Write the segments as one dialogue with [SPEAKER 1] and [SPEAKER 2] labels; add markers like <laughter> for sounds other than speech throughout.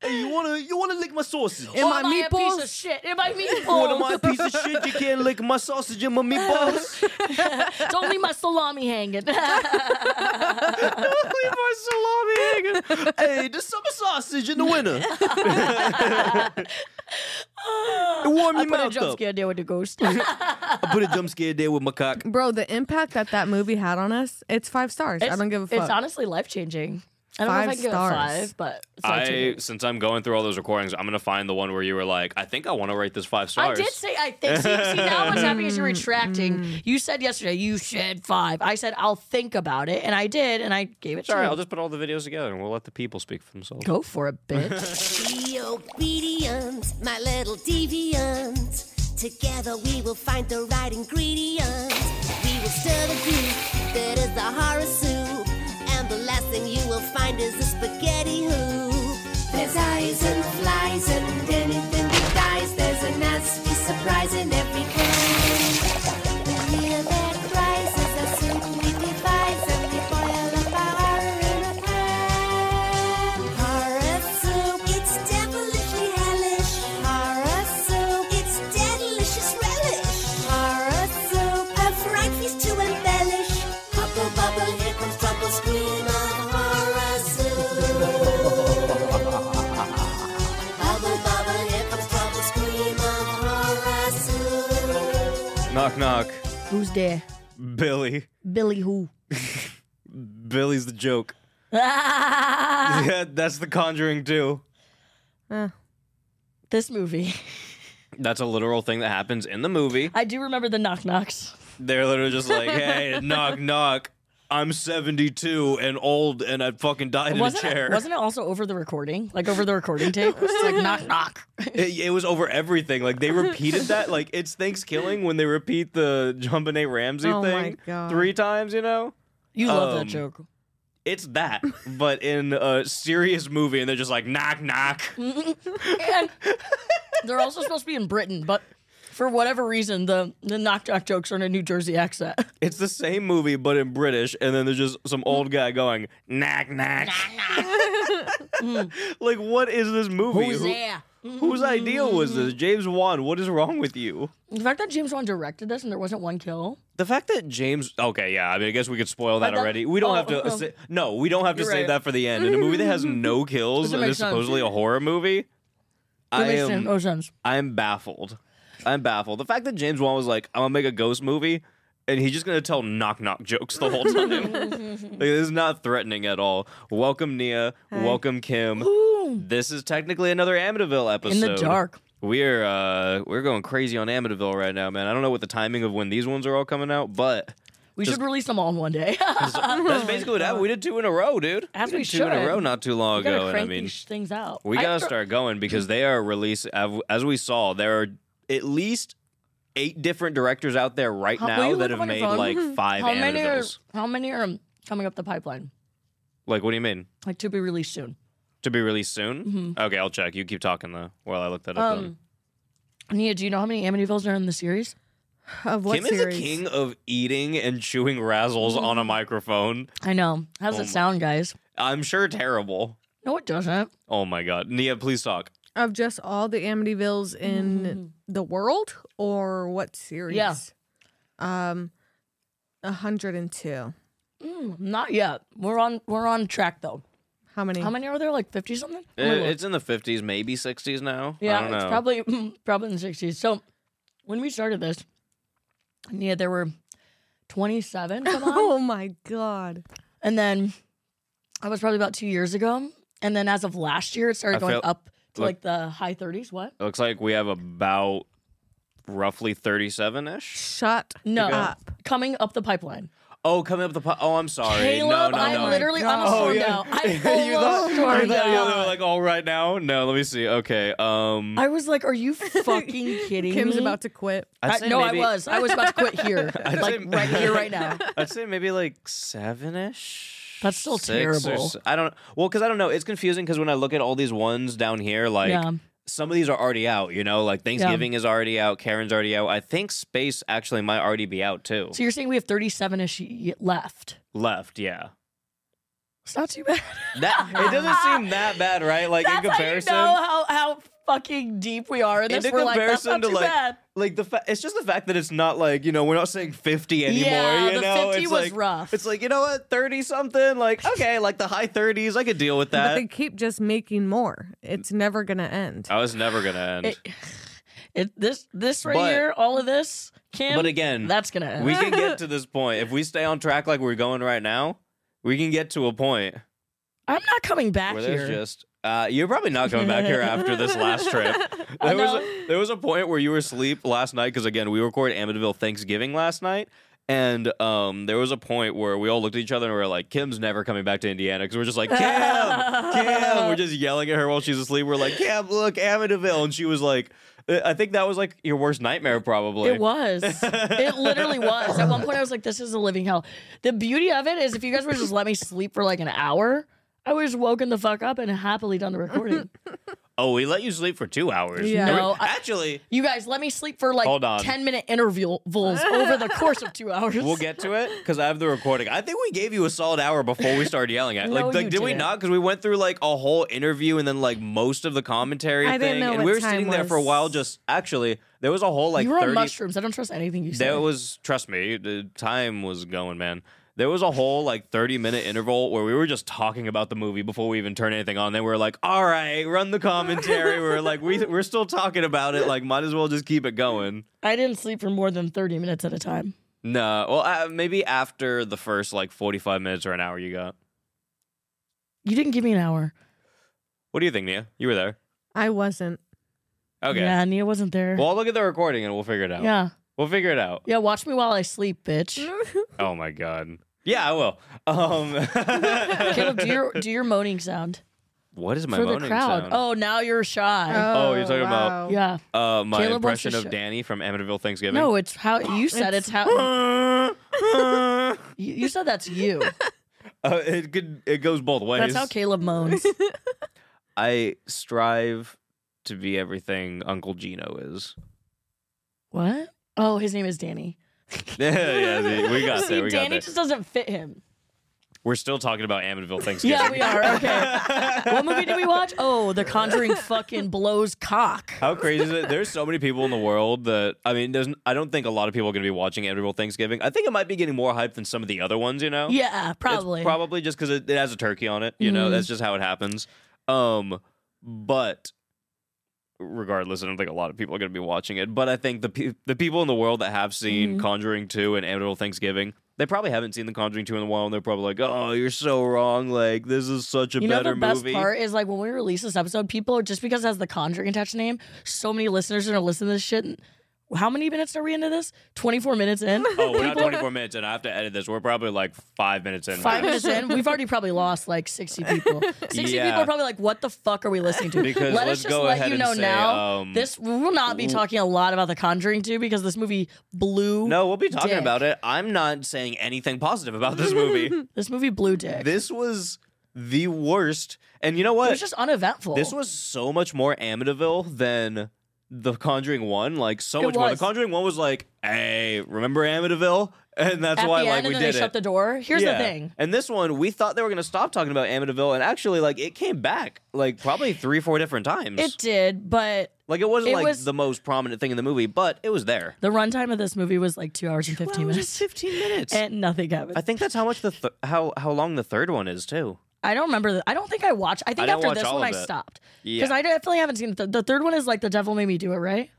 [SPEAKER 1] Hey, you wanna you wanna lick my sausage?
[SPEAKER 2] Am
[SPEAKER 3] Or
[SPEAKER 2] I
[SPEAKER 3] am I a piece
[SPEAKER 2] meatballs?
[SPEAKER 3] of shit? Am
[SPEAKER 2] <laughs>
[SPEAKER 3] I
[SPEAKER 1] What
[SPEAKER 3] meatballs? <laughs>
[SPEAKER 1] am I, a piece of shit? You can't lick my sausage and my meatballs. Leave
[SPEAKER 3] <laughs> Don't leave my salami
[SPEAKER 2] <laughs>
[SPEAKER 3] hanging. <laughs>
[SPEAKER 1] my salami hanging. Hey, the summer sausage in the
[SPEAKER 3] <laughs>
[SPEAKER 1] winter. it warmed
[SPEAKER 3] I
[SPEAKER 1] your
[SPEAKER 3] put a
[SPEAKER 1] mouth
[SPEAKER 3] jump
[SPEAKER 1] up.
[SPEAKER 3] scare there with
[SPEAKER 2] <laughs>
[SPEAKER 3] the ghost.
[SPEAKER 1] I put a jump scare there with my cock.
[SPEAKER 2] Bro, the impact that that movie had on us, it's five stars. I don't give a fuck.
[SPEAKER 3] It's honestly life changing. I don't know if I
[SPEAKER 2] Five
[SPEAKER 3] can give it
[SPEAKER 2] stars.
[SPEAKER 3] five, but it's
[SPEAKER 1] I
[SPEAKER 3] life-changing.
[SPEAKER 1] since I'm going through all those recordings, I'm gonna find the one where you were like, I think I want to rate this five
[SPEAKER 3] I
[SPEAKER 1] stars.
[SPEAKER 3] did say I think. See, see now what's happening is
[SPEAKER 2] <laughs>
[SPEAKER 3] you're
[SPEAKER 2] Mm.
[SPEAKER 3] retracting. You said yesterday you said five. I said I'll think about it, and I did, and I gave it.
[SPEAKER 1] Sorry,
[SPEAKER 3] two.
[SPEAKER 1] I'll just put all the videos together and we'll let the people speak for themselves.
[SPEAKER 3] go for it,
[SPEAKER 2] <laughs>
[SPEAKER 3] bitch.
[SPEAKER 4] Be obedient, my little deviant. Together we will find the right ingredients. We will stir the goop that is the horror soup. And the last thing you will find is a spaghetti hoop. There's eyes and flies and anything that dies. There's a nasty surprise in every can. The meal that rises, the soup we devise, and we boil up our horror in a pan. Horror soup, it's devilishly hellish. Horror soup, it's delicious relish. Horror soup, a fright feast to embellish. Hubble bubble, here comes trouble, scream of horror soup. <laughs> Hubble bubble, here comes trouble, scream of horror soup.
[SPEAKER 1] Knock knock.
[SPEAKER 3] Who's there?
[SPEAKER 1] Billy.
[SPEAKER 2] <laughs>
[SPEAKER 3] Billy who? <laughs>
[SPEAKER 1] Billy's the joke. <laughs> yeah, that's the conjuring too.
[SPEAKER 3] this movie.
[SPEAKER 1] That's a literal thing that happens in the movie.
[SPEAKER 3] I do remember the knock knocks.
[SPEAKER 1] They're literally just like, hey, knock knock. I'm 72 and old and I fucking died in
[SPEAKER 3] Wasn't
[SPEAKER 1] a chair.
[SPEAKER 3] it, wasn't it also over the recording? Like over the recording tape? It's like knock knock.
[SPEAKER 1] <laughs>
[SPEAKER 3] <laughs>
[SPEAKER 1] It, it was over everything. Like they repeated that. Like it's Thanksgiving when they repeat the JonBenet Ramsey
[SPEAKER 2] Oh my
[SPEAKER 1] thing
[SPEAKER 2] God.
[SPEAKER 1] three times. You know,
[SPEAKER 3] You love
[SPEAKER 1] Um,
[SPEAKER 3] that joke.
[SPEAKER 1] it's that, but in a serious movie, and they're just like knock knock.
[SPEAKER 3] And they're also supposed to be in Britain, but for whatever reason, the, the knock knock jokes are in a New
[SPEAKER 1] <laughs>
[SPEAKER 3] Jersey accent.
[SPEAKER 1] It's the same movie, but in British, and then there's just some old guy going knock knock. <laughs> like what is this movie?
[SPEAKER 3] Who's
[SPEAKER 1] Who-
[SPEAKER 3] there?
[SPEAKER 1] Whose idea was this? James Wan, what is wrong with you?
[SPEAKER 3] The fact that James Wan directed this and there wasn't one kill.
[SPEAKER 1] The fact that James, okay, yeah, I mean, I guess we could spoil that
[SPEAKER 3] But that-
[SPEAKER 1] already. We don't
[SPEAKER 3] oh,
[SPEAKER 1] have to,
[SPEAKER 3] oh.
[SPEAKER 1] sa- no, we don't have to
[SPEAKER 3] You're
[SPEAKER 1] save
[SPEAKER 3] right.
[SPEAKER 1] that for the end. In a movie that has
[SPEAKER 3] <laughs>
[SPEAKER 1] no kills
[SPEAKER 3] Doesn't
[SPEAKER 1] and
[SPEAKER 3] make
[SPEAKER 1] is
[SPEAKER 3] sense.
[SPEAKER 1] supposedly a horror movie,
[SPEAKER 3] It
[SPEAKER 1] I
[SPEAKER 3] makes oh, sense.
[SPEAKER 1] am,
[SPEAKER 3] no sense.
[SPEAKER 1] I'm baffled. I'm baffled. The fact that James Wan was like, I'm gonna make a ghost movie, and he's just gonna tell knock knock jokes the whole
[SPEAKER 3] <laughs>
[SPEAKER 1] time. like, this is not threatening at all. Welcome Nia. Welcome Kim.
[SPEAKER 3] Ooh,
[SPEAKER 1] This is technically another Amityville episode.
[SPEAKER 3] in the dark.
[SPEAKER 1] We're uh we're going crazy on Amityville right now, man. I don't know what the timing of when these ones are all coming out,
[SPEAKER 3] <laughs>
[SPEAKER 1] but
[SPEAKER 3] We
[SPEAKER 1] Just-
[SPEAKER 3] should release them all in one day. <laughs>
[SPEAKER 1] that's basically what happened. We did two in a row, dude.
[SPEAKER 3] As
[SPEAKER 1] did
[SPEAKER 3] we
[SPEAKER 1] two in a
[SPEAKER 3] should.
[SPEAKER 1] row not too long
[SPEAKER 3] we gotta
[SPEAKER 1] ago, and I
[SPEAKER 3] crank
[SPEAKER 1] mean,
[SPEAKER 3] these things out.
[SPEAKER 1] we
[SPEAKER 3] I
[SPEAKER 1] gotta
[SPEAKER 3] thro-
[SPEAKER 1] start going because they are release av- as we saw. There are at least eight different directors out there right
[SPEAKER 3] How- will
[SPEAKER 1] now
[SPEAKER 3] you
[SPEAKER 1] that
[SPEAKER 3] look
[SPEAKER 1] have
[SPEAKER 3] up on
[SPEAKER 1] made
[SPEAKER 3] your phone?
[SPEAKER 1] like five
[SPEAKER 3] How many are
[SPEAKER 1] Amityvilles.
[SPEAKER 3] how many are um, coming up the pipeline?
[SPEAKER 1] Like, what do you mean
[SPEAKER 3] Like to be released soon.
[SPEAKER 1] to be released soon? Okay, I'll check. You keep talking though while I look that up. then.
[SPEAKER 3] Mm-hmm. Um, Nia, do you know how many Amityvilles are in the series?
[SPEAKER 2] Of what
[SPEAKER 1] Kim
[SPEAKER 2] series?
[SPEAKER 1] is a king of eating and chewing razzles on
[SPEAKER 3] <laughs>
[SPEAKER 1] a microphone.
[SPEAKER 3] I know. How does
[SPEAKER 1] Oh
[SPEAKER 3] it
[SPEAKER 1] my-
[SPEAKER 3] sound, guys?
[SPEAKER 1] I'm sure terrible.
[SPEAKER 3] No, it doesn't.
[SPEAKER 1] Oh my god. Nia, please talk.
[SPEAKER 2] Of just all the Amityvilles in the world or what series?
[SPEAKER 3] Mm-hmm. Yeah.
[SPEAKER 2] Um, 102.
[SPEAKER 3] Mm, not yet. We're on. We're on track though.
[SPEAKER 2] How many? <laughs>
[SPEAKER 3] How many are there? Like fifty something.
[SPEAKER 1] It-
[SPEAKER 3] Let me look.
[SPEAKER 1] it's in the 50s, maybe 60s now. I
[SPEAKER 3] Oh yeah,
[SPEAKER 1] don't know.
[SPEAKER 3] it's probably <laughs> probably in the sixties. So when we started this, Nia, there were twenty
[SPEAKER 1] <laughs>
[SPEAKER 3] seven. Come on,
[SPEAKER 2] Oh my God.
[SPEAKER 3] and then I was probably about two years ago, and then as of last year, it started
[SPEAKER 1] I
[SPEAKER 3] going
[SPEAKER 1] feel-
[SPEAKER 3] up to
[SPEAKER 1] look-
[SPEAKER 3] like the high thirties. What?
[SPEAKER 1] Looks like we have about roughly 37ish.
[SPEAKER 2] <laughs> Shut
[SPEAKER 3] No.
[SPEAKER 2] up.
[SPEAKER 3] Coming up the pipeline.
[SPEAKER 1] Oh, coming up the po- Oh, I'm sorry. no, no,
[SPEAKER 3] Caleb,
[SPEAKER 1] no.
[SPEAKER 3] I'm literally
[SPEAKER 2] God.
[SPEAKER 3] I'm a
[SPEAKER 2] Oh,
[SPEAKER 3] storm
[SPEAKER 1] yeah.
[SPEAKER 3] now.
[SPEAKER 1] <laughs>
[SPEAKER 3] I'm <laughs>
[SPEAKER 1] you
[SPEAKER 3] full
[SPEAKER 1] thought,
[SPEAKER 3] of
[SPEAKER 1] you
[SPEAKER 3] storm
[SPEAKER 1] thought you
[SPEAKER 3] now.
[SPEAKER 1] were like all right now? No, let me see. Okay. Um
[SPEAKER 3] I was like,
[SPEAKER 1] <laughs>
[SPEAKER 3] "Are you fucking kidding
[SPEAKER 2] Kim's
[SPEAKER 3] me?"
[SPEAKER 2] about to quit.
[SPEAKER 1] I'd
[SPEAKER 3] I,
[SPEAKER 1] say
[SPEAKER 3] no,
[SPEAKER 1] maybe-
[SPEAKER 3] I was. I was about to quit here,
[SPEAKER 1] <laughs> I'd
[SPEAKER 3] like
[SPEAKER 1] say-
[SPEAKER 3] right here, right now.
[SPEAKER 1] <laughs> I'd say maybe like seven ish.
[SPEAKER 3] That's still terrible.
[SPEAKER 1] I don't. Well, because I don't know. It's confusing because when I look at all these ones down here, like
[SPEAKER 3] Yeah.
[SPEAKER 1] some of these are already out. You know, like Thanksgiving is already out. Karen's already out. I think Space actually might already be out too.
[SPEAKER 3] So you're saying we have 37 ish left?
[SPEAKER 1] Left, yeah.
[SPEAKER 3] It's not
[SPEAKER 1] <laughs>
[SPEAKER 3] too bad.
[SPEAKER 1] That it doesn't seem that bad, right? Like in
[SPEAKER 3] That's
[SPEAKER 1] comparison.
[SPEAKER 3] how you know how, how fucking deep we are in
[SPEAKER 1] in the
[SPEAKER 3] this. We're like, that's
[SPEAKER 1] comparison
[SPEAKER 3] not
[SPEAKER 1] to
[SPEAKER 3] too
[SPEAKER 1] like,
[SPEAKER 3] bad.
[SPEAKER 1] like the fa- it's just the fact that it's not like you know we're not saying fifty anymore.
[SPEAKER 3] Yeah,
[SPEAKER 1] you
[SPEAKER 3] the
[SPEAKER 1] know,
[SPEAKER 3] 50
[SPEAKER 1] it's
[SPEAKER 3] was
[SPEAKER 1] like,
[SPEAKER 3] rough.
[SPEAKER 1] It's like you know what, thirty something.
[SPEAKER 3] <laughs>
[SPEAKER 1] Like okay, like the high thirties, I could deal with
[SPEAKER 2] But
[SPEAKER 1] that.
[SPEAKER 2] they keep just making more. It's never gonna end.
[SPEAKER 1] I was never gonna end.
[SPEAKER 3] It- <sighs> It, this this right
[SPEAKER 1] But-
[SPEAKER 3] here, all of this, Kim.
[SPEAKER 1] But again,
[SPEAKER 3] that's gonna end.
[SPEAKER 1] we can
[SPEAKER 3] <laughs>
[SPEAKER 1] get to this point if we stay on track like we're going right now. We can get to a point
[SPEAKER 3] I'm not coming back
[SPEAKER 1] where
[SPEAKER 3] here.
[SPEAKER 1] there's just uh, you're probably not coming back here after this last
[SPEAKER 3] <laughs>
[SPEAKER 1] trip. There was a, there was a point where you were asleep last night because again we recorded Amityville Thanksgiving last night, and um, there was a point where we all looked at each other and we were like, "Kim's never coming back to Indiana" because we're just like, "Kim, Kim," we're just yelling at her while she's asleep. We're like, "Kim, look, Amityville," and she was like, uh, "I think that was like your worst nightmare, probably." <laughs>
[SPEAKER 3] It was. it literally was. At one point, I was like, "This is a living hell." The beauty of it is, if you guys would just let me sleep for like an hour, I would have just woken the fuck up and happily done the recording.
[SPEAKER 1] Oh, we let you sleep for two hours.
[SPEAKER 2] Yeah.
[SPEAKER 3] No, I-
[SPEAKER 1] actually,
[SPEAKER 3] you guys, let me sleep for like
[SPEAKER 1] Hold on.
[SPEAKER 3] ten minute intervals over the course
[SPEAKER 1] <laughs>
[SPEAKER 3] of two hours.
[SPEAKER 1] We'll get to it because I have the recording. I think we gave you a solid hour before we started yelling at.
[SPEAKER 3] No,
[SPEAKER 1] like, like
[SPEAKER 3] you
[SPEAKER 1] did we
[SPEAKER 3] didn't.
[SPEAKER 1] not? Because we went through like a whole interview and then like most of the commentary
[SPEAKER 2] I
[SPEAKER 1] thing,
[SPEAKER 2] didn't know
[SPEAKER 1] and
[SPEAKER 2] what
[SPEAKER 1] we were
[SPEAKER 2] time
[SPEAKER 1] sitting there for a
[SPEAKER 2] was.
[SPEAKER 1] while. Just actually, there was a whole like
[SPEAKER 3] you were on
[SPEAKER 1] thirty.
[SPEAKER 3] mushrooms. I don't trust anything you say.
[SPEAKER 1] There was trust me, the time was going, man. There was a whole like thirty minute interval where we were just talking about the movie before we even turned anything on. They were like, "All right, run the commentary." we were like, "We we're still talking about it. Like, might as well just keep it going."
[SPEAKER 3] I didn't sleep for more than thirty minutes at a time.
[SPEAKER 1] No, well, uh, maybe after the first like forty-five minutes or an hour, you got.
[SPEAKER 3] You didn't give me an hour.
[SPEAKER 1] What do you think, Nia? You were there.
[SPEAKER 2] I
[SPEAKER 3] <laughs>
[SPEAKER 2] wasn't.
[SPEAKER 1] Okay.
[SPEAKER 3] Yeah, Nia wasn't there.
[SPEAKER 1] Well, I'll look at the recording and we'll figure it out.
[SPEAKER 3] yeah.
[SPEAKER 1] We'll figure it out.
[SPEAKER 3] Yeah, watch me while I sleep, bitch.
[SPEAKER 1] <laughs> Oh my god. Yeah, I will. Um.
[SPEAKER 3] <laughs> Caleb, do your do your moaning sound
[SPEAKER 1] <laughs> what is my
[SPEAKER 3] for
[SPEAKER 1] moaning
[SPEAKER 3] the crowd.
[SPEAKER 1] sound?
[SPEAKER 3] Oh, now you're shy.
[SPEAKER 1] Oh, you're talking about-
[SPEAKER 2] wow.
[SPEAKER 3] yeah.
[SPEAKER 1] Uh, my
[SPEAKER 3] Caleb wants to
[SPEAKER 1] impression of
[SPEAKER 3] show-
[SPEAKER 1] Danny from Amityville Thanksgiving. <laughs>
[SPEAKER 3] No, it's how you said it's, <laughs> how
[SPEAKER 1] uh,
[SPEAKER 3] you, you said that's you.
[SPEAKER 1] it could. It goes both ways.
[SPEAKER 3] That's how Caleb <laughs> moans.
[SPEAKER 1] I strive to be everything Uncle Gino is. <laughs>
[SPEAKER 3] what? Oh, his name is Danny.
[SPEAKER 1] yeah, yeah, we got
[SPEAKER 3] <laughs> See,
[SPEAKER 1] there. We got
[SPEAKER 3] Danny
[SPEAKER 1] there.
[SPEAKER 3] just doesn't fit him.
[SPEAKER 1] We're still talking about Amityville Thanksgiving.
[SPEAKER 3] Yeah, we are. Okay.
[SPEAKER 1] <laughs>
[SPEAKER 3] what movie did we watch? Oh, The Conjuring fucking blows cock.
[SPEAKER 1] How crazy is it? There's so many people in the world that I mean, there's. I don't think a lot of people are going to be watching Amityville Thanksgiving. I think it might be getting more hype than some of the other ones. You know,
[SPEAKER 3] Yeah,
[SPEAKER 1] Uh-huh. It's
[SPEAKER 3] probably.
[SPEAKER 1] probably just because it, it has a turkey on it. You know,
[SPEAKER 3] Mhm.
[SPEAKER 1] that's just how it happens. Um, but regardless, I don't think a lot of people are going to be watching it. But I think the pe- the people in the world that have seen
[SPEAKER 3] Mm-hmm.
[SPEAKER 1] Conjuring Two and Amityville Thanksgiving. They probably haven't seen The Conjuring 2 in a while, and they're probably like, oh, you're so wrong. Like, this is such a
[SPEAKER 3] you know
[SPEAKER 1] better
[SPEAKER 3] the best
[SPEAKER 1] movie.
[SPEAKER 3] part is like when we release this episode, people just because it has the Conjuring attached name, so many listeners are gonna listen to this shit. And how many minutes are we into this? Twenty four minutes in.
[SPEAKER 1] <laughs> Oh, we're not
[SPEAKER 3] <laughs>
[SPEAKER 1] 24 minutes, and I have to edit this. We're probably like five minutes in.
[SPEAKER 3] Five
[SPEAKER 1] now.
[SPEAKER 3] minutes in, we've already probably lost like sixty
[SPEAKER 1] <laughs>
[SPEAKER 3] people. Sixty
[SPEAKER 1] Yeah.
[SPEAKER 3] people are probably like, "What the fuck are we listening to?"
[SPEAKER 1] Because
[SPEAKER 3] let
[SPEAKER 1] let's
[SPEAKER 3] us just
[SPEAKER 1] go
[SPEAKER 3] let
[SPEAKER 1] ahead
[SPEAKER 3] you
[SPEAKER 1] and
[SPEAKER 3] know
[SPEAKER 1] say,
[SPEAKER 3] now.
[SPEAKER 1] um,
[SPEAKER 3] this we will not be talking a lot about The Conjuring 2 because this movie blew.
[SPEAKER 1] No, we'll be talking
[SPEAKER 3] dick.
[SPEAKER 1] about it. I'm not saying anything positive about this movie.
[SPEAKER 3] <laughs> this movie blew dick.
[SPEAKER 1] this was the worst. And you know
[SPEAKER 3] it
[SPEAKER 1] what?
[SPEAKER 3] was just uneventful.
[SPEAKER 1] this was so much more Amityville than The Conjuring 1. Like, so
[SPEAKER 3] It
[SPEAKER 1] much more. The
[SPEAKER 3] was.
[SPEAKER 1] Conjuring 1 was like, hey, remember Amityville? And that's
[SPEAKER 3] At
[SPEAKER 1] why,
[SPEAKER 3] the
[SPEAKER 1] like,
[SPEAKER 3] end,
[SPEAKER 1] we
[SPEAKER 3] and then
[SPEAKER 1] did
[SPEAKER 3] they
[SPEAKER 1] it.
[SPEAKER 3] shut the door. Here's
[SPEAKER 1] yeah.
[SPEAKER 3] the thing.
[SPEAKER 1] And this one, we thought they were going to stop talking about Amityville, and actually, like, it came back, like, probably three, four different times.
[SPEAKER 3] It did, but
[SPEAKER 1] like, it wasn't,
[SPEAKER 3] it
[SPEAKER 1] like,
[SPEAKER 3] was-
[SPEAKER 1] the most prominent thing in the movie, but it was there.
[SPEAKER 3] the runtime of this movie was like two hours and fifteen
[SPEAKER 1] Well, it was
[SPEAKER 3] minutes,
[SPEAKER 1] just 15 minutes.
[SPEAKER 3] and nothing happened.
[SPEAKER 1] I think that's how much the th- how how long the third one is too.
[SPEAKER 3] I don't remember. The, I don't think I watched. I think
[SPEAKER 1] didn't
[SPEAKER 3] after
[SPEAKER 1] watch
[SPEAKER 3] this
[SPEAKER 1] all
[SPEAKER 3] one, I
[SPEAKER 1] of it.
[SPEAKER 3] stopped
[SPEAKER 1] Yeah.
[SPEAKER 3] because I definitely haven't seen the, the third one. Is like the devil made me do it, right?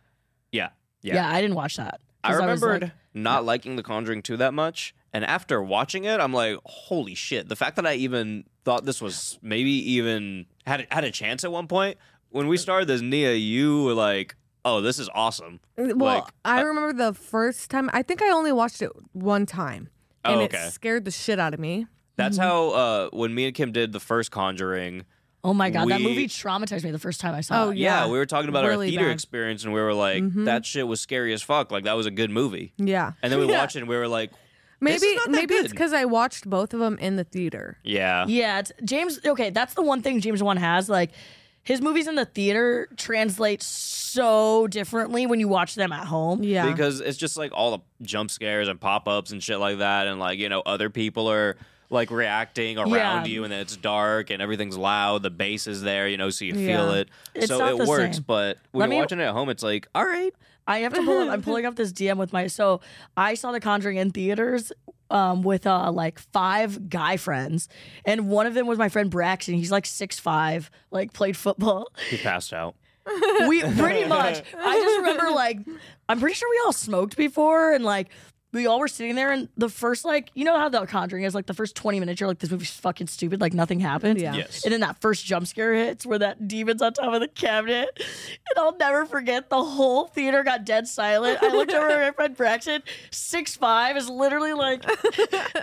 [SPEAKER 1] Yeah. Yeah.
[SPEAKER 3] I didn't watch that.
[SPEAKER 1] I
[SPEAKER 3] 'Cause was
[SPEAKER 1] remembered
[SPEAKER 3] like-
[SPEAKER 1] not liking The Conjuring 2 that much. And after watching it, I'm like, holy shit. The fact that I even thought this was maybe even had had a chance at one point. When we started this, Nia, you were like, oh, this is awesome.
[SPEAKER 2] Mm, Well,
[SPEAKER 1] Like,
[SPEAKER 2] I remember the first time. I think I only watched it one time,
[SPEAKER 1] Oh,
[SPEAKER 2] and
[SPEAKER 1] okay.
[SPEAKER 2] it scared the shit out of me.
[SPEAKER 1] That's how uh, when me and Kim did the first Conjuring,
[SPEAKER 3] Oh my god, that
[SPEAKER 1] We-
[SPEAKER 3] movie traumatized me the first time I saw
[SPEAKER 2] Oh,
[SPEAKER 3] it.
[SPEAKER 1] yeah,
[SPEAKER 2] Yeah.
[SPEAKER 1] we were talking about our
[SPEAKER 2] Really
[SPEAKER 1] theater
[SPEAKER 2] bad.
[SPEAKER 1] experience and we were like, that shit was scary as fuck. Like, that was a good movie.
[SPEAKER 2] Yeah,
[SPEAKER 1] And
[SPEAKER 3] <laughs>
[SPEAKER 1] then we watched it and we were like,
[SPEAKER 2] maybe
[SPEAKER 1] is not that
[SPEAKER 2] maybe it's
[SPEAKER 1] good.
[SPEAKER 2] because I watched both of them in the theater.
[SPEAKER 1] yeah.
[SPEAKER 3] Yeah, it's, James. Okay, that's the one thing James Wan has. Like, his movies in the theater translate so differently when you watch them at home.
[SPEAKER 2] Yeah,
[SPEAKER 1] because it's just like all the jump scares and pop ups and shit like that, and like you know other people are like reacting around
[SPEAKER 3] Yeah.
[SPEAKER 1] you, and then it's dark and everything's loud. The bass is there, you know, so you feel
[SPEAKER 3] Yeah.
[SPEAKER 1] it.
[SPEAKER 3] It's
[SPEAKER 1] so
[SPEAKER 3] not
[SPEAKER 1] it
[SPEAKER 3] the
[SPEAKER 1] works,
[SPEAKER 3] same.
[SPEAKER 1] but when
[SPEAKER 3] Let
[SPEAKER 1] you're
[SPEAKER 3] me-
[SPEAKER 1] watching it at home, it's like, all right,
[SPEAKER 3] I have to pull up. I'm pulling up this DM with my. So I saw The Conjuring in theaters um, with uh, like five guy friends, and one of them was my friend Braxton. He's like six five, like played football.
[SPEAKER 1] he passed out.
[SPEAKER 3] We pretty much. I just remember like I'm pretty sure we all smoked before, and like we all were sitting there, and the first like you know how The Conjuring is like the first 20 minutes you're like this movie's fucking stupid, like nothing happened.
[SPEAKER 2] Yeah.
[SPEAKER 1] Yes.
[SPEAKER 3] And then that first jump scare hits where that demon's on top of the cabinet. And I'll never forget the whole theater got dead silent. I looked over at my friend Braxton, six five is literally like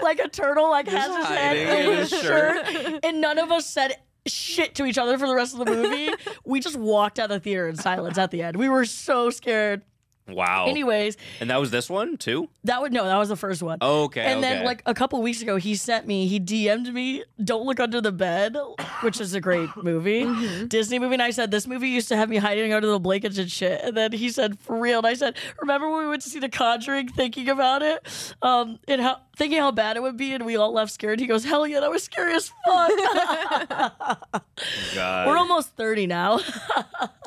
[SPEAKER 3] like a turtle, like has his
[SPEAKER 1] hiding
[SPEAKER 3] head
[SPEAKER 1] in
[SPEAKER 3] over
[SPEAKER 1] his
[SPEAKER 3] his shirt. And none of us said shit to each other for the rest of the movie. we just walked out of the theater in silence at the end. We were so scared.
[SPEAKER 1] Wow.
[SPEAKER 3] Anyways,
[SPEAKER 1] And that was this one too.
[SPEAKER 3] that would no, that was the first one.
[SPEAKER 1] Oh, Okay.
[SPEAKER 3] And
[SPEAKER 1] okay.
[SPEAKER 3] then, like a couple weeks ago, he sent me. He DM'd me. Don't look under the bed, which is a great movie, Disney movie. And I said this movie used to have me hiding under the blankets and shit. And then he said, for real. And I said, remember when we went to see The Conjuring, thinking about it, um, and how thinking how bad it would be, and we all left scared. He goes, hell yeah, that was scary as fuck.
[SPEAKER 1] God.
[SPEAKER 3] We're almost
[SPEAKER 2] <laughs>
[SPEAKER 3] thirty now.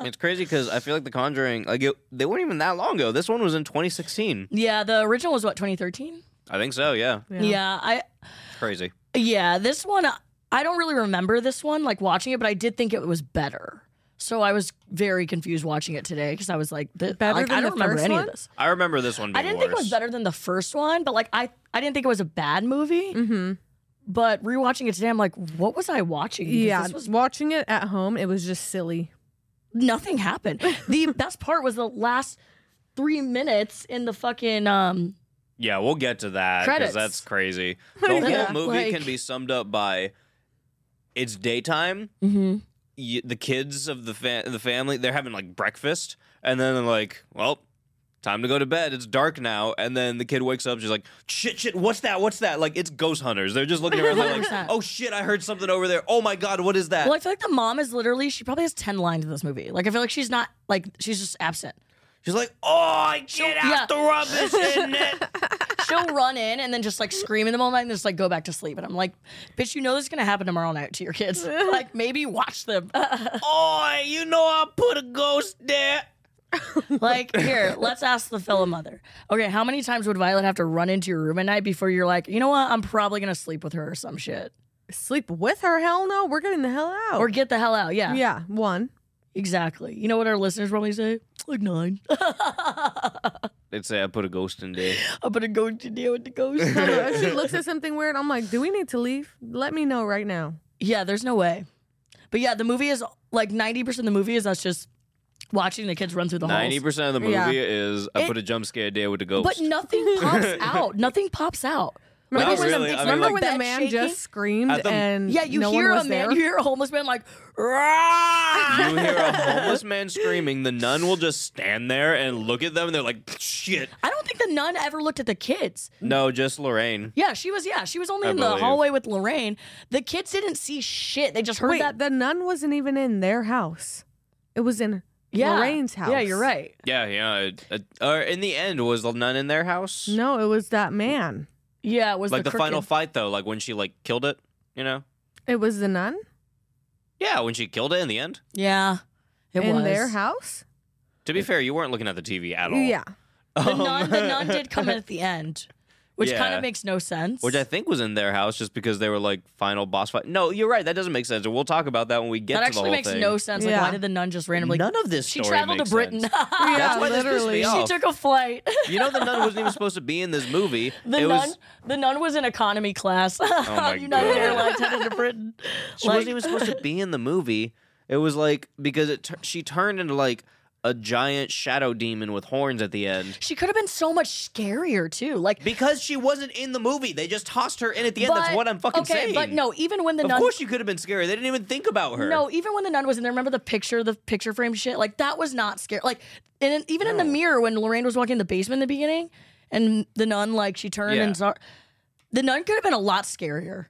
[SPEAKER 1] It's crazy because I feel like The Conjuring, like it, they weren't even that long ago. This one was in 2016.
[SPEAKER 3] yeah, the original was what 2013.
[SPEAKER 1] I think so. Yeah,
[SPEAKER 3] Yeah. I
[SPEAKER 1] it's crazy.
[SPEAKER 3] yeah, this one I don't really remember this one like watching it, but I did think it was better. So I was very confused watching it today because I was like, th-
[SPEAKER 2] Better
[SPEAKER 3] like,
[SPEAKER 2] than
[SPEAKER 3] I don't
[SPEAKER 2] the
[SPEAKER 3] remember
[SPEAKER 2] first
[SPEAKER 3] any
[SPEAKER 2] one?
[SPEAKER 3] of this.
[SPEAKER 1] I remember this one. Being
[SPEAKER 3] I didn't think it was
[SPEAKER 1] worse.
[SPEAKER 3] better than the first one, but like I, I didn't think it was a bad movie.
[SPEAKER 2] Mm-hmm.
[SPEAKER 3] But rewatching it today, I'm like, what was I watching? Because
[SPEAKER 2] Yeah,
[SPEAKER 3] this was,
[SPEAKER 2] watching it at home, it was just silly. <laughs>
[SPEAKER 3] nothing happened. the best part was the last three minutes in the fucking um.
[SPEAKER 1] Yeah, we'll get to that because
[SPEAKER 3] Credits.
[SPEAKER 1] that's
[SPEAKER 3] <laughs>
[SPEAKER 1] crazy. The
[SPEAKER 3] Yeah,
[SPEAKER 1] whole movie
[SPEAKER 3] like-
[SPEAKER 1] can be summed up by it's daytime.
[SPEAKER 2] Mm-hmm.
[SPEAKER 3] mhm.
[SPEAKER 1] y the kids of the fa- the family they're having like breakfast, and then they're like, well. Time to go to bed. It's dark now, and then the kid wakes up. She's like, "Shit, shit, what's that? What's that?" Like it's ghost hunters. They're just looking around, they're like,
[SPEAKER 3] <laughs> 100%.
[SPEAKER 1] "Oh shit, I heard something over there. Oh my god, what is that?"
[SPEAKER 3] Well, I feel like the mom is literally she probably has ten lines in this movie. Like I feel like she's not like she's just absent.
[SPEAKER 1] She's like, "Oh, I get out
[SPEAKER 3] yeah.
[SPEAKER 1] the rubbish in
[SPEAKER 3] <laughs>
[SPEAKER 1] it."
[SPEAKER 3] She'll run in and then just like scream in the middle of the night and just like go back to sleep. And I'm like, bitch, you know this is gonna happen tomorrow night to your kids. like maybe watch them.
[SPEAKER 1] Oh, you know I put a ghost there.
[SPEAKER 3] like here, let's ask the fellow mother. Okay, how many times would Violet have to run into your room at night before you're like, you know what, I'm probably gonna sleep with her or some shit,
[SPEAKER 2] Sleep with her? Hell no. We're getting the hell out.
[SPEAKER 3] or get the hell out. Yeah,
[SPEAKER 2] yeah, one. <laughs>
[SPEAKER 3] exactly. You know what our listeners probably say? Like nine. <laughs>
[SPEAKER 1] They'd say I put a ghost in there.
[SPEAKER 3] I'm gonna go to deal with
[SPEAKER 2] <laughs>
[SPEAKER 3] the
[SPEAKER 2] I don't
[SPEAKER 3] ghost. <laughs>
[SPEAKER 2] know, if she looks at something weird, I'm like, do we need to leave? Let me know right now.
[SPEAKER 3] Yeah, there's no way. But yeah, the movie is like 90% of the movie is us just watching the kids run through the halls.
[SPEAKER 1] Ninety percent of the movie
[SPEAKER 2] Yeah.
[SPEAKER 1] is I
[SPEAKER 3] It-
[SPEAKER 1] put a jump scare there with a ghost.
[SPEAKER 2] <laughs>
[SPEAKER 3] But nothing pops out. Nothing pops out.
[SPEAKER 1] Not
[SPEAKER 2] when,
[SPEAKER 1] really,
[SPEAKER 2] the,
[SPEAKER 1] I mean,
[SPEAKER 2] remember
[SPEAKER 1] like-
[SPEAKER 2] when the
[SPEAKER 3] Bed
[SPEAKER 2] man
[SPEAKER 3] shaking?
[SPEAKER 2] just screamed
[SPEAKER 1] At the-
[SPEAKER 2] and
[SPEAKER 3] Yeah, you
[SPEAKER 2] no
[SPEAKER 3] hear
[SPEAKER 2] one
[SPEAKER 3] a
[SPEAKER 2] was
[SPEAKER 3] man,
[SPEAKER 2] there?
[SPEAKER 3] you hear a homeless man like, "Rah!"
[SPEAKER 1] you hear
[SPEAKER 3] <laughs>
[SPEAKER 1] a homeless man screaming. The nun will just stand there and look at them, and they're like, "Shit."
[SPEAKER 3] I don't think the nun ever looked at the kids.
[SPEAKER 1] No, just Lorraine.
[SPEAKER 3] Yeah, she was. Yeah, she was only
[SPEAKER 1] I
[SPEAKER 3] in
[SPEAKER 1] believe.
[SPEAKER 3] the hallway with Lorraine. The kids didn't see shit. They just heard
[SPEAKER 2] Wait,
[SPEAKER 3] that.
[SPEAKER 2] the nun wasn't even in their house. It was in
[SPEAKER 3] Yeah,
[SPEAKER 2] Lorraine's house.
[SPEAKER 3] Yeah, you're right.
[SPEAKER 1] Yeah, yeah. it- it- Or in the end, was the nun in their house?
[SPEAKER 2] No, it was that man.
[SPEAKER 3] Yeah, it was
[SPEAKER 1] Like the,
[SPEAKER 3] the,
[SPEAKER 1] final
[SPEAKER 3] crooked-
[SPEAKER 1] fight, though, like when she like killed it. You know?
[SPEAKER 2] It was the nun
[SPEAKER 1] Yeah, when she killed it in the end.
[SPEAKER 3] Yeah, it
[SPEAKER 2] in
[SPEAKER 3] was Oh.
[SPEAKER 2] their house.
[SPEAKER 1] To be fair, you weren't looking at the TV at all.
[SPEAKER 2] Yeah,
[SPEAKER 1] <laughs>
[SPEAKER 3] The
[SPEAKER 1] Um,
[SPEAKER 3] nun, the nun did come in at the end, which kind
[SPEAKER 1] Yeah.
[SPEAKER 3] of makes no sense.
[SPEAKER 1] which I think was in their house just because they were like final boss fight. No, you're right. That doesn't make sense. We'll talk about that when we get
[SPEAKER 3] that
[SPEAKER 1] to the
[SPEAKER 3] actually
[SPEAKER 1] whole
[SPEAKER 3] makes
[SPEAKER 1] thing.
[SPEAKER 3] no sense. Like,
[SPEAKER 2] Yeah.
[SPEAKER 3] why did the nun just randomly?
[SPEAKER 1] None of this.
[SPEAKER 3] she
[SPEAKER 1] story
[SPEAKER 3] traveled to
[SPEAKER 1] makes
[SPEAKER 3] Britain. <laughs>
[SPEAKER 1] sense. That's why this pissed me
[SPEAKER 2] literally.
[SPEAKER 3] she
[SPEAKER 1] off.
[SPEAKER 3] took a flight.
[SPEAKER 1] you know, the nun
[SPEAKER 3] <laughs>
[SPEAKER 1] wasn't even supposed to be in this movie.
[SPEAKER 3] The
[SPEAKER 1] it
[SPEAKER 3] nun,
[SPEAKER 1] was. Oh
[SPEAKER 3] the nun was in economy class. <laughs>
[SPEAKER 1] my
[SPEAKER 3] United
[SPEAKER 1] God.
[SPEAKER 3] Airlines headed to Britain.
[SPEAKER 1] <laughs> She
[SPEAKER 3] Like-
[SPEAKER 1] wasn't even supposed to be in the movie. It was like because it tur- she turned into like a giant shadow demon with horns at the end.
[SPEAKER 3] She could have been so much scarier too. Like,
[SPEAKER 1] Because she wasn't in the movie, they just tossed her in at the end. That's
[SPEAKER 3] but-
[SPEAKER 1] what I'm fucking
[SPEAKER 3] okay,
[SPEAKER 1] saying.
[SPEAKER 3] But no, even when the
[SPEAKER 1] of
[SPEAKER 3] nun,
[SPEAKER 1] course she could have been scary. They didn't even think about her.
[SPEAKER 3] no, even when the nun was in there, remember the picture, the picture frame shit. Like that was not scary. Like, and in- even in the mirror when Lorraine was walking in the basement in the beginning, and the nun like she turned
[SPEAKER 1] Yeah.
[SPEAKER 3] and saw, the nun could have been a lot scarier,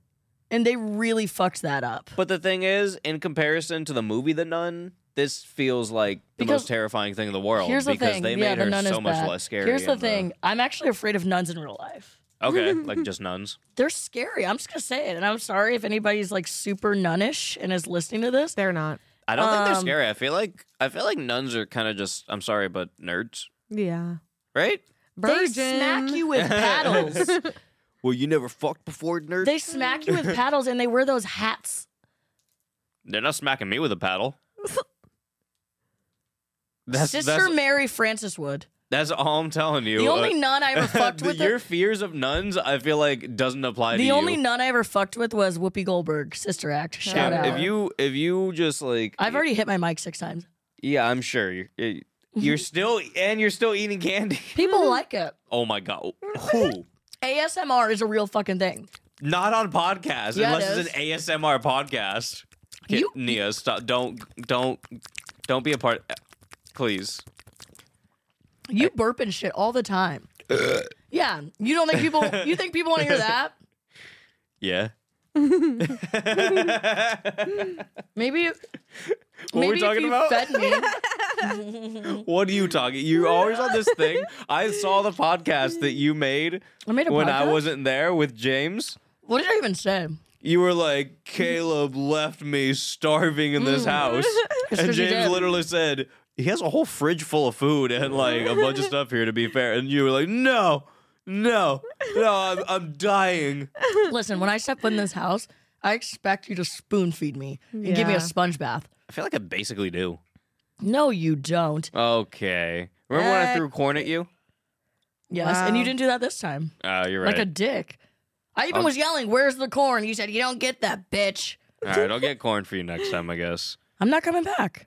[SPEAKER 3] and they really fucked that up.
[SPEAKER 1] But the thing is, in comparison to the movie The Nun, this feels like the
[SPEAKER 3] Because-
[SPEAKER 1] most terrifying thing in the world
[SPEAKER 3] Here's the
[SPEAKER 1] because
[SPEAKER 3] thing.
[SPEAKER 1] they
[SPEAKER 3] yeah,
[SPEAKER 1] made
[SPEAKER 3] the
[SPEAKER 1] her
[SPEAKER 3] nun
[SPEAKER 1] so
[SPEAKER 3] is
[SPEAKER 1] much
[SPEAKER 3] bad.
[SPEAKER 1] less scary.
[SPEAKER 3] Here's the
[SPEAKER 1] in
[SPEAKER 3] thing. I'm actually afraid of nuns in real life.
[SPEAKER 1] Okay,
[SPEAKER 3] <laughs>
[SPEAKER 1] like just nuns.
[SPEAKER 3] They're scary. I'm just gonna say it, and I'm sorry if anybody's like super nunnish and is listening to this.
[SPEAKER 2] They're not.
[SPEAKER 1] I don't think they're
[SPEAKER 3] Um,
[SPEAKER 1] scary. I feel like I feel like nuns are kind of just. I'm sorry, but nerds,
[SPEAKER 2] Yeah.
[SPEAKER 1] right?
[SPEAKER 2] Virgin.
[SPEAKER 3] They smack you with paddles.
[SPEAKER 1] Well, you never fucked before, nerd.
[SPEAKER 3] they smack you with paddles, and they wear those hats.
[SPEAKER 1] They're not smacking me with a
[SPEAKER 3] <laughs>
[SPEAKER 1] paddle. That's,
[SPEAKER 3] Sister
[SPEAKER 1] that's,
[SPEAKER 3] Mary Frances would.
[SPEAKER 1] that's all I'm telling you.
[SPEAKER 3] The
[SPEAKER 1] Uh,
[SPEAKER 3] only nun
[SPEAKER 1] <laughs>
[SPEAKER 3] I ever fucked
[SPEAKER 1] the-
[SPEAKER 3] with.
[SPEAKER 1] your fears of nuns, I feel like doesn't apply to
[SPEAKER 3] the
[SPEAKER 1] you.
[SPEAKER 3] only nun I ever fucked with was Whoopi Goldberg, Sister Act. Shout
[SPEAKER 1] Yeah,
[SPEAKER 3] out.
[SPEAKER 1] If you if you just like
[SPEAKER 3] I've already hit my mic six times.
[SPEAKER 1] yeah, I'm sure you're you're-
[SPEAKER 3] <laughs>
[SPEAKER 1] you're still and you're still eating candy. <laughs>
[SPEAKER 3] People like it.
[SPEAKER 1] Oh my god, who?
[SPEAKER 3] ASMR is a real fucking thing.
[SPEAKER 1] Not on podcast
[SPEAKER 3] Yeah, it
[SPEAKER 1] unless it's an ASMR podcast. Ki-
[SPEAKER 3] You-
[SPEAKER 1] Nia, stop! Don't don't don't be a part. Please.
[SPEAKER 3] You burp and shit all the time. yeah. You don't
[SPEAKER 1] <laughs>
[SPEAKER 3] think people you think people want to hear that?
[SPEAKER 1] Yeah.
[SPEAKER 3] Maybe
[SPEAKER 1] What
[SPEAKER 3] maybe
[SPEAKER 1] were we talking
[SPEAKER 3] if you
[SPEAKER 1] about?
[SPEAKER 3] fed me.
[SPEAKER 1] <laughs> What are you talking? You're always on this thing. I saw the podcast that you made
[SPEAKER 3] I made a
[SPEAKER 1] when I
[SPEAKER 3] podcast?
[SPEAKER 1] wasn't there with James.
[SPEAKER 3] What did I even say?
[SPEAKER 1] You were like, Caleb left me starving in
[SPEAKER 3] Mm.
[SPEAKER 1] this
[SPEAKER 3] <laughs>
[SPEAKER 1] house. and
[SPEAKER 3] 'cause he
[SPEAKER 1] James
[SPEAKER 3] did.
[SPEAKER 1] literally said, He has a whole fridge full of food
[SPEAKER 3] <laughs>
[SPEAKER 1] and like a bunch of stuff here, to be fair. And you were like, No, no, no, I'm, I'm dying.
[SPEAKER 3] Listen, when I step in this house, I expect you to spoon feed me and give me
[SPEAKER 2] Yeah.
[SPEAKER 3] a sponge bath.
[SPEAKER 1] I feel like I basically do.
[SPEAKER 3] No, you don't.
[SPEAKER 1] Okay. Remember when I
[SPEAKER 3] Uh,
[SPEAKER 1] threw corn at you?
[SPEAKER 3] Yes, and you
[SPEAKER 2] Wow.
[SPEAKER 3] didn't do that this time.
[SPEAKER 1] Oh, you're
[SPEAKER 3] Like a dick. I even
[SPEAKER 1] Um,
[SPEAKER 3] was yelling, "Where's the corn?" You said, "You don't get that, bitch."
[SPEAKER 1] All right, I'll get corn for you next time, I guess.
[SPEAKER 3] I'm not coming back.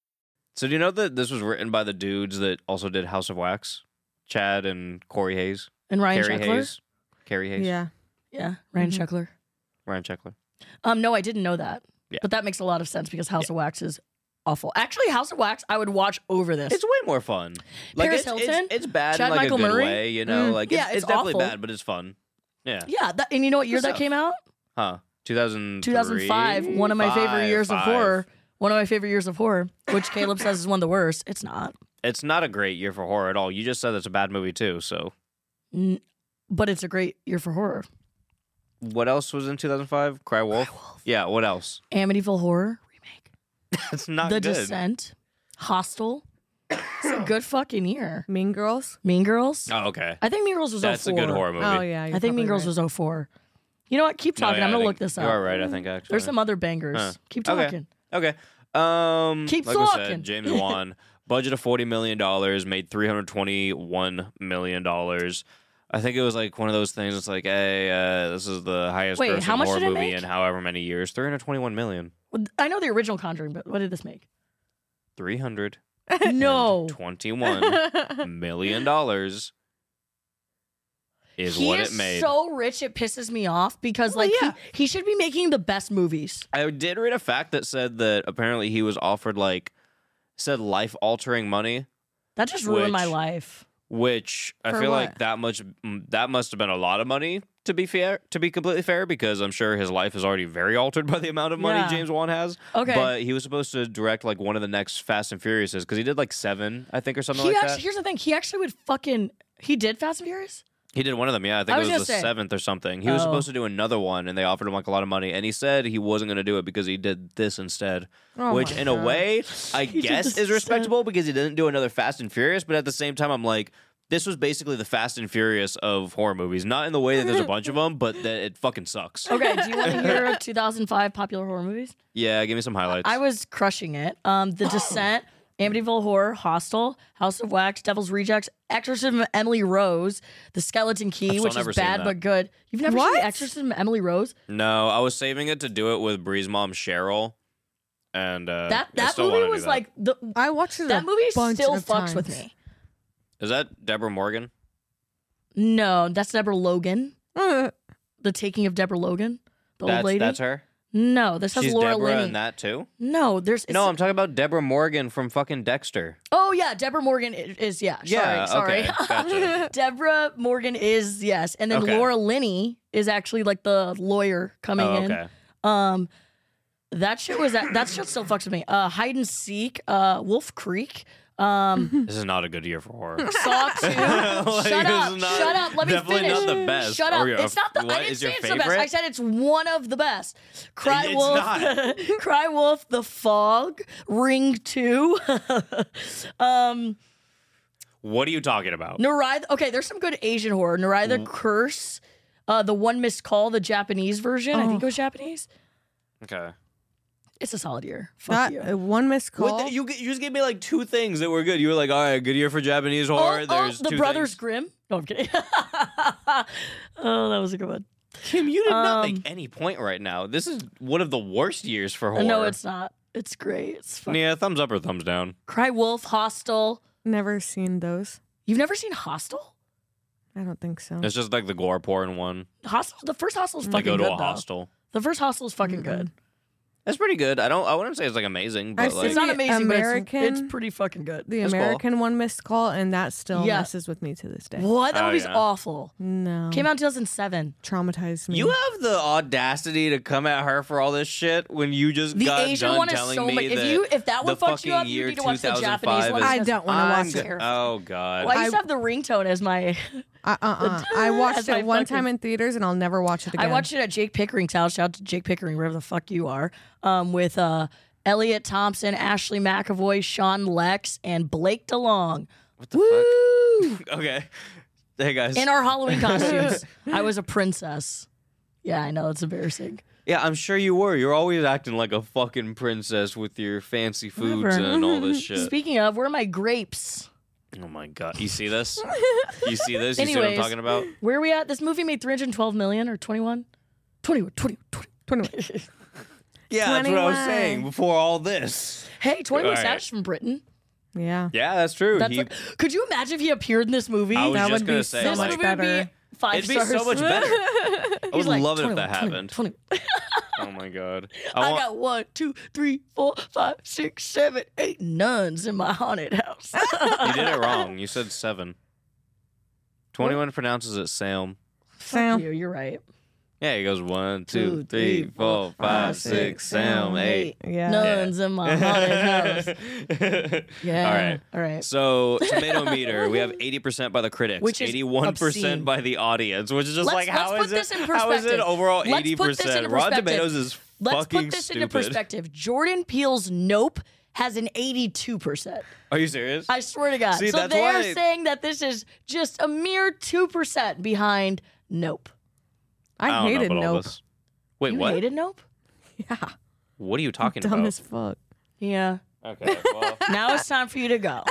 [SPEAKER 1] So do you know that this was written by the dudes that also did House of Wax? Chad and Corey Hayes.
[SPEAKER 3] And Ryan
[SPEAKER 1] Carrie
[SPEAKER 3] Sheckler.
[SPEAKER 1] Hayes. Carrie Hayes.
[SPEAKER 2] Yeah.
[SPEAKER 3] Yeah, Ryan Sheckler.
[SPEAKER 1] Ryan Checkler.
[SPEAKER 3] Um, no, I didn't know that.
[SPEAKER 1] Yeah.
[SPEAKER 3] But that makes a lot of sense because House of Wax is awful. Actually, House of Wax, I would watch over this.
[SPEAKER 1] It's way more fun. Like
[SPEAKER 3] Paris
[SPEAKER 1] it's,
[SPEAKER 3] Hilton?
[SPEAKER 1] It's, it's bad
[SPEAKER 3] Chad
[SPEAKER 1] in like
[SPEAKER 3] Michael
[SPEAKER 1] a good
[SPEAKER 3] Murray?
[SPEAKER 1] way, you know.
[SPEAKER 2] Mm.
[SPEAKER 1] Like
[SPEAKER 3] Yeah,
[SPEAKER 1] it's, it's,
[SPEAKER 3] it's
[SPEAKER 1] definitely
[SPEAKER 3] awful.
[SPEAKER 1] bad, but it's fun. Yeah.
[SPEAKER 3] yeah, that, and you know what year
[SPEAKER 1] Good
[SPEAKER 3] that
[SPEAKER 1] stuff.
[SPEAKER 3] came out?
[SPEAKER 1] Huh. 2000
[SPEAKER 3] 2005, one of my favorite years of horror. One of my favorite years of horror, which Caleb says is one of the worst. It's not,
[SPEAKER 1] It's not a great year for horror at all. You just said it's a bad movie too. So
[SPEAKER 3] but it's a great year for horror.
[SPEAKER 1] what else was in 2005? Cry Wolf. Yeah. What else? <laughs>
[SPEAKER 3] Amityville Horror remake,
[SPEAKER 1] That's not
[SPEAKER 3] The
[SPEAKER 1] good.
[SPEAKER 3] Descent, Hostel. It's a good fucking year.
[SPEAKER 2] Mean Girls.
[SPEAKER 3] Mean Girls.
[SPEAKER 1] Oh, okay.
[SPEAKER 3] I think Mean Girls was
[SPEAKER 1] That's a
[SPEAKER 3] 04.
[SPEAKER 1] good horror movie.
[SPEAKER 2] Oh yeah.
[SPEAKER 3] I think Mean Girls was 04. You know what? Keep
[SPEAKER 1] No,
[SPEAKER 3] talking.
[SPEAKER 1] yeah,
[SPEAKER 3] I'm
[SPEAKER 1] I
[SPEAKER 3] gonna
[SPEAKER 1] think
[SPEAKER 3] look this up.
[SPEAKER 1] You are right. I think actually
[SPEAKER 3] There's some other bangers.
[SPEAKER 1] Huh.
[SPEAKER 3] Keep
[SPEAKER 1] Okay.
[SPEAKER 3] talking.
[SPEAKER 1] Okay. Um,
[SPEAKER 3] Keep
[SPEAKER 1] like I
[SPEAKER 3] talking.
[SPEAKER 1] said, James
[SPEAKER 3] <laughs>
[SPEAKER 1] Wan budget of forty million dollars made three hundred twenty-one million dollars. I think it was like one of those things. It's like, hey, uh, this is the highest
[SPEAKER 3] Wait,
[SPEAKER 1] grossing
[SPEAKER 3] how much
[SPEAKER 1] horror
[SPEAKER 3] did it
[SPEAKER 1] movie
[SPEAKER 3] make?
[SPEAKER 1] in however many years. Three hundred twenty-one million.
[SPEAKER 3] Well, I know the original Conjuring, but what did
[SPEAKER 1] <laughs>
[SPEAKER 3] this make?
[SPEAKER 1] Three hundred
[SPEAKER 3] no.
[SPEAKER 1] twenty-one
[SPEAKER 3] <laughs>
[SPEAKER 1] million dollars is
[SPEAKER 3] he
[SPEAKER 1] what
[SPEAKER 3] is
[SPEAKER 1] it made.
[SPEAKER 3] so rich it pisses me off because like he, he should be making the best movies.
[SPEAKER 1] I did read a fact that said that apparently he was offered like said life-altering money
[SPEAKER 3] That just ruined my
[SPEAKER 1] Which-
[SPEAKER 3] life.
[SPEAKER 1] which I
[SPEAKER 2] For
[SPEAKER 1] feel like
[SPEAKER 2] what?
[SPEAKER 1] that much mm, that must have been a lot of money to be fair to be completely fair because I'm sure his life is already very altered <laughs> by the amount of money
[SPEAKER 3] Yeah.
[SPEAKER 1] James Wan has.
[SPEAKER 3] Okay.
[SPEAKER 1] But he was supposed to direct like one of the next Fast and Furiouses because he did like seven, I think, or something
[SPEAKER 3] He
[SPEAKER 1] like
[SPEAKER 3] actually,
[SPEAKER 1] that.
[SPEAKER 3] here's the thing. He actually would fucking he did Fast
[SPEAKER 1] <laughs>
[SPEAKER 3] and Furious?
[SPEAKER 1] He did one of them, yeah. I think
[SPEAKER 3] I
[SPEAKER 1] it
[SPEAKER 3] was
[SPEAKER 1] was the
[SPEAKER 3] gonna say-
[SPEAKER 1] seventh or something. He was
[SPEAKER 3] Oh.
[SPEAKER 1] supposed to do another one and they offered him like a lot of money and he said he wasn't gonna do it because he did this instead.
[SPEAKER 2] Oh
[SPEAKER 1] which
[SPEAKER 2] my
[SPEAKER 1] in a
[SPEAKER 2] God.
[SPEAKER 3] <laughs>
[SPEAKER 1] way I
[SPEAKER 3] He did
[SPEAKER 1] guess
[SPEAKER 3] this
[SPEAKER 1] is
[SPEAKER 3] instead.
[SPEAKER 1] respectable because he didn't do another Fast and Furious, but at the same time I'm like this was basically the Fast and Furious of horror movies. Not in the way that there's a bunch
[SPEAKER 3] <laughs>
[SPEAKER 1] of them, but that it fucking sucks.
[SPEAKER 3] Okay, do you want to hear 2005 popular horror movies?
[SPEAKER 1] Yeah, give me some highlights.
[SPEAKER 3] I was crushing it. Um, The Descent,
[SPEAKER 2] Oh.
[SPEAKER 3] Amityville Horror, Hostel, House of Wax, Devil's Rejects, Exorcism of Emily Rose, The Skeleton Key,
[SPEAKER 1] still
[SPEAKER 3] which is
[SPEAKER 1] never seen
[SPEAKER 3] bad
[SPEAKER 1] that.
[SPEAKER 3] but good. You've never seen
[SPEAKER 2] What?
[SPEAKER 3] The Exorcism of Emily Rose?
[SPEAKER 1] no, I was saving it to do it with Bree's mom Cheryl, and uh,
[SPEAKER 3] that
[SPEAKER 1] I
[SPEAKER 3] that
[SPEAKER 1] still wanna
[SPEAKER 3] movie
[SPEAKER 1] do
[SPEAKER 3] was
[SPEAKER 1] that.
[SPEAKER 3] like the
[SPEAKER 2] I watched it.
[SPEAKER 3] that
[SPEAKER 2] a
[SPEAKER 3] movie
[SPEAKER 2] bunch
[SPEAKER 3] still
[SPEAKER 2] of
[SPEAKER 3] fucks
[SPEAKER 2] <laughs>
[SPEAKER 3] with
[SPEAKER 2] times.
[SPEAKER 3] me.
[SPEAKER 1] is that Deborah Morgan?
[SPEAKER 3] No, that's Deborah Logan. The Taking of Deborah Logan, the old
[SPEAKER 1] That's,
[SPEAKER 3] lady.
[SPEAKER 1] that's her.
[SPEAKER 3] No, this has
[SPEAKER 1] She's
[SPEAKER 3] Laura
[SPEAKER 1] Deborah
[SPEAKER 3] Linney.
[SPEAKER 1] in that too.
[SPEAKER 3] No, there's it's-
[SPEAKER 1] no, I'm talking about Deborah Morgan from fucking Dexter.
[SPEAKER 3] Oh yeah, Deborah Morgan i- is yeah.
[SPEAKER 1] yeah.
[SPEAKER 3] <laughs> sorry,
[SPEAKER 1] Okay.
[SPEAKER 3] sorry.
[SPEAKER 1] Gotcha.
[SPEAKER 3] Deborah Morgan is yes, and then
[SPEAKER 1] Okay.
[SPEAKER 3] Laura Linney is actually like the lawyer coming
[SPEAKER 1] oh,
[SPEAKER 3] in.
[SPEAKER 1] okay.
[SPEAKER 3] Um, that shit was that that shit still fucks with me. Uh, hide and seek. Uh, Wolf Creek. Um,
[SPEAKER 1] This is not a good year for
[SPEAKER 3] <laughs>
[SPEAKER 1] horror. <laughs>
[SPEAKER 3] Saw two.
[SPEAKER 1] Like,
[SPEAKER 3] shut
[SPEAKER 1] this
[SPEAKER 3] up!
[SPEAKER 1] is not-
[SPEAKER 3] shut up! Let me
[SPEAKER 1] definitely
[SPEAKER 3] finish.
[SPEAKER 1] not the best.
[SPEAKER 3] Shut
[SPEAKER 1] Or
[SPEAKER 3] up!
[SPEAKER 1] your-
[SPEAKER 3] It's not the.
[SPEAKER 1] what
[SPEAKER 3] I didn't
[SPEAKER 1] is
[SPEAKER 3] say
[SPEAKER 1] your
[SPEAKER 3] it's the best. I
[SPEAKER 1] favorite?
[SPEAKER 3] said it's one of the best. Cry
[SPEAKER 1] It's
[SPEAKER 3] Wolf.
[SPEAKER 1] not.
[SPEAKER 3] <laughs> Cry Wolf. The Fog. Ring Two. <laughs> um.
[SPEAKER 1] What are you talking about?
[SPEAKER 3] Narai. Okay, there's some good Asian horror. Narai
[SPEAKER 2] Mm.
[SPEAKER 3] the Curse, uh, the One Missed Call, the Japanese version. I
[SPEAKER 2] Oh.
[SPEAKER 3] think it was Japanese.
[SPEAKER 1] Okay.
[SPEAKER 3] It's a solid year. Fuck
[SPEAKER 2] That
[SPEAKER 3] you.
[SPEAKER 2] uh, one missed
[SPEAKER 1] What
[SPEAKER 2] call.
[SPEAKER 1] the- you, g- you just gave me like two things that were good. You were like, all right, good year for Japanese
[SPEAKER 3] Oh,
[SPEAKER 1] horror.
[SPEAKER 3] oh,
[SPEAKER 1] There's
[SPEAKER 3] the
[SPEAKER 1] two
[SPEAKER 3] Brothers
[SPEAKER 1] things.
[SPEAKER 3] Grimm. No, I'm kidding. <laughs> oh, that was a good one.
[SPEAKER 1] Kim, you did not
[SPEAKER 3] Um,
[SPEAKER 1] make any point right now. This is one of the worst years for horror.
[SPEAKER 3] Uh, No, it's not. It's great. It's fun.
[SPEAKER 1] Yeah, thumbs up or thumbs down.
[SPEAKER 3] Cry Wolf, Hostel.
[SPEAKER 2] Never seen those.
[SPEAKER 3] You've never seen Hostel?
[SPEAKER 2] I don't think so.
[SPEAKER 1] It's just like the gore porn one.
[SPEAKER 3] Hostel. The first Hostel's
[SPEAKER 1] I
[SPEAKER 3] fucking
[SPEAKER 1] go to
[SPEAKER 3] good.
[SPEAKER 1] a
[SPEAKER 3] though.
[SPEAKER 1] hostel.
[SPEAKER 3] The first Hostel's fucking good.
[SPEAKER 2] Mm-hmm.
[SPEAKER 1] That's pretty good. I don't. I wouldn't say it's like amazing, but
[SPEAKER 2] I've
[SPEAKER 1] like
[SPEAKER 3] It's not
[SPEAKER 2] The
[SPEAKER 3] amazing, but it's,
[SPEAKER 2] American-
[SPEAKER 3] it's pretty fucking good.
[SPEAKER 2] The
[SPEAKER 1] That's cool.
[SPEAKER 2] American one missed call, and that still
[SPEAKER 3] Yeah.
[SPEAKER 2] messes with me to this day.
[SPEAKER 3] What? That
[SPEAKER 1] Oh,
[SPEAKER 3] movie's
[SPEAKER 1] yeah.
[SPEAKER 3] awful.
[SPEAKER 2] No,
[SPEAKER 3] Came out in 2007.
[SPEAKER 2] traumatized me.
[SPEAKER 1] you have the audacity to come at her for all this shit when you just
[SPEAKER 3] The
[SPEAKER 1] got
[SPEAKER 3] Asian
[SPEAKER 1] done
[SPEAKER 3] one is
[SPEAKER 1] telling
[SPEAKER 3] so
[SPEAKER 1] me
[SPEAKER 3] much- if
[SPEAKER 1] that
[SPEAKER 3] you- if that one
[SPEAKER 1] the
[SPEAKER 3] fucks
[SPEAKER 1] fucking
[SPEAKER 3] you up, you
[SPEAKER 1] year
[SPEAKER 3] need to watch the
[SPEAKER 1] 2005
[SPEAKER 3] Japanese one.
[SPEAKER 1] is-
[SPEAKER 2] I don't want to
[SPEAKER 1] I'm
[SPEAKER 2] watch
[SPEAKER 1] go-
[SPEAKER 2] it.
[SPEAKER 1] Oh god.
[SPEAKER 3] Well, I used to have the ringtone as my
[SPEAKER 2] I, uh-uh. I
[SPEAKER 3] <laughs>
[SPEAKER 2] watched
[SPEAKER 3] That's my
[SPEAKER 2] it one
[SPEAKER 3] fucking-
[SPEAKER 2] time in theaters, and I'll never watch it again.
[SPEAKER 3] I watched it at Jake Pickering's house. Shout out to Jake Pickering, wherever the fuck you are, um, with uh, Elliot Thompson, Ashley McAvoy, Sean Lex, and Blake DeLong
[SPEAKER 1] what the fuck? <laughs> okay. Hey guys.
[SPEAKER 3] in our
[SPEAKER 2] <laughs>
[SPEAKER 3] Halloween costumes. I was a princess. Yeah, I know it's embarrassing.
[SPEAKER 1] yeah, I'm sure you were. You're always acting like a fucking princess with your fancy foods
[SPEAKER 3] Whatever.
[SPEAKER 1] and all
[SPEAKER 3] <laughs>
[SPEAKER 1] this shit.
[SPEAKER 3] Speaking of, where are my grapes?
[SPEAKER 1] oh my god. You see this?
[SPEAKER 3] <laughs>
[SPEAKER 1] you see this? You see what I'm
[SPEAKER 3] Anyways.
[SPEAKER 1] talking about?
[SPEAKER 3] Where are we at? This movie made 312 million or 21? 21, 20, 20.
[SPEAKER 2] 21.
[SPEAKER 1] Yeah, that's what I was
[SPEAKER 2] 21.
[SPEAKER 1] saying before all this.
[SPEAKER 3] <laughs> Hey, 21
[SPEAKER 1] All right.
[SPEAKER 3] Savage from Britain.
[SPEAKER 2] Yeah.
[SPEAKER 1] Yeah, that's true.
[SPEAKER 3] <laughs> That's
[SPEAKER 1] He-
[SPEAKER 3] like- could you imagine if he appeared in this movie?
[SPEAKER 1] I was
[SPEAKER 2] that
[SPEAKER 1] just
[SPEAKER 2] would
[SPEAKER 1] gonna
[SPEAKER 2] be
[SPEAKER 1] say
[SPEAKER 2] so
[SPEAKER 3] this
[SPEAKER 1] like,
[SPEAKER 2] much
[SPEAKER 3] movie would
[SPEAKER 2] better.
[SPEAKER 3] be five
[SPEAKER 1] It'd be
[SPEAKER 3] stars.
[SPEAKER 1] so much
[SPEAKER 3] <laughs>
[SPEAKER 1] better. I would
[SPEAKER 3] He's like,
[SPEAKER 1] love it if
[SPEAKER 3] 21,
[SPEAKER 1] that
[SPEAKER 3] 21,
[SPEAKER 1] happened.
[SPEAKER 3] 21.
[SPEAKER 1] Oh my god.
[SPEAKER 3] I,
[SPEAKER 1] want-
[SPEAKER 3] got one, two, three, four, five, six, seven, eight nuns in my haunted
[SPEAKER 1] <laughs>
[SPEAKER 3] house.
[SPEAKER 1] you did it wrong. You said seven. Twenty-one pronounces it Sam.
[SPEAKER 2] Sam.
[SPEAKER 3] you, <laughs> you're right.
[SPEAKER 1] Yeah, he goes one,
[SPEAKER 3] Two,
[SPEAKER 1] two, three,
[SPEAKER 3] three,
[SPEAKER 1] four, five, six, Sam, eight.
[SPEAKER 2] Yeah.
[SPEAKER 3] nuns in
[SPEAKER 1] <laughs>
[SPEAKER 3] my haunted house. Yeah.
[SPEAKER 1] All right.
[SPEAKER 3] All right. <laughs>
[SPEAKER 1] So tomato meter, we have eighty percent by the critics,
[SPEAKER 3] Which is
[SPEAKER 1] eighty-one percent
[SPEAKER 3] obscene.
[SPEAKER 1] by the audience, which is just like
[SPEAKER 3] Let's-
[SPEAKER 1] how
[SPEAKER 3] let's
[SPEAKER 1] is
[SPEAKER 3] put this
[SPEAKER 1] it?
[SPEAKER 3] in
[SPEAKER 1] how is it
[SPEAKER 3] perspective.
[SPEAKER 1] overall
[SPEAKER 3] Let's
[SPEAKER 1] eighty
[SPEAKER 3] put this into
[SPEAKER 1] percent? Rotten
[SPEAKER 3] perspective.
[SPEAKER 1] Tomatoes is
[SPEAKER 3] Let's
[SPEAKER 1] fucking
[SPEAKER 3] put this
[SPEAKER 1] stupid.
[SPEAKER 3] into perspective. Jordan Peele's Nope has an 82%.
[SPEAKER 1] Are you serious?
[SPEAKER 3] I swear to God.
[SPEAKER 1] See,
[SPEAKER 3] so
[SPEAKER 1] that's
[SPEAKER 3] they're
[SPEAKER 1] why-
[SPEAKER 3] saying that this is just a mere 2% behind Nope.
[SPEAKER 2] I,
[SPEAKER 1] don't know
[SPEAKER 2] hated
[SPEAKER 1] about all
[SPEAKER 2] Nope.
[SPEAKER 1] this. Wait,
[SPEAKER 3] you
[SPEAKER 1] what?
[SPEAKER 3] hated Nope?
[SPEAKER 2] <laughs> Yeah.
[SPEAKER 1] What are you talking
[SPEAKER 2] Dumb
[SPEAKER 1] about?
[SPEAKER 2] as fuck.
[SPEAKER 3] Yeah.
[SPEAKER 1] Okay, well,
[SPEAKER 3] Now it's time for you
[SPEAKER 2] <laughs>
[SPEAKER 3] to go.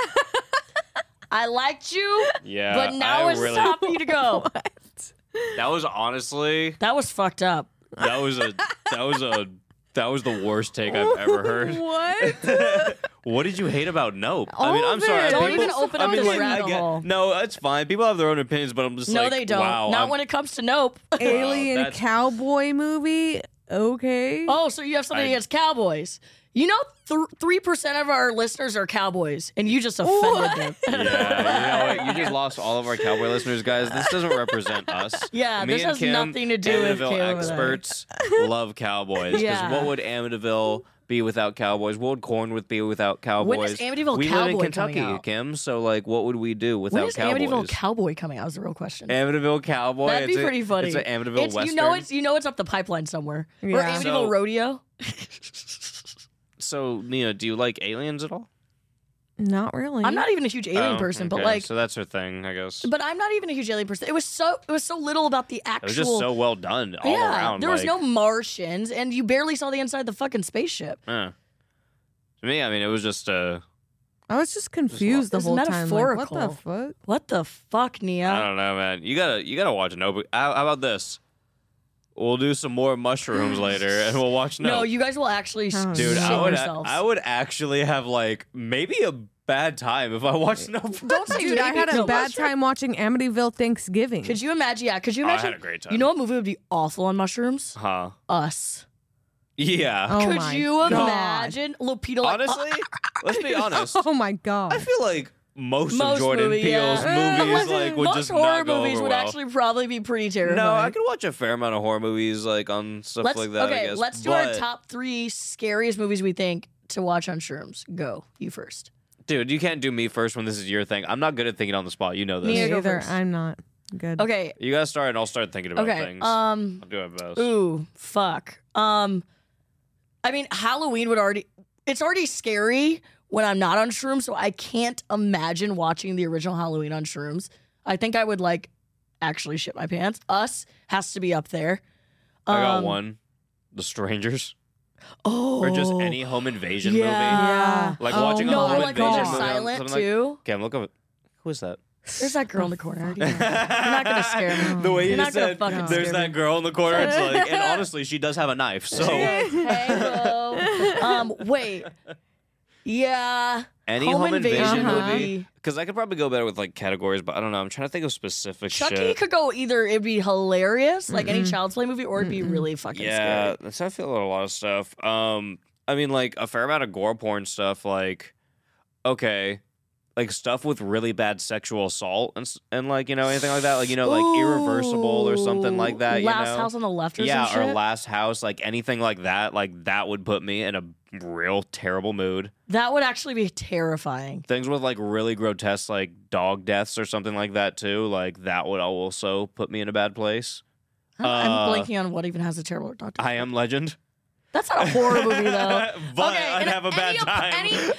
[SPEAKER 3] I liked you,
[SPEAKER 1] yeah.
[SPEAKER 3] but now
[SPEAKER 1] I
[SPEAKER 3] it's
[SPEAKER 1] really,
[SPEAKER 3] time for you
[SPEAKER 2] <laughs>
[SPEAKER 3] to go.
[SPEAKER 1] That was honestly,
[SPEAKER 3] That was fucked up.
[SPEAKER 1] that was a, that was a, that was the worst take I've ever heard.
[SPEAKER 2] What?
[SPEAKER 1] <laughs> what did you hate about Nope? I
[SPEAKER 2] All
[SPEAKER 1] mean,
[SPEAKER 2] of
[SPEAKER 1] I'm sorry.
[SPEAKER 2] it.
[SPEAKER 1] people-
[SPEAKER 3] Don't even open
[SPEAKER 1] I
[SPEAKER 3] up
[SPEAKER 1] mean,
[SPEAKER 3] this
[SPEAKER 1] like, I
[SPEAKER 3] rabbit
[SPEAKER 1] get-
[SPEAKER 3] hole.
[SPEAKER 1] No, it's fine. People have their own opinions, but I'm just
[SPEAKER 3] No,
[SPEAKER 1] like,
[SPEAKER 3] they don't.
[SPEAKER 1] Wow,
[SPEAKER 3] Not
[SPEAKER 1] I'm-
[SPEAKER 3] when it comes
[SPEAKER 1] <laughs>
[SPEAKER 3] to Nope.
[SPEAKER 2] Alien
[SPEAKER 1] that's-
[SPEAKER 2] cowboy movie. Okay.
[SPEAKER 3] oh, so you have something
[SPEAKER 1] I-
[SPEAKER 3] against cowboys? You know, three percent of our listeners are cowboys, and you just offended them.
[SPEAKER 1] Yeah, you know what? You just lost all of our cowboy listeners, guys. This doesn't represent us.
[SPEAKER 3] <laughs> Yeah,
[SPEAKER 1] Me
[SPEAKER 3] this
[SPEAKER 1] and
[SPEAKER 3] has
[SPEAKER 1] Kim,
[SPEAKER 3] nothing to do with
[SPEAKER 1] Amityville
[SPEAKER 3] Caleb and I. <laughs>
[SPEAKER 1] experts love cowboys because
[SPEAKER 3] Yeah.
[SPEAKER 1] what would Amityville be without cowboys? What would Cornwood be without cowboys?
[SPEAKER 3] When is Amityville
[SPEAKER 1] we live in
[SPEAKER 3] Cowboy coming
[SPEAKER 1] Kentucky,
[SPEAKER 3] out?
[SPEAKER 1] Kim. So like, what would we do <laughs> without
[SPEAKER 3] When is
[SPEAKER 1] cowboys?
[SPEAKER 3] Amityville Cowboy coming out? Is the real question.
[SPEAKER 1] Amityville Cowboy.
[SPEAKER 3] That'd be
[SPEAKER 1] it's a-
[SPEAKER 3] pretty funny.
[SPEAKER 1] It's an Amityville
[SPEAKER 3] It's-
[SPEAKER 1] Western.
[SPEAKER 3] You know, it's you know, it's up the pipeline somewhere. Or
[SPEAKER 2] Yeah.
[SPEAKER 3] Amityville
[SPEAKER 1] So-
[SPEAKER 3] Rodeo.
[SPEAKER 1] so Nina, do you like aliens at all?
[SPEAKER 2] Not really.
[SPEAKER 3] I'm not even a huge alien
[SPEAKER 1] Oh,
[SPEAKER 3] person, but
[SPEAKER 1] okay.
[SPEAKER 3] like,
[SPEAKER 1] so that's her thing, I guess.
[SPEAKER 3] but I'm not even a huge alien person. It was so it was so little about the
[SPEAKER 1] it
[SPEAKER 3] actual.
[SPEAKER 1] was just so well done all
[SPEAKER 3] yeah,
[SPEAKER 1] around.
[SPEAKER 3] there was
[SPEAKER 1] like-
[SPEAKER 3] no Martians, and you barely saw the inside of the fucking spaceship.
[SPEAKER 1] Yeah. To me, I mean, it was just uh,
[SPEAKER 2] I was just confused the
[SPEAKER 3] It's
[SPEAKER 2] whole time. Like, what the
[SPEAKER 3] metaphorical.
[SPEAKER 2] fuck?
[SPEAKER 3] What the fuck,
[SPEAKER 1] I
[SPEAKER 3] Nia?
[SPEAKER 1] don't know, man. You gotta you gotta watch Nope. How, how about this? We'll do some more mushrooms later, and we'll watch
[SPEAKER 3] <laughs> No,
[SPEAKER 1] Nope.
[SPEAKER 3] you guys will actually s-
[SPEAKER 2] Oh,
[SPEAKER 1] Dude,
[SPEAKER 3] shit
[SPEAKER 1] I would ac-
[SPEAKER 3] yourselves.
[SPEAKER 1] I would actually have like maybe a bad time if I watched no. Don't
[SPEAKER 2] Dude, I had a
[SPEAKER 3] No,
[SPEAKER 2] bad
[SPEAKER 3] mushroom-
[SPEAKER 2] time watching Amityville Thanksgiving.
[SPEAKER 3] Could you imagine? Yeah, could you
[SPEAKER 1] Oh, I
[SPEAKER 3] imagine?
[SPEAKER 1] had a great time.
[SPEAKER 3] You know what movie would be awful on mushrooms?
[SPEAKER 1] <laughs> Huh?
[SPEAKER 3] Us.
[SPEAKER 1] Yeah.
[SPEAKER 2] Oh
[SPEAKER 3] could
[SPEAKER 2] my
[SPEAKER 3] you
[SPEAKER 2] God.
[SPEAKER 3] imagine? Lupita Oh, like, uh, "Ah,
[SPEAKER 1] Honestly, let's be honest.
[SPEAKER 2] <laughs> Oh my god.
[SPEAKER 1] I feel like most,
[SPEAKER 3] Most
[SPEAKER 1] of Jordan
[SPEAKER 3] movie, <laughs>
[SPEAKER 1] Peele's
[SPEAKER 3] yeah. Uh,
[SPEAKER 1] movies like would
[SPEAKER 3] most
[SPEAKER 1] just
[SPEAKER 3] horror
[SPEAKER 1] not go
[SPEAKER 3] movies
[SPEAKER 1] over
[SPEAKER 3] would
[SPEAKER 1] well.
[SPEAKER 3] actually probably be pretty terrifying.
[SPEAKER 1] no, I could watch a fair amount of horror movies like on stuff
[SPEAKER 3] let's,
[SPEAKER 1] like that.
[SPEAKER 3] okay,
[SPEAKER 1] I guess.
[SPEAKER 3] let's do our
[SPEAKER 1] but-
[SPEAKER 3] top three scariest movies we think to watch on shrooms. Go, you first.
[SPEAKER 1] Dude, you can't do me first when this is your thing. I'm not good at thinking on the spot. You know this.
[SPEAKER 3] Me
[SPEAKER 2] Me
[SPEAKER 3] go
[SPEAKER 2] either.
[SPEAKER 3] first.
[SPEAKER 2] I'm not good.
[SPEAKER 3] Okay,
[SPEAKER 1] You guys start, and I'll start thinking about
[SPEAKER 3] okay.
[SPEAKER 1] things.
[SPEAKER 3] Um,
[SPEAKER 1] I'll do my best.
[SPEAKER 3] ooh, fuck. Um, I mean, Halloween would already. It's already scary when I'm not on shrooms, so I can't imagine watching the original Halloween on shrooms. I think I would like actually shit my pants. Us has to be up there.
[SPEAKER 1] I got
[SPEAKER 3] um,
[SPEAKER 1] one. The Strangers,
[SPEAKER 3] Oh,
[SPEAKER 1] or just any home invasion movie.
[SPEAKER 3] yeah.
[SPEAKER 1] Like
[SPEAKER 2] Oh
[SPEAKER 1] watching a
[SPEAKER 2] my
[SPEAKER 3] uh, No,
[SPEAKER 1] home
[SPEAKER 3] like
[SPEAKER 1] invasion
[SPEAKER 3] when
[SPEAKER 1] movie.
[SPEAKER 3] they're
[SPEAKER 2] God.
[SPEAKER 1] on
[SPEAKER 3] silent
[SPEAKER 1] something like-
[SPEAKER 3] too.
[SPEAKER 1] Okay, I'm looking. Who is that?
[SPEAKER 3] There's that girl in the corner. I already know.
[SPEAKER 1] <laughs> not
[SPEAKER 3] gonna scare me.
[SPEAKER 1] the way
[SPEAKER 3] You're
[SPEAKER 1] you
[SPEAKER 3] not gonna
[SPEAKER 1] said,
[SPEAKER 3] fucking
[SPEAKER 1] "There's
[SPEAKER 3] scare
[SPEAKER 1] that
[SPEAKER 3] me.
[SPEAKER 1] girl in the corner." It's like,
[SPEAKER 3] <laughs>
[SPEAKER 1] and honestly, she does have a knife. So
[SPEAKER 3] Hey, um, wait. Yeah.
[SPEAKER 1] any
[SPEAKER 3] Home
[SPEAKER 1] home,
[SPEAKER 3] invasion
[SPEAKER 1] invasion,
[SPEAKER 2] Uh-huh.
[SPEAKER 1] movie, because I could probably go better with like categories, but I don't know. I'm trying to think of specific
[SPEAKER 3] Chucky
[SPEAKER 1] shit. Mm-hmm.
[SPEAKER 3] could go either it'd be hilarious, like any child's play movie, or it'd be really fucking
[SPEAKER 1] yeah,
[SPEAKER 3] scary.
[SPEAKER 1] that's how I feel about a lot of stuff. Um, I mean, like a fair amount of gore porn stuff. Like, okay, like stuff with really bad sexual assault and s- and like you know anything like that. Like you know, like irreversible or something like that.
[SPEAKER 3] Last
[SPEAKER 1] you know?
[SPEAKER 3] house on the left or
[SPEAKER 1] yeah,
[SPEAKER 3] some
[SPEAKER 1] or
[SPEAKER 3] shit.
[SPEAKER 1] last house, like anything like that. Like that would put me in a real terrible mood.
[SPEAKER 3] that would actually be terrifying.
[SPEAKER 1] Things with like really grotesque, like dog deaths or something like that too. Like that would also put me in a bad place.
[SPEAKER 3] I'm, I'm
[SPEAKER 1] Uh,
[SPEAKER 3] blanking on what even has a terrible doctor.
[SPEAKER 1] I am legend.
[SPEAKER 3] That's not a horror movie though.
[SPEAKER 1] <laughs>
[SPEAKER 3] <laughs>
[SPEAKER 1] but
[SPEAKER 3] okay,
[SPEAKER 1] I'd
[SPEAKER 3] and
[SPEAKER 1] have a bad
[SPEAKER 3] any, ap-
[SPEAKER 1] time. <laughs>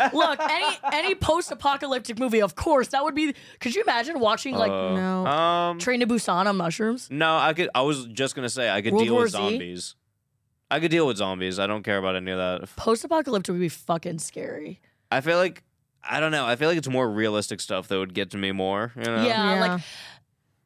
[SPEAKER 3] Any, look, any any post-apocalyptic movie, of course, that would be. Could you imagine watching like
[SPEAKER 1] Uh,
[SPEAKER 2] no.
[SPEAKER 1] Um,
[SPEAKER 3] Train to Busan on mushrooms?
[SPEAKER 1] no, I could. I was just gonna say I could
[SPEAKER 3] World
[SPEAKER 1] deal
[SPEAKER 3] War
[SPEAKER 1] with
[SPEAKER 3] Z?
[SPEAKER 1] zombies. I could deal with zombies. I don't care about any of that. If-
[SPEAKER 3] Post-apocalyptic would be fucking scary.
[SPEAKER 1] I feel like I don't know. I feel like it's more realistic stuff that would get to me more. You know?
[SPEAKER 3] Yeah,
[SPEAKER 2] Yeah.
[SPEAKER 3] like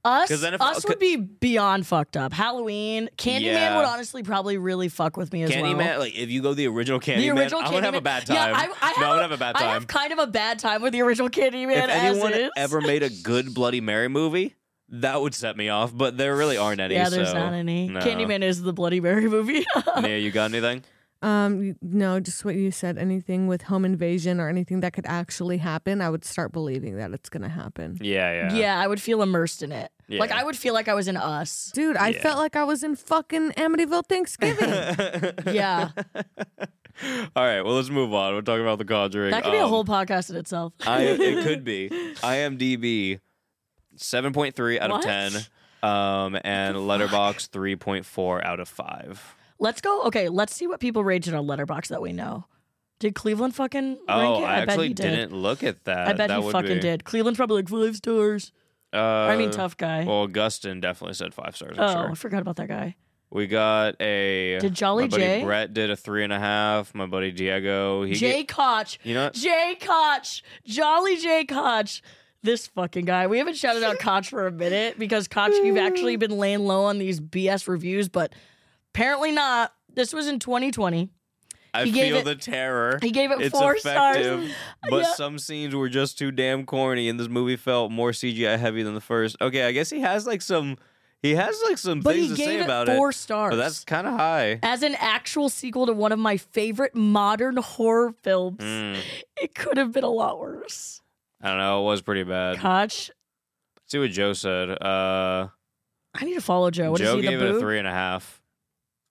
[SPEAKER 3] us,
[SPEAKER 1] 'Cause then if-
[SPEAKER 3] us would be beyond fucked up. Halloween, Candyman
[SPEAKER 1] Yeah.
[SPEAKER 3] would honestly probably really fuck with me as well.
[SPEAKER 1] Candyman, like if you go the original Candyman,
[SPEAKER 3] the original
[SPEAKER 1] I'm
[SPEAKER 3] Candyman,
[SPEAKER 1] gonna have a bad time.
[SPEAKER 3] Yeah, I, I have,
[SPEAKER 1] no, I'm gonna have a bad
[SPEAKER 3] I
[SPEAKER 1] time.
[SPEAKER 3] have kind of a bad time with the original Candyman.
[SPEAKER 1] if anyone
[SPEAKER 3] as is.
[SPEAKER 1] ever made
[SPEAKER 3] <laughs>
[SPEAKER 1] a good Bloody Mary movie, that would set me off. But there really aren't any.
[SPEAKER 3] yeah, there's
[SPEAKER 1] so,
[SPEAKER 3] not any. <laughs>
[SPEAKER 1] no.
[SPEAKER 3] Candyman is the Bloody Mary movie. <laughs>
[SPEAKER 1] Nia, you got anything?
[SPEAKER 2] Um, no, just what you said. Anything with home invasion or anything that could actually happen, I would start believing that it's gonna happen.
[SPEAKER 1] Yeah, yeah,
[SPEAKER 3] yeah, I would feel immersed in it. Like
[SPEAKER 1] Yeah.
[SPEAKER 3] I would feel like I was
[SPEAKER 1] <laughs>
[SPEAKER 3] in Us.
[SPEAKER 2] Dude, I
[SPEAKER 1] Yeah.
[SPEAKER 2] felt like I was in fucking Amityville
[SPEAKER 1] <laughs>
[SPEAKER 2] Thanksgiving.
[SPEAKER 3] Yeah,
[SPEAKER 1] All right, well, let's move on. We're talking about The Conjuring.
[SPEAKER 3] that could be a
[SPEAKER 1] Um, uh,
[SPEAKER 3] whole podcast in itself.
[SPEAKER 1] I,
[SPEAKER 3] <laughs>
[SPEAKER 1] it could be. IMDb, 7.3 out
[SPEAKER 3] What?
[SPEAKER 1] of 10, um, and Letterbox 3.4 out of 5.
[SPEAKER 3] Let's go. Okay, let's see what people rated on Letterbox that we know. Did Cleveland fucking rank
[SPEAKER 1] Oh,
[SPEAKER 3] it?
[SPEAKER 1] I,
[SPEAKER 3] bet
[SPEAKER 1] actually
[SPEAKER 3] he did.
[SPEAKER 1] didn't look at that.
[SPEAKER 3] I bet
[SPEAKER 1] that
[SPEAKER 3] he
[SPEAKER 1] would
[SPEAKER 3] fucking
[SPEAKER 1] be-
[SPEAKER 3] did. Cleveland's probably like five stars.
[SPEAKER 1] Uh,
[SPEAKER 3] I mean, tough guy.
[SPEAKER 1] Well, Gustin definitely said five stars.
[SPEAKER 3] oh,
[SPEAKER 1] I'm sure.
[SPEAKER 3] I forgot about that guy.
[SPEAKER 1] We got a.
[SPEAKER 3] Did Jolly
[SPEAKER 1] my buddy
[SPEAKER 3] J?
[SPEAKER 1] Brett did a three and a half. My buddy Diego. He
[SPEAKER 3] Jay
[SPEAKER 1] ga-
[SPEAKER 3] Koch.
[SPEAKER 1] you know what?
[SPEAKER 3] Jay Koch. Jolly Jay Koch. This fucking guy. We haven't
[SPEAKER 1] <laughs>
[SPEAKER 3] shouted out Koch for a minute because Koch, you've actually been laying low on these BS reviews, but apparently not. This was in 2020.
[SPEAKER 1] I
[SPEAKER 3] he gave
[SPEAKER 1] feel
[SPEAKER 3] it-
[SPEAKER 1] the terror.
[SPEAKER 3] He gave it
[SPEAKER 1] it's
[SPEAKER 3] four
[SPEAKER 1] effective,
[SPEAKER 3] <laughs> stars.
[SPEAKER 1] But
[SPEAKER 3] Yeah.
[SPEAKER 1] some scenes were just too damn corny, and this movie felt more CGI heavy than the first. Okay, I guess he has like some, he has like some
[SPEAKER 3] But
[SPEAKER 1] things
[SPEAKER 3] he
[SPEAKER 1] to say
[SPEAKER 3] gave it
[SPEAKER 1] about
[SPEAKER 3] four
[SPEAKER 1] it.
[SPEAKER 3] stars.
[SPEAKER 1] But that's kind of high.
[SPEAKER 3] as an actual sequel to one of my favorite modern horror films,
[SPEAKER 1] Mm,
[SPEAKER 3] it could have been a lot worse.
[SPEAKER 1] I don't know. It was pretty bad.
[SPEAKER 3] Koch,
[SPEAKER 1] See what Joe said. Uh,
[SPEAKER 3] I need to follow Joe. What is
[SPEAKER 1] Joe
[SPEAKER 3] he,
[SPEAKER 1] gave
[SPEAKER 3] the
[SPEAKER 1] it a
[SPEAKER 3] boob?
[SPEAKER 1] three and a half.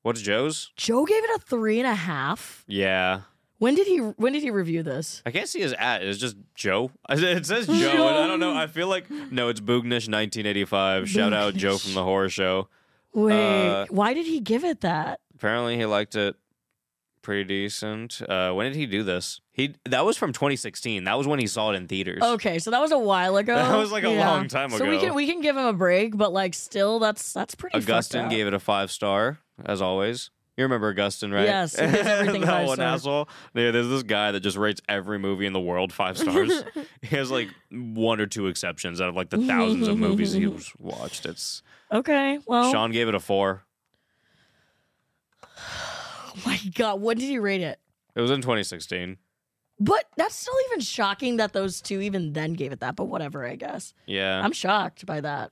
[SPEAKER 1] What's Joe's?
[SPEAKER 3] Joe gave it a three and a half.
[SPEAKER 1] Yeah,
[SPEAKER 3] When did he? When did he review this?
[SPEAKER 1] I can't see his at. It's just Joe. <laughs> It says Joe. And I don't know. I feel like no. It's Boognish 1985. Shout out Joe from the horror show.
[SPEAKER 3] Wait,
[SPEAKER 1] Uh,
[SPEAKER 3] why did he give it that?
[SPEAKER 1] apparently he liked it pretty decent uh when did he do this he that was from 2016 that was when he saw it in theaters
[SPEAKER 3] Okay, so that was a while
[SPEAKER 1] <laughs>
[SPEAKER 3] ago.
[SPEAKER 1] that was like a
[SPEAKER 2] yeah.
[SPEAKER 1] long time ago
[SPEAKER 3] Oh, so we can we can give him a break, but like still, that's that's pretty. fucked
[SPEAKER 1] augustine
[SPEAKER 3] up.
[SPEAKER 1] gave it a five star as always you remember Augustine, right?
[SPEAKER 3] Yes, he gives everything
[SPEAKER 1] <laughs> that
[SPEAKER 3] five
[SPEAKER 1] one
[SPEAKER 3] stars.
[SPEAKER 1] asshole. Yeah, there's this guy that just rates every movie in the world five
[SPEAKER 3] <laughs>
[SPEAKER 1] stars. he has like one or two exceptions out of like the thousands of movies
[SPEAKER 3] <laughs>
[SPEAKER 1] he's watched. It's
[SPEAKER 3] Okay, well,
[SPEAKER 1] Sean gave it a four.
[SPEAKER 3] oh my god, when did he rate it?
[SPEAKER 1] It was in 2016.
[SPEAKER 3] But that's still even shocking that those two even then gave it that. But whatever, I guess.
[SPEAKER 1] Yeah.
[SPEAKER 3] I'm shocked by that.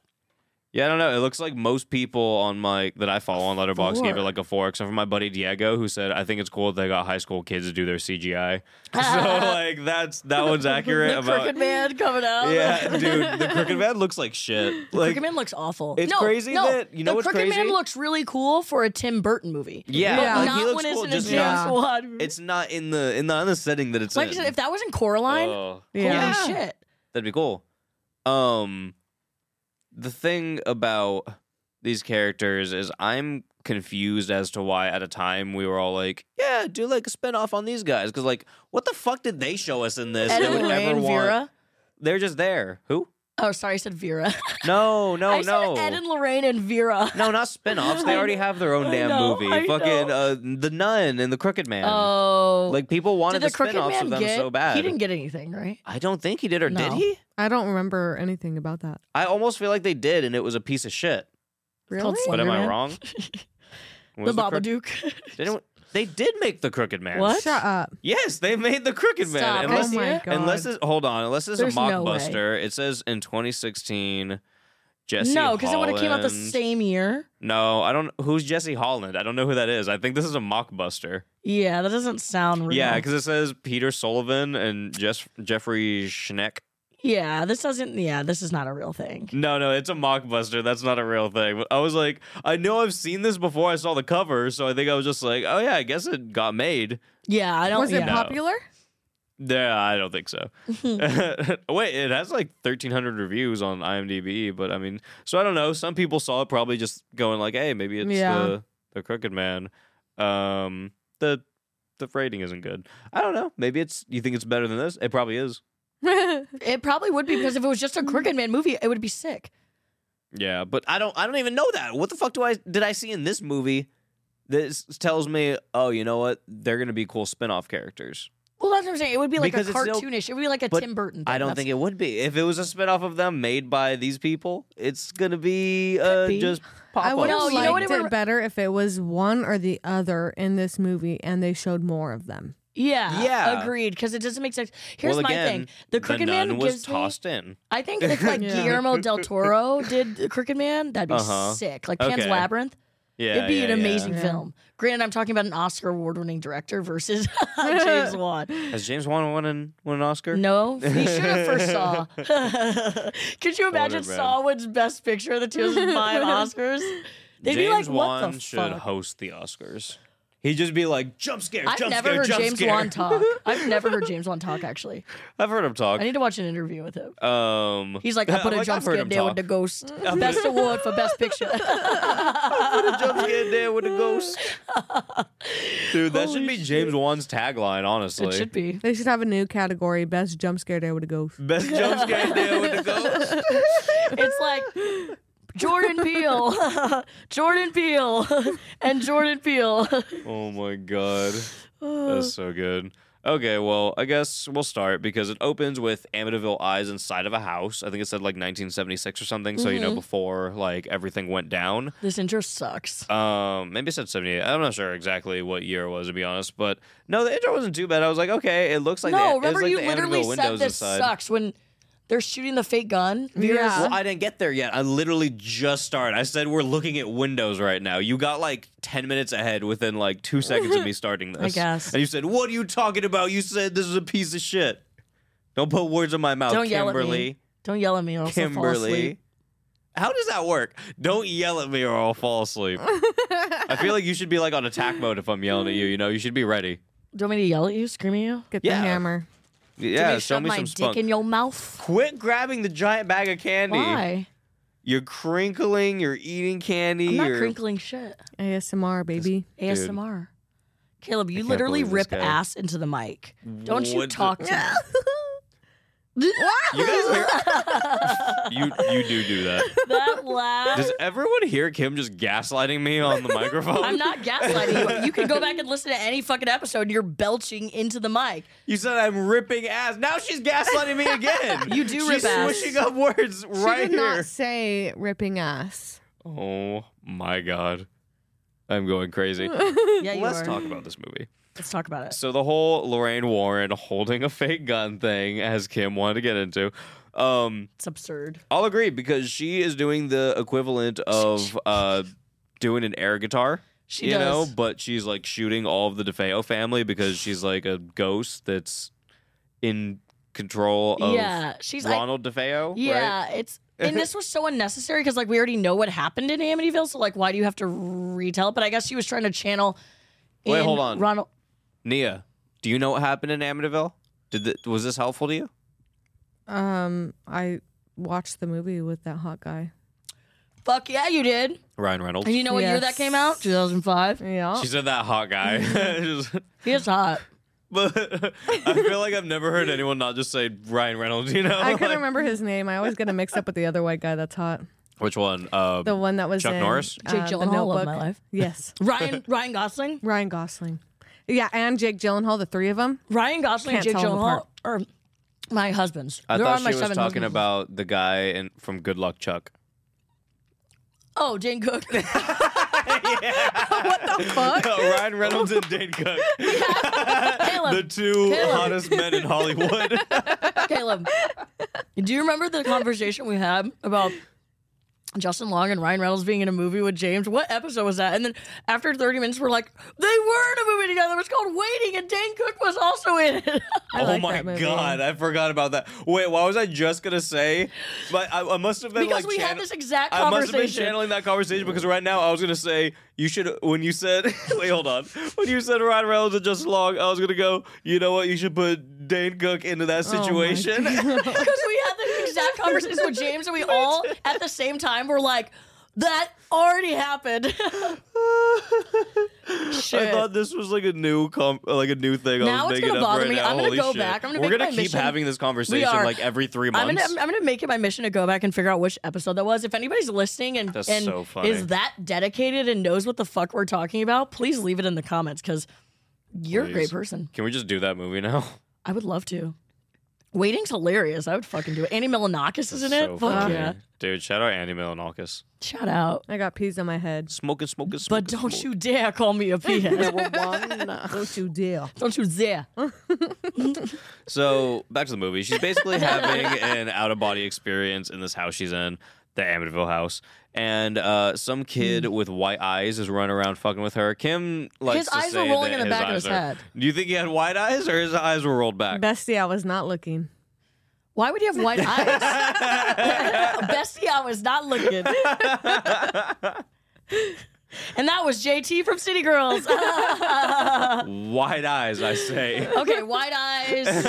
[SPEAKER 1] yeah, I don't know. It looks like most people on my that I follow on Letterboxd gave it
[SPEAKER 3] Four.
[SPEAKER 1] like a four, except for my buddy Diego, who said I think it's cool that they got high school kids to do their CGI.
[SPEAKER 3] <laughs>
[SPEAKER 1] so like that's <laughs> that one's accurate
[SPEAKER 3] the
[SPEAKER 1] about
[SPEAKER 3] crooked man coming out. <laughs>
[SPEAKER 1] Yeah, dude, the crooked man looks like shit. Like
[SPEAKER 3] Crooked Man looks awful.
[SPEAKER 1] it's
[SPEAKER 3] no,
[SPEAKER 1] crazy
[SPEAKER 3] no,
[SPEAKER 1] that- you know
[SPEAKER 3] the
[SPEAKER 1] what's
[SPEAKER 3] Crooked Man
[SPEAKER 1] crazy?
[SPEAKER 3] looks really cool for a Tim Burton movie.
[SPEAKER 1] Yeah,
[SPEAKER 3] but
[SPEAKER 2] Yeah. like,
[SPEAKER 1] he
[SPEAKER 3] not
[SPEAKER 1] looks
[SPEAKER 3] when it's
[SPEAKER 1] cool,
[SPEAKER 3] in
[SPEAKER 1] just
[SPEAKER 3] a James
[SPEAKER 2] not-
[SPEAKER 3] Wan movie.
[SPEAKER 1] it's not in the in the, in the setting that it's
[SPEAKER 3] like I
[SPEAKER 1] in.
[SPEAKER 3] said, if that was in Coraline,
[SPEAKER 1] Oh.
[SPEAKER 2] Yeah.
[SPEAKER 3] holy shit.
[SPEAKER 1] That'd be cool. Um the thing about these characters is I'm confused as to why at a time we were all like, yeah, do like a spinoff on these guys cuz like what the fuck did they show us in this
[SPEAKER 3] Ed
[SPEAKER 1] that would
[SPEAKER 3] and
[SPEAKER 1] never
[SPEAKER 3] Lorraine
[SPEAKER 1] want?
[SPEAKER 3] Vera.
[SPEAKER 1] They're just there. Who?
[SPEAKER 3] Oh, sorry, I said Vera.
[SPEAKER 1] No, <laughs> no,
[SPEAKER 3] I
[SPEAKER 1] no.
[SPEAKER 3] said Ed and Lorraine and Vera.
[SPEAKER 1] no, not spin-offs. They
[SPEAKER 3] <laughs> I
[SPEAKER 1] already
[SPEAKER 3] know-
[SPEAKER 1] have their own
[SPEAKER 3] I
[SPEAKER 1] damn
[SPEAKER 3] know,
[SPEAKER 1] movie.
[SPEAKER 3] I
[SPEAKER 1] Fucking
[SPEAKER 3] know.
[SPEAKER 1] uh, The Nun and The Crooked Man.
[SPEAKER 3] Oh,
[SPEAKER 1] like people wanted
[SPEAKER 3] did
[SPEAKER 1] the,
[SPEAKER 3] the Crooked
[SPEAKER 1] spin-offs
[SPEAKER 3] Man
[SPEAKER 1] of them
[SPEAKER 3] get?
[SPEAKER 1] so bad.
[SPEAKER 3] He didn't get anything, right?
[SPEAKER 1] I don't think he did or did
[SPEAKER 3] No.
[SPEAKER 1] he?
[SPEAKER 2] I don't remember anything about that.
[SPEAKER 1] I almost feel like they did and it was a piece of shit.
[SPEAKER 2] Really?
[SPEAKER 3] called
[SPEAKER 1] But am I
[SPEAKER 3] Slenderman. <laughs>
[SPEAKER 1] wrong?
[SPEAKER 3] The
[SPEAKER 1] Was Crook-
[SPEAKER 3] Babadook.
[SPEAKER 1] Did anyone- they did make the Crooked Man.
[SPEAKER 3] What?
[SPEAKER 2] Shut up.
[SPEAKER 1] Yes, they made the Crooked Man.
[SPEAKER 3] Stop.
[SPEAKER 1] Unless,
[SPEAKER 2] oh my
[SPEAKER 3] yeah.
[SPEAKER 2] god.
[SPEAKER 1] unless this, hold on, unless this is
[SPEAKER 3] There's
[SPEAKER 1] a
[SPEAKER 3] no way.
[SPEAKER 1] mockbuster. it says in 2016, Jesse.
[SPEAKER 3] <laughs> no, because it would have came out the
[SPEAKER 1] Holland-
[SPEAKER 3] same year.
[SPEAKER 1] No, I don't. Who's Jesse Holland? I don't know who that is. I think this is a mockbuster.
[SPEAKER 3] Yeah, that doesn't sound real.
[SPEAKER 1] Yeah, because it says Peter Sullivan and Jeff Jeffrey Schneck.
[SPEAKER 3] yeah, this doesn't. Yeah, this is not a real thing.
[SPEAKER 1] No, no, it's a mockbuster. That's not a real thing. But I was like, I know I've seen this before. I saw the cover, so I think I was just like, oh yeah, I guess it got made.
[SPEAKER 3] Yeah, I don't.
[SPEAKER 2] was it
[SPEAKER 3] yeah.
[SPEAKER 1] No.
[SPEAKER 2] popular? <laughs>
[SPEAKER 1] Yeah, I don't think so. <laughs>
[SPEAKER 3] <laughs>
[SPEAKER 1] Wait, it has like 1,300 reviews on IMDb, but I mean, so I don't know. Some people saw it probably just going like, "Hey, maybe it's
[SPEAKER 2] Yeah.
[SPEAKER 1] the the Crooked Man." Um, the the rating isn't good. I don't know. Maybe it's you think it's better than this. It probably is.
[SPEAKER 3] It probably would be because if it was just a Crooked Man movie, it would be sick.
[SPEAKER 1] Yeah, but I don't I don't even know that. What the fuck do I did I see in this movie that s- tells me, "Oh, you know what? They're going to be cool spin-off characters."
[SPEAKER 3] Well, that's what I'm saying. It would be like
[SPEAKER 1] Because
[SPEAKER 3] a
[SPEAKER 1] it's no-
[SPEAKER 3] cartoonish. it would be like a
[SPEAKER 1] but
[SPEAKER 3] Tim Burton. Thing.
[SPEAKER 1] I don't
[SPEAKER 3] That's-
[SPEAKER 1] think it would be. If it was a spinoff of them made by these people, it's gonna be uh,
[SPEAKER 3] Could be.
[SPEAKER 1] just pop
[SPEAKER 2] I would have
[SPEAKER 3] No,
[SPEAKER 2] liked
[SPEAKER 3] you know what
[SPEAKER 2] it,
[SPEAKER 3] it would-
[SPEAKER 2] better if it was one or the other in this movie, and they showed more of them.
[SPEAKER 3] Yeah,
[SPEAKER 1] Yeah.
[SPEAKER 3] agreed. Because it doesn't make sense. Here's
[SPEAKER 1] well,
[SPEAKER 3] my
[SPEAKER 1] again,
[SPEAKER 3] thing: the Crooked
[SPEAKER 1] nun
[SPEAKER 3] Man
[SPEAKER 1] was
[SPEAKER 3] gives me-
[SPEAKER 1] tossed in.
[SPEAKER 3] I think if like
[SPEAKER 2] <laughs> Yeah.
[SPEAKER 3] Guillermo
[SPEAKER 1] <laughs>
[SPEAKER 3] del Toro did the Crooked Man, that'd be
[SPEAKER 1] Uh-huh.
[SPEAKER 3] sick. Like Pan's
[SPEAKER 1] Okay.
[SPEAKER 3] Labyrinth,
[SPEAKER 1] Yeah,
[SPEAKER 3] it'd be
[SPEAKER 1] yeah,
[SPEAKER 3] an amazing
[SPEAKER 2] Yeah.
[SPEAKER 3] film. Granted, I'm talking about an Oscar award-winning director versus <laughs>
[SPEAKER 1] <laughs>
[SPEAKER 3] James Wan.
[SPEAKER 1] Yeah. Has James Wan won an won an Oscar?
[SPEAKER 3] No, he should have first saw. <laughs> Could you imagine
[SPEAKER 1] Cornerbread.
[SPEAKER 3] Saw wins Best Picture of the
[SPEAKER 1] <laughs>
[SPEAKER 3] 2005 Oscars? They'd
[SPEAKER 1] James
[SPEAKER 3] be like, "What
[SPEAKER 1] Wan
[SPEAKER 3] the
[SPEAKER 1] should
[SPEAKER 3] fuck?"
[SPEAKER 1] host the Oscars. He'd just be like, "Jump scare,
[SPEAKER 3] I've
[SPEAKER 1] jump
[SPEAKER 3] never
[SPEAKER 1] scare,
[SPEAKER 3] heard
[SPEAKER 1] jump
[SPEAKER 3] James
[SPEAKER 1] scare."
[SPEAKER 3] Wan talk. I've never heard James Wan talk. Actually,
[SPEAKER 1] <laughs> I've heard him talk.
[SPEAKER 3] I need to watch an interview with him.
[SPEAKER 1] um,
[SPEAKER 3] He's
[SPEAKER 1] <laughs>
[SPEAKER 3] like, I put
[SPEAKER 1] I'm
[SPEAKER 3] a
[SPEAKER 1] like,
[SPEAKER 3] jump
[SPEAKER 1] I've heard
[SPEAKER 3] scare
[SPEAKER 1] him
[SPEAKER 3] there with
[SPEAKER 1] talk.
[SPEAKER 3] the ghost.
[SPEAKER 1] <laughs>
[SPEAKER 3] <laughs> Best award for best picture. <laughs>
[SPEAKER 1] put a jump scare there with a ghost. Dude, that should be James Wan's tagline. Honestly,
[SPEAKER 3] it should be.
[SPEAKER 2] They should have a new category: best jump scare day with a ghost.
[SPEAKER 1] best jump scare there with a ghost.
[SPEAKER 3] It's <laughs> like Jordan Peele, <laughs> Jordan Peele, <laughs> and Jordan Peele. <laughs>
[SPEAKER 1] Oh my
[SPEAKER 3] <sighs>
[SPEAKER 1] god. That's so good. Okay, well, I guess we'll start because it opens with Amityville Eyes inside of a house. I think it said like 1976 or something, so you
[SPEAKER 3] Mm-hmm.
[SPEAKER 1] know before like everything went down.
[SPEAKER 3] this intro sucks.
[SPEAKER 1] Um, maybe it said 78. I'm not sure exactly what year it was to be honest, but no, the intro wasn't too bad. I was like, okay, it looks like the,
[SPEAKER 3] no,
[SPEAKER 1] it was
[SPEAKER 3] remember
[SPEAKER 1] like
[SPEAKER 3] you
[SPEAKER 1] the
[SPEAKER 3] literally
[SPEAKER 1] Amityville
[SPEAKER 3] said
[SPEAKER 1] windows
[SPEAKER 3] this
[SPEAKER 1] inside.
[SPEAKER 3] sucks when they're shooting the fake gun.
[SPEAKER 2] Yeah.
[SPEAKER 1] Well, I didn't get there yet. I literally just started. I said we're looking at windows right now. You got like 10 minutes ahead within like two seconds
[SPEAKER 3] <laughs>
[SPEAKER 1] of me starting this.
[SPEAKER 3] guess.
[SPEAKER 1] And you said, What are you talking about? You said this is a piece of shit. Don't put words in my mouth,
[SPEAKER 3] Don't yell at me.
[SPEAKER 1] Kimberly.
[SPEAKER 3] Don't yell at me. I'll also fall asleep.
[SPEAKER 1] Kimberly. How does that work? Don't yell at me or I'll fall asleep. I feel like you should be like on attack mode if I'm yelling at you. You know, you should be ready.
[SPEAKER 3] Do you want me to yell at you? Scream at you?
[SPEAKER 2] Get
[SPEAKER 1] Yeah.
[SPEAKER 2] the hammer.
[SPEAKER 3] Do you want
[SPEAKER 1] Yeah,
[SPEAKER 3] to
[SPEAKER 1] show
[SPEAKER 3] shove
[SPEAKER 1] me
[SPEAKER 3] my
[SPEAKER 1] some
[SPEAKER 3] dick
[SPEAKER 1] spunk.
[SPEAKER 3] in your mouth.
[SPEAKER 1] Quit grabbing the giant bag of candy.
[SPEAKER 3] Why?
[SPEAKER 1] You're crinkling. You're eating candy.
[SPEAKER 3] I'm not
[SPEAKER 1] you're-
[SPEAKER 3] crinkling shit.
[SPEAKER 2] ASMR, baby.
[SPEAKER 3] ASMR. Caleb, you literally
[SPEAKER 1] believe this
[SPEAKER 3] rip
[SPEAKER 1] guy.
[SPEAKER 3] ass into the mic. Don't you
[SPEAKER 1] What the-
[SPEAKER 3] talk to me.
[SPEAKER 1] You guys hear? you you do do that.
[SPEAKER 3] <laughs> that laugh.
[SPEAKER 1] Does everyone hear Kim just gaslighting me on
[SPEAKER 3] <laughs>
[SPEAKER 1] the microphone?
[SPEAKER 3] I'm not gaslighting you. You can go back and listen to any fucking episode. You're belching into the mic.
[SPEAKER 1] You said I'm ripping ass. Now she's gaslighting me again.
[SPEAKER 3] <laughs> You do
[SPEAKER 1] she's
[SPEAKER 3] rip ass.
[SPEAKER 1] switching up words
[SPEAKER 2] She
[SPEAKER 1] <laughs> right
[SPEAKER 2] did
[SPEAKER 1] here.
[SPEAKER 2] not say ripping ass.
[SPEAKER 1] oh my god, I'm going crazy.
[SPEAKER 3] Yeah, <laughs> you
[SPEAKER 1] Let's
[SPEAKER 3] are.
[SPEAKER 1] talk about this movie.
[SPEAKER 3] Let's talk about it.
[SPEAKER 1] So the whole Lorraine Warren holding a fake gun thing, as Kim wanted to get into, um,
[SPEAKER 3] It's absurd.
[SPEAKER 1] I'll agree because she is doing the equivalent of uh, doing an air guitar.
[SPEAKER 3] She
[SPEAKER 1] you
[SPEAKER 3] does.
[SPEAKER 1] know, but she's like shooting all of the DeFeo family because she's like a ghost that's in control of
[SPEAKER 3] yeah, she's like,
[SPEAKER 1] Ronald DeFeo.
[SPEAKER 3] yeah,
[SPEAKER 1] right?
[SPEAKER 3] it's and this was so unnecessary because like we already know what happened in Amityville, so like why do you have to retell it? But I guess she was trying to channel.
[SPEAKER 1] Wait,
[SPEAKER 3] in
[SPEAKER 1] hold on.
[SPEAKER 3] Ronald.
[SPEAKER 1] Nia, do you know what happened in Amityville? Did th- was this helpful to you?
[SPEAKER 2] Um, I watched the movie with that hot guy.
[SPEAKER 3] Fuck yeah, you did.
[SPEAKER 1] Ryan Reynolds.
[SPEAKER 3] And you know what year
[SPEAKER 2] Yes.
[SPEAKER 3] that came out? 2005.
[SPEAKER 2] Yeah.
[SPEAKER 1] She said that hot
[SPEAKER 3] <laughs>
[SPEAKER 1] guy. <laughs> Just-
[SPEAKER 3] He is hot.
[SPEAKER 1] but I feel like I've never heard anyone not just say Ryan Reynolds. You know,
[SPEAKER 2] I couldn't
[SPEAKER 1] Like-
[SPEAKER 2] remember his name. I always get him mixed up with the other white guy that's hot.
[SPEAKER 1] which one? Uh,
[SPEAKER 2] The one that was
[SPEAKER 1] Chuck
[SPEAKER 2] in,
[SPEAKER 1] Norris?
[SPEAKER 2] uh,
[SPEAKER 3] Jake
[SPEAKER 2] The
[SPEAKER 3] Gyllenhaal
[SPEAKER 2] Notebook.
[SPEAKER 3] loved my
[SPEAKER 2] <laughs>
[SPEAKER 3] life. <laughs>
[SPEAKER 2] Yes,
[SPEAKER 3] Ryan Ryan Gosling.
[SPEAKER 2] Ryan Gosling. Yeah, and Jake Gyllenhaal, the three of them.
[SPEAKER 3] Ryan Gosling,
[SPEAKER 2] Can't
[SPEAKER 3] Jake
[SPEAKER 2] tell them
[SPEAKER 3] Gyllenhaal, or my husband's.
[SPEAKER 1] I
[SPEAKER 3] They're
[SPEAKER 1] thought
[SPEAKER 3] on my
[SPEAKER 1] she was
[SPEAKER 3] seven
[SPEAKER 1] talking
[SPEAKER 3] husbands.
[SPEAKER 1] about the guy in, from Good Luck Chuck.
[SPEAKER 3] Oh,
[SPEAKER 2] <laughs>
[SPEAKER 3] Jane Cook. <laughs>
[SPEAKER 2] Fuck.
[SPEAKER 1] <laughs> No, Ryan Reynolds and Dane
[SPEAKER 3] <laughs>
[SPEAKER 1] Cook,
[SPEAKER 3] Caleb.
[SPEAKER 1] the two
[SPEAKER 3] Caleb.
[SPEAKER 1] hottest men in
[SPEAKER 3] <laughs>
[SPEAKER 1] Hollywood.
[SPEAKER 3] Caleb, do you remember the conversation we had about Justin Long and Ryan Reynolds being in a movie with James? What episode was that? And then after 30 minutes, we're like, they were in a movie together. It was called Waiting, and Dane Cook was also in it.
[SPEAKER 1] oh
[SPEAKER 2] like
[SPEAKER 1] my
[SPEAKER 2] that movie.
[SPEAKER 1] god, I forgot about that. Wait, what was I just gonna say? But I, I must have been
[SPEAKER 3] <laughs> because
[SPEAKER 1] like
[SPEAKER 3] we had
[SPEAKER 1] channe-
[SPEAKER 3] this exact
[SPEAKER 1] I must have been
[SPEAKER 3] conversation.
[SPEAKER 1] channeling that conversation because right now I was gonna say you should when you said <laughs> wait hold on when you said Ryan Reynolds and Justin Long I was gonna go you know what you should put Dane Cook into
[SPEAKER 3] Oh
[SPEAKER 1] that
[SPEAKER 2] my
[SPEAKER 1] situation
[SPEAKER 3] Because we had this exact conversation with James,
[SPEAKER 1] <laughs>
[SPEAKER 3] and we all at the same time were like, that already happened.
[SPEAKER 1] <laughs> I
[SPEAKER 3] Shit.
[SPEAKER 1] thought this was like a new com- like a new thing I
[SPEAKER 3] Now
[SPEAKER 1] was
[SPEAKER 3] it's
[SPEAKER 1] making
[SPEAKER 3] gonna
[SPEAKER 1] up
[SPEAKER 3] bother
[SPEAKER 1] right
[SPEAKER 3] me.
[SPEAKER 1] now
[SPEAKER 3] I'm gonna
[SPEAKER 1] holy
[SPEAKER 3] go
[SPEAKER 1] shit
[SPEAKER 3] back. I'm gonna
[SPEAKER 1] we're
[SPEAKER 3] make
[SPEAKER 1] gonna
[SPEAKER 3] my
[SPEAKER 1] keep
[SPEAKER 3] mission-
[SPEAKER 1] having this conversation
[SPEAKER 3] are.
[SPEAKER 1] like every three months
[SPEAKER 3] I'm gonna, I'm gonna make it my mission to go back and figure out which episode that was. If anybody's listening and,
[SPEAKER 1] That's
[SPEAKER 3] and
[SPEAKER 1] so funny.
[SPEAKER 3] is that dedicated and knows what the fuck we're talking about, please leave it in the comments because you're a great
[SPEAKER 1] Please.
[SPEAKER 3] person.
[SPEAKER 1] can we just do that movie
[SPEAKER 3] <laughs>
[SPEAKER 1] now
[SPEAKER 3] I would love to. Waiting's hilarious. I would fucking do it. Annie Milanakis is in it.
[SPEAKER 1] so
[SPEAKER 3] Fuck
[SPEAKER 1] funny.
[SPEAKER 3] yeah.
[SPEAKER 1] dude shout out Andy Milonakis
[SPEAKER 3] Shout out.
[SPEAKER 2] I got peas on my head.
[SPEAKER 1] smoking smoking
[SPEAKER 3] But
[SPEAKER 1] smoking
[SPEAKER 3] don't you dare call
[SPEAKER 1] <laughs>
[SPEAKER 3] me a peanut.
[SPEAKER 2] Don't you deal?
[SPEAKER 3] don't you dare.
[SPEAKER 1] So back to the movie. She's
[SPEAKER 3] <laughs>
[SPEAKER 1] basically having an out of body experience in this house she's in, the Amityville house, and uh, some kid with white eyes is running around fucking with her. Kim likes
[SPEAKER 3] Hmm. His
[SPEAKER 1] to
[SPEAKER 3] eyes were
[SPEAKER 1] say
[SPEAKER 3] rolling
[SPEAKER 1] that
[SPEAKER 3] in the back of
[SPEAKER 1] eyes
[SPEAKER 3] his
[SPEAKER 1] are-
[SPEAKER 3] head.
[SPEAKER 1] Do you think he had white eyes or his eyes were rolled back?
[SPEAKER 2] <laughs> Bestie, I was not looking.
[SPEAKER 3] Why would you have white eyes? Bestie, I was not looking. and that was JT from City Girls. <laughs>
[SPEAKER 1] White eyes, I
[SPEAKER 3] <laughs>
[SPEAKER 1] say.
[SPEAKER 3] Okay, white eyes,
[SPEAKER 1] his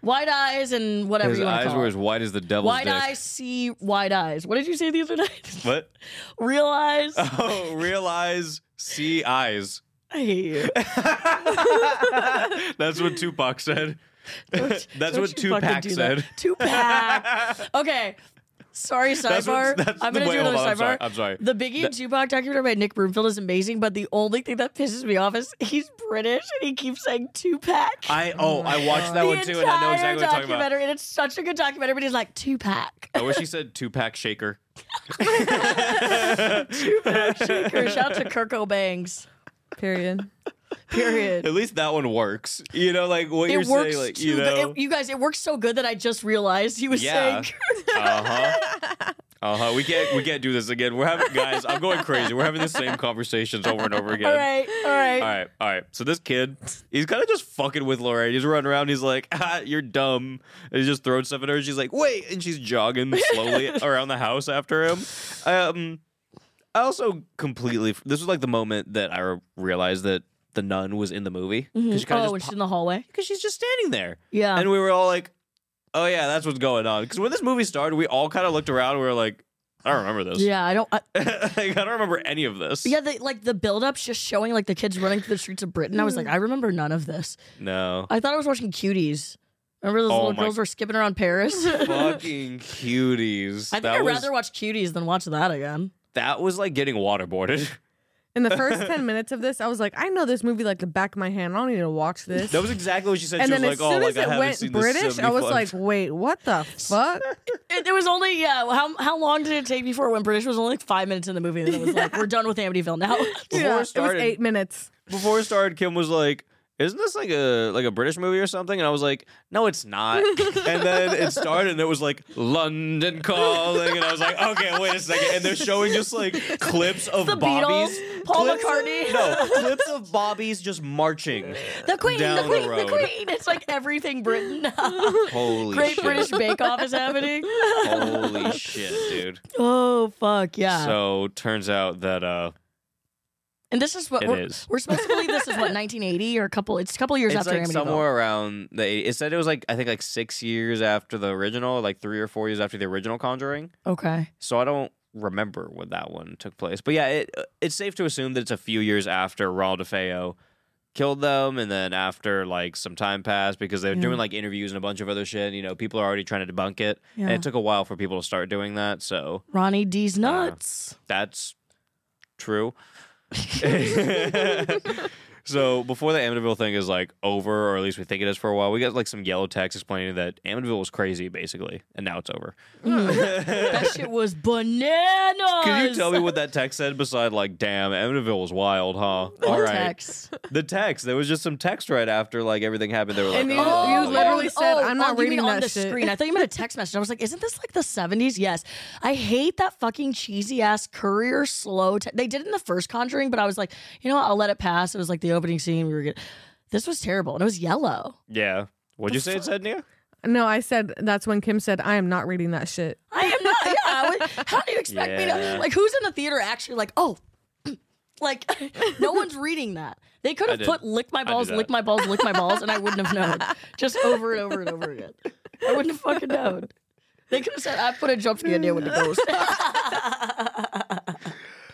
[SPEAKER 3] white eyes, and whatever you want to
[SPEAKER 1] eyes
[SPEAKER 3] call
[SPEAKER 1] were
[SPEAKER 3] it.
[SPEAKER 1] as white as the devil's
[SPEAKER 3] Wide
[SPEAKER 1] dick.
[SPEAKER 3] eyes see wide eyes. What did you say the
[SPEAKER 1] <laughs>
[SPEAKER 3] other night?
[SPEAKER 1] What?
[SPEAKER 3] Real eyes. I
[SPEAKER 1] Oh, real eyes, see eyes.
[SPEAKER 3] hate you.
[SPEAKER 1] That's what Tupac said. <laughs> That's
[SPEAKER 3] Don't
[SPEAKER 1] what
[SPEAKER 3] you fucking
[SPEAKER 1] Tupac
[SPEAKER 3] do that.
[SPEAKER 1] said. <laughs>
[SPEAKER 3] Tupac. Okay. Sorry,
[SPEAKER 1] That's
[SPEAKER 3] sidebar.
[SPEAKER 1] what- that's-
[SPEAKER 3] I'm gonna
[SPEAKER 1] wait,
[SPEAKER 3] do
[SPEAKER 1] hold
[SPEAKER 3] another
[SPEAKER 1] on, I'm sorry,
[SPEAKER 3] sidebar.
[SPEAKER 1] I'm sorry.
[SPEAKER 3] The Biggie and Tupac documentary by Nick Broomfield is amazing, but the only thing that pisses me off is he's British and he keeps saying Tupac.
[SPEAKER 1] I oh, I watched that
[SPEAKER 3] the
[SPEAKER 1] one too, and I know exactly what you're
[SPEAKER 3] entire
[SPEAKER 1] talking about.
[SPEAKER 3] documentary, and it's such a good documentary. But he's like
[SPEAKER 1] <laughs>
[SPEAKER 3] Tupac.
[SPEAKER 1] I wish he said two pack shaker.
[SPEAKER 3] Shaker. Shout out to Kirk Bangs.
[SPEAKER 2] Period.
[SPEAKER 3] Period.
[SPEAKER 1] At least that one works. You know, like what you're
[SPEAKER 3] it works
[SPEAKER 1] saying, like
[SPEAKER 3] to
[SPEAKER 1] you
[SPEAKER 3] the-
[SPEAKER 1] know.
[SPEAKER 3] it- you guys, it works so good that I just realized he was
[SPEAKER 1] Yeah.
[SPEAKER 3] saying <laughs>
[SPEAKER 1] uh huh. Uh huh. We can't we can't do this again. We're having guys. I'm going crazy. We're having the
[SPEAKER 3] <laughs>
[SPEAKER 1] same conversations over and over again.
[SPEAKER 3] all right, all right.
[SPEAKER 1] All right, all right. So this kid, he's kind of just fucking with Lorraine. He's running around. He's like, ah, "You're dumb." And he's just throwing stuff at her. She's like, "Wait!" And she's jogging
[SPEAKER 3] <laughs>
[SPEAKER 1] slowly around the house after him. Um, I also completely. This was like the moment that I re- realized that the nun was in the movie because
[SPEAKER 3] Oh, and she's in the hallway.
[SPEAKER 1] she's just standing there.
[SPEAKER 3] Yeah.
[SPEAKER 1] And we were all like, "Oh yeah, that's what's going on." Because when this movie started, we all kind of looked around. and We were like, "I don't remember this.
[SPEAKER 3] yeah, I don't. I,
[SPEAKER 1] <laughs> like, I don't remember any of this."
[SPEAKER 3] yeah, the, like the build-up's just showing like the kids running through the streets of Britain. I was like,
[SPEAKER 1] Mm.
[SPEAKER 3] I remember none of this.
[SPEAKER 1] No.
[SPEAKER 3] I thought I was watching Cuties. Remember those
[SPEAKER 1] Oh
[SPEAKER 3] little
[SPEAKER 1] my-
[SPEAKER 3] girls were skipping around
[SPEAKER 1] <laughs>
[SPEAKER 3] Paris? I
[SPEAKER 1] Fucking cuties.
[SPEAKER 3] think I'd rather watch Cuties than watch that again.
[SPEAKER 1] that was like getting waterboarded.
[SPEAKER 2] In the first ten minutes of this, I was like, I know this movie like the back of my hand. I don't need to watch
[SPEAKER 1] <laughs>
[SPEAKER 2] this.
[SPEAKER 1] That was exactly what she said.
[SPEAKER 2] and
[SPEAKER 1] she
[SPEAKER 2] then
[SPEAKER 1] was
[SPEAKER 2] as
[SPEAKER 1] like,
[SPEAKER 2] soon
[SPEAKER 1] "Oh, like
[SPEAKER 2] as
[SPEAKER 1] I
[SPEAKER 2] it
[SPEAKER 1] haven't
[SPEAKER 2] went
[SPEAKER 1] seen
[SPEAKER 2] British,
[SPEAKER 1] this
[SPEAKER 2] I was
[SPEAKER 1] 75 <laughs>
[SPEAKER 2] like, wait, what the fuck?
[SPEAKER 3] It, it was only yeah. How how long did it take before it went British? It was only like five minutes in the movie, and then it was like, we're done with Amityville now. <laughs>
[SPEAKER 1] before
[SPEAKER 2] yeah,
[SPEAKER 1] it
[SPEAKER 2] it was
[SPEAKER 1] started."
[SPEAKER 2] eight minutes.
[SPEAKER 1] before it started, Kim was like, isn't this like a like a British movie or something? And I was like, no, it's
[SPEAKER 2] <laughs>
[SPEAKER 1] not. and then it started and it was like London Calling, and I was like, okay, wait a second. And they're showing just like clips of
[SPEAKER 3] the
[SPEAKER 1] Bobby's,
[SPEAKER 3] Beatles, Paul
[SPEAKER 1] clips-
[SPEAKER 2] <laughs>
[SPEAKER 3] McCartney.
[SPEAKER 1] no, clips of Bobby's just marching.
[SPEAKER 3] The Queen,
[SPEAKER 1] Down
[SPEAKER 3] the
[SPEAKER 1] the
[SPEAKER 3] Queen, the,
[SPEAKER 1] road.
[SPEAKER 3] Queen. It's like everything Britain.
[SPEAKER 1] <laughs> Holy
[SPEAKER 3] <laughs> Great
[SPEAKER 1] shit!
[SPEAKER 2] <laughs>
[SPEAKER 3] British Bake Off
[SPEAKER 1] <laughs>
[SPEAKER 3] is happening.
[SPEAKER 1] Holy shit, dude.
[SPEAKER 3] Oh fuck yeah!
[SPEAKER 1] So turns out that uh,
[SPEAKER 3] and this is what
[SPEAKER 1] it
[SPEAKER 3] we're,
[SPEAKER 1] is.
[SPEAKER 3] we're supposed to believe. This
[SPEAKER 1] <laughs>
[SPEAKER 3] is what 1980 or a couple. It's a couple years
[SPEAKER 1] it's
[SPEAKER 3] after
[SPEAKER 1] like
[SPEAKER 3] Amityville.
[SPEAKER 1] somewhere around the 80s. It said it was like I think like six years after the original, like three or four years after the original Conjuring.
[SPEAKER 3] Okay.
[SPEAKER 1] So I don't remember when that one took place. But yeah, it uh, it's safe to assume that it's a few years after Raul DeFeo killed them, and then after like some time passed because they're
[SPEAKER 3] Yeah.
[SPEAKER 1] doing like interviews and a bunch of other shit. And, you know, people are already trying to debunk it, and
[SPEAKER 3] Yeah.
[SPEAKER 1] it took a while for people to start doing that. So
[SPEAKER 3] Ronnie D's nuts.
[SPEAKER 1] that's
[SPEAKER 2] <laughs>
[SPEAKER 1] true. so before the Amityville thing is like over, or at least we think it is for a while, we got like some yellow text explaining that Amityville was crazy, basically, and now it's over.
[SPEAKER 2] Hmm.
[SPEAKER 3] that shit was bananas.
[SPEAKER 1] Can you tell me what that text said beside like, damn, Amityville was wild, huh? All right.
[SPEAKER 3] Text.
[SPEAKER 1] The text. There was just some text right after like everything happened. They were like,
[SPEAKER 2] And you-
[SPEAKER 1] oh,
[SPEAKER 2] you
[SPEAKER 1] yeah.
[SPEAKER 2] literally
[SPEAKER 3] oh,
[SPEAKER 2] said,
[SPEAKER 3] oh,
[SPEAKER 2] "I'm not
[SPEAKER 3] oh, you mean
[SPEAKER 2] reading
[SPEAKER 3] on
[SPEAKER 2] that
[SPEAKER 3] the
[SPEAKER 2] shit."
[SPEAKER 3] screen. I thought you meant a text message. I was like, "Isn't this like the '70s?" Yes, I hate that fucking cheesy ass courier slow. Te- they did it in the first Conjuring, but I was like, you know what? I'll let it pass. It was like the opening scene. We were good. This was terrible, and it was yellow.
[SPEAKER 1] Yeah. What'd you say it said, Nia?
[SPEAKER 2] No, I said that's when Kim said, I am not reading that shit.
[SPEAKER 3] I am not. Yeah. I would- How do you expect me
[SPEAKER 1] Yeah.
[SPEAKER 3] to? Like, who's in the theater actually? Like, oh, <clears throat> like <laughs> no one's reading that. They could
[SPEAKER 1] I
[SPEAKER 3] have
[SPEAKER 1] did.
[SPEAKER 3] put "lick my
[SPEAKER 1] did
[SPEAKER 3] balls,
[SPEAKER 1] that.
[SPEAKER 3] lick my balls, lick my balls," and I wouldn't
[SPEAKER 1] <laughs>
[SPEAKER 3] have known. Just over and over and over again. I wouldn't have fucking known. They could have said, "I put a jump scare near with the ghost."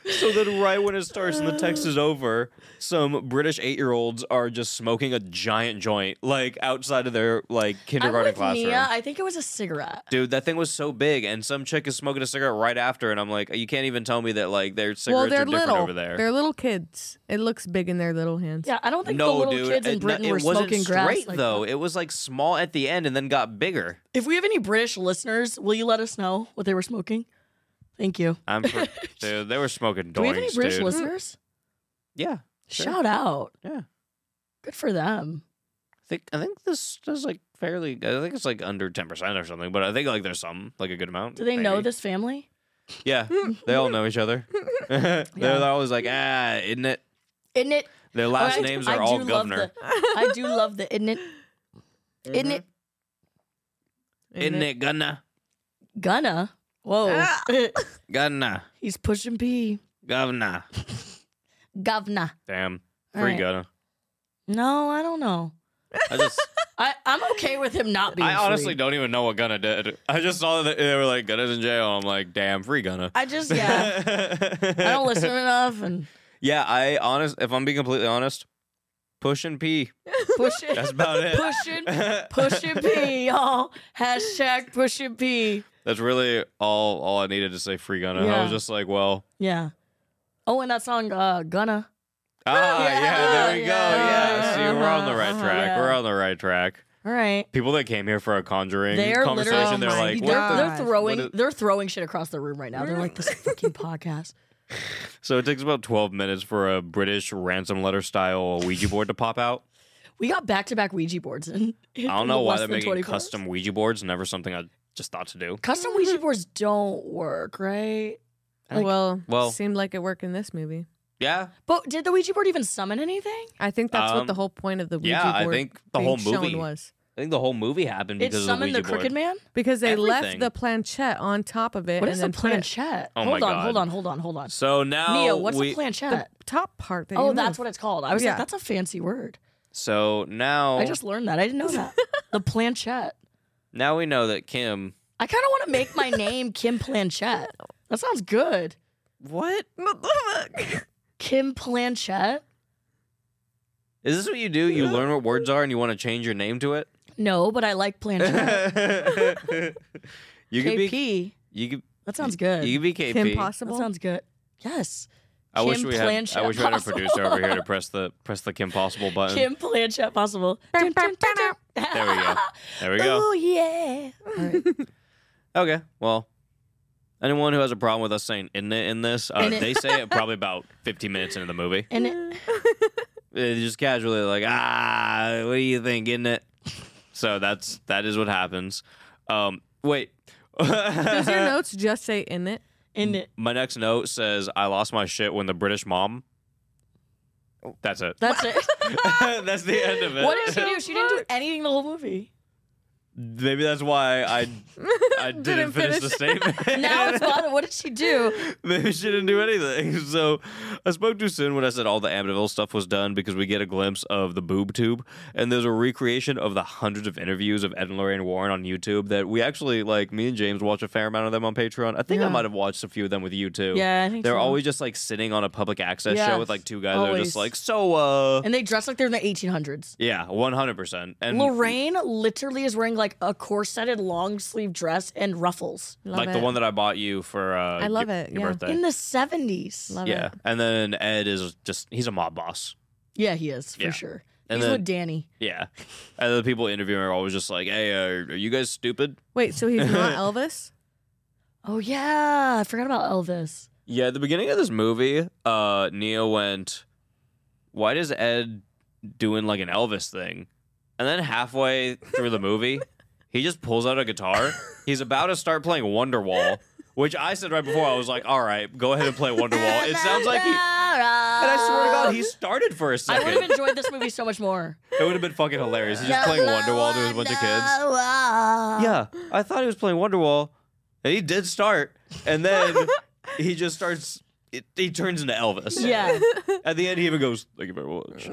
[SPEAKER 1] So then, right when it starts and the text
[SPEAKER 3] Uh.
[SPEAKER 1] is over, some British eight-year-olds are just smoking a giant joint, like outside of their like
[SPEAKER 3] I'm
[SPEAKER 1] <laughs> kindergarten
[SPEAKER 3] with
[SPEAKER 1] classroom.
[SPEAKER 3] Nia. I think it was a cigarette.
[SPEAKER 1] Dude, that thing was so big, and some chick is smoking a cigarette right after, and I'm like, you can't even tell me that like their cigarettes
[SPEAKER 2] well, they're
[SPEAKER 1] are different
[SPEAKER 2] little.
[SPEAKER 1] over there.
[SPEAKER 2] They're little kids. It looks big in their little hands.
[SPEAKER 3] Yeah, I don't think the
[SPEAKER 1] no,
[SPEAKER 3] little
[SPEAKER 1] dude,
[SPEAKER 3] kids in
[SPEAKER 1] it, no,
[SPEAKER 3] Britain
[SPEAKER 1] it
[SPEAKER 3] were
[SPEAKER 1] wasn't
[SPEAKER 3] smoking
[SPEAKER 1] straight
[SPEAKER 3] grass. like
[SPEAKER 1] though.
[SPEAKER 3] that.
[SPEAKER 1] It was like small at the end and then got bigger.
[SPEAKER 3] If we have any British listeners, will you let us know what they were smoking? Thank you. <laughs>
[SPEAKER 1] I'm pre- dude. They were smoking
[SPEAKER 3] Do we have any
[SPEAKER 1] doinks,
[SPEAKER 3] British
[SPEAKER 1] dude.
[SPEAKER 3] listeners?
[SPEAKER 1] yeah, Sure.
[SPEAKER 3] Shout out.
[SPEAKER 1] yeah.
[SPEAKER 3] Good for them.
[SPEAKER 1] I think I think this is like fairly. I think it's like under ten percent or something. But I think like there's some like a good amount.
[SPEAKER 3] Do they know
[SPEAKER 1] maybe.
[SPEAKER 3] this family?
[SPEAKER 1] Yeah, they all know each
[SPEAKER 3] <laughs>
[SPEAKER 1] other. <laughs> They're always like, ah, isn't it?
[SPEAKER 3] Isn't it?
[SPEAKER 1] Their last
[SPEAKER 3] Oh, I-
[SPEAKER 1] names
[SPEAKER 3] I
[SPEAKER 1] are all
[SPEAKER 3] do love
[SPEAKER 1] governor.
[SPEAKER 3] the- I do love the isn't it? Isn't it
[SPEAKER 1] Isn't it Gunna?
[SPEAKER 3] gonna? Whoa. <laughs>
[SPEAKER 1] Gunna.
[SPEAKER 3] He's pushing P.
[SPEAKER 1] Governor.
[SPEAKER 3] Govna.
[SPEAKER 1] Damn.
[SPEAKER 3] All
[SPEAKER 1] Free
[SPEAKER 3] right.
[SPEAKER 1] Gunna.
[SPEAKER 3] No, I don't know.
[SPEAKER 1] I just
[SPEAKER 3] I, I'm okay with him not <laughs> being
[SPEAKER 1] I honestly
[SPEAKER 3] free.
[SPEAKER 1] don't even know what Gunna did. I just saw that they were like Gunna's in jail. I'm like, damn, free Gunna.
[SPEAKER 3] I
[SPEAKER 1] <laughs>
[SPEAKER 3] just yeah. I don't listen enough and
[SPEAKER 1] Yeah, I honest if I'm being completely honest, push and pee.
[SPEAKER 3] push it.
[SPEAKER 1] That's
[SPEAKER 3] <laughs>
[SPEAKER 1] about it.
[SPEAKER 3] Pushing,
[SPEAKER 1] <laughs>
[SPEAKER 3] pushing P, y'all. Hashtag pushing P.
[SPEAKER 1] That's really all all I needed to say free Gunna. I
[SPEAKER 3] Yeah.
[SPEAKER 1] was just like,
[SPEAKER 3] <laughs>
[SPEAKER 1] well,
[SPEAKER 3] Yeah. Oh, and that song, uh, Gunna.
[SPEAKER 1] ah, yeah, there we go. Yeah.
[SPEAKER 3] yeah,
[SPEAKER 1] See, we're on the
[SPEAKER 2] uh-huh,
[SPEAKER 1] right
[SPEAKER 2] uh-huh,
[SPEAKER 1] track.
[SPEAKER 3] yeah.
[SPEAKER 1] We're on the right track.
[SPEAKER 3] All right.
[SPEAKER 1] People that came here for a conjuring
[SPEAKER 3] They are
[SPEAKER 1] conversation,
[SPEAKER 3] literally
[SPEAKER 1] they're
[SPEAKER 2] Oh my
[SPEAKER 1] like,
[SPEAKER 2] God.
[SPEAKER 1] what
[SPEAKER 3] they're, they're
[SPEAKER 2] What
[SPEAKER 3] throwing
[SPEAKER 1] is-
[SPEAKER 3] they're throwing shit across the room right now. They're like this
[SPEAKER 2] <laughs>
[SPEAKER 3] fucking podcast.
[SPEAKER 1] So it takes about 12 minutes for a British ransom letter style Ouija board to pop
[SPEAKER 3] <laughs>
[SPEAKER 1] out.
[SPEAKER 3] We got back to back Ouija boards in.
[SPEAKER 1] I don't know why
[SPEAKER 3] less
[SPEAKER 1] they're
[SPEAKER 3] than
[SPEAKER 1] making
[SPEAKER 3] 24 hours.
[SPEAKER 1] custom Ouija boards. Never something I just thought to do.
[SPEAKER 3] Custom Ouija boards don't work, right? Like-
[SPEAKER 2] well,
[SPEAKER 1] Well-
[SPEAKER 2] seemed like it worked in this movie.
[SPEAKER 1] Yeah.
[SPEAKER 3] But did the Ouija board even summon anything?
[SPEAKER 2] I think that's
[SPEAKER 1] Um,
[SPEAKER 2] what the whole point of the Ouija
[SPEAKER 1] yeah, I
[SPEAKER 2] board
[SPEAKER 1] think the
[SPEAKER 2] being
[SPEAKER 1] whole
[SPEAKER 2] shown
[SPEAKER 1] movie.
[SPEAKER 2] was
[SPEAKER 1] I think the whole movie happened
[SPEAKER 3] It
[SPEAKER 1] because of the
[SPEAKER 3] summoned
[SPEAKER 1] Ouija
[SPEAKER 3] the Crooked
[SPEAKER 1] board.
[SPEAKER 3] Man.
[SPEAKER 2] because they left
[SPEAKER 1] Everything.
[SPEAKER 2] the planchette on top of it.
[SPEAKER 3] What
[SPEAKER 2] and
[SPEAKER 3] is a
[SPEAKER 2] then put it-
[SPEAKER 3] planchette?
[SPEAKER 1] Oh my
[SPEAKER 3] hold on, hold
[SPEAKER 1] God.
[SPEAKER 3] on, hold on, hold on.
[SPEAKER 1] So now
[SPEAKER 3] Nia, what's
[SPEAKER 1] we,
[SPEAKER 3] a planchette?
[SPEAKER 2] Top part. That
[SPEAKER 3] Oh,
[SPEAKER 2] you
[SPEAKER 3] that's
[SPEAKER 2] move.
[SPEAKER 3] what it's called. I was
[SPEAKER 2] Yeah.
[SPEAKER 3] like, that's a fancy word.
[SPEAKER 1] So now
[SPEAKER 3] I just learned that. I didn't
[SPEAKER 2] <laughs>
[SPEAKER 3] know that. the planchette.
[SPEAKER 1] now we know that Kim
[SPEAKER 3] I kind of want to make my name Kim Planchette. That sounds good.
[SPEAKER 1] What?
[SPEAKER 2] <laughs>
[SPEAKER 3] Kim Planchette?
[SPEAKER 1] Is this what you do? You learn what words are and you want to change your name to it?
[SPEAKER 3] No, but I like Planchette.
[SPEAKER 1] <laughs> you could
[SPEAKER 3] KP.
[SPEAKER 1] be you could
[SPEAKER 3] That sounds good.
[SPEAKER 1] you could be KP.
[SPEAKER 2] Kim
[SPEAKER 3] that
[SPEAKER 2] Possible.
[SPEAKER 3] sounds good. Yes.
[SPEAKER 1] I wish
[SPEAKER 3] Kim
[SPEAKER 1] we had I
[SPEAKER 3] Planchette
[SPEAKER 1] wish we had a
[SPEAKER 3] Possible.
[SPEAKER 1] producer over here to press the press the Kim Possible <laughs> button.
[SPEAKER 3] Kim Planchette possible. Dun, dun, dun, dun.
[SPEAKER 1] There we go. There we go.
[SPEAKER 3] <laughs> Oh yeah.
[SPEAKER 1] Okay. Well, anyone who has a problem with us saying "in it" in this, uh,
[SPEAKER 3] In it.
[SPEAKER 1] they say it probably about 50 minutes into the movie.
[SPEAKER 3] And it,
[SPEAKER 1] They just casually like, ah, what do you think, isn't it? So that's that is what happens. Um, wait.
[SPEAKER 2] <laughs>
[SPEAKER 1] <laughs>
[SPEAKER 2] Does your notes just say in it?
[SPEAKER 3] In it.
[SPEAKER 1] My next note says, "I lost my shit when the British mom." That's it.
[SPEAKER 3] That's it.
[SPEAKER 1] <laughs> that's the end of it.
[SPEAKER 3] what did she do? She
[SPEAKER 1] <laughs>
[SPEAKER 3] didn't do anything the whole movie.
[SPEAKER 1] Maybe that's why I
[SPEAKER 3] <laughs>
[SPEAKER 1] I didn't,
[SPEAKER 2] Didn't
[SPEAKER 1] finish, the
[SPEAKER 2] finish.
[SPEAKER 1] statement. <laughs>
[SPEAKER 3] Now it's gone. What did she do?
[SPEAKER 1] Maybe she didn't do anything. <laughs> So I spoke too soon when I said all the Amityville stuff was done because we get a glimpse of the boob tube, and there's a recreation of the hundreds of interviews of Ed and Lorraine Warren on YouTube that we actually like. Me and James watch a fair amount of them on Patreon. I think I
[SPEAKER 3] Yeah.
[SPEAKER 1] might have watched a few of them with you too.
[SPEAKER 3] Yeah, I think
[SPEAKER 1] they're
[SPEAKER 3] so.
[SPEAKER 1] always just like sitting on a public access show
[SPEAKER 3] Yes,
[SPEAKER 1] with like two guys that are
[SPEAKER 3] always.
[SPEAKER 1] just like, so uh,
[SPEAKER 3] And they dress like they're in the 1800s.
[SPEAKER 1] yeah, one hundred percent. And
[SPEAKER 3] Lorraine literally is wearing like a corseted long sleeve dress and ruffles
[SPEAKER 2] Love
[SPEAKER 1] like
[SPEAKER 2] it.
[SPEAKER 1] the one that I bought you for uh,
[SPEAKER 2] I love
[SPEAKER 1] your,
[SPEAKER 2] it,
[SPEAKER 1] your
[SPEAKER 2] yeah.
[SPEAKER 1] birthday.
[SPEAKER 3] in the 70s.
[SPEAKER 2] Love
[SPEAKER 1] yeah,
[SPEAKER 2] it.
[SPEAKER 1] and then Ed is just—he's a mob boss.
[SPEAKER 3] Yeah, he is for
[SPEAKER 1] Yeah.
[SPEAKER 3] sure.
[SPEAKER 1] And
[SPEAKER 3] He's
[SPEAKER 1] then-
[SPEAKER 3] with Danny.
[SPEAKER 1] Yeah, and the people interviewing are always just like, "Hey, uh, are you guys stupid?"
[SPEAKER 2] Wait, so he's
[SPEAKER 1] <laughs>
[SPEAKER 2] not Elvis?
[SPEAKER 3] Oh yeah, I forgot about Elvis.
[SPEAKER 1] Yeah, at the beginning of this movie, uh, Neo went, "Why does Ed doing like an Elvis thing?" And then halfway through the movie, he just pulls out a guitar. He's about to start playing Wonderwall, which I said right before. I was like, "All right, go ahead and play Wonderwall." It sounds like he. And I swear to God, he started for a
[SPEAKER 3] I would have
[SPEAKER 1] second.
[SPEAKER 3] enjoyed this movie so much more.
[SPEAKER 1] It would have been fucking hilarious. <laughs> He's just playing Wonderwall to a bunch of kids. Yeah, I thought he was playing Wonderwall, and he did start, and then he just starts. It, he turns into Elvis.
[SPEAKER 3] Yeah.
[SPEAKER 1] At the end, he even goes, "Thank you very much."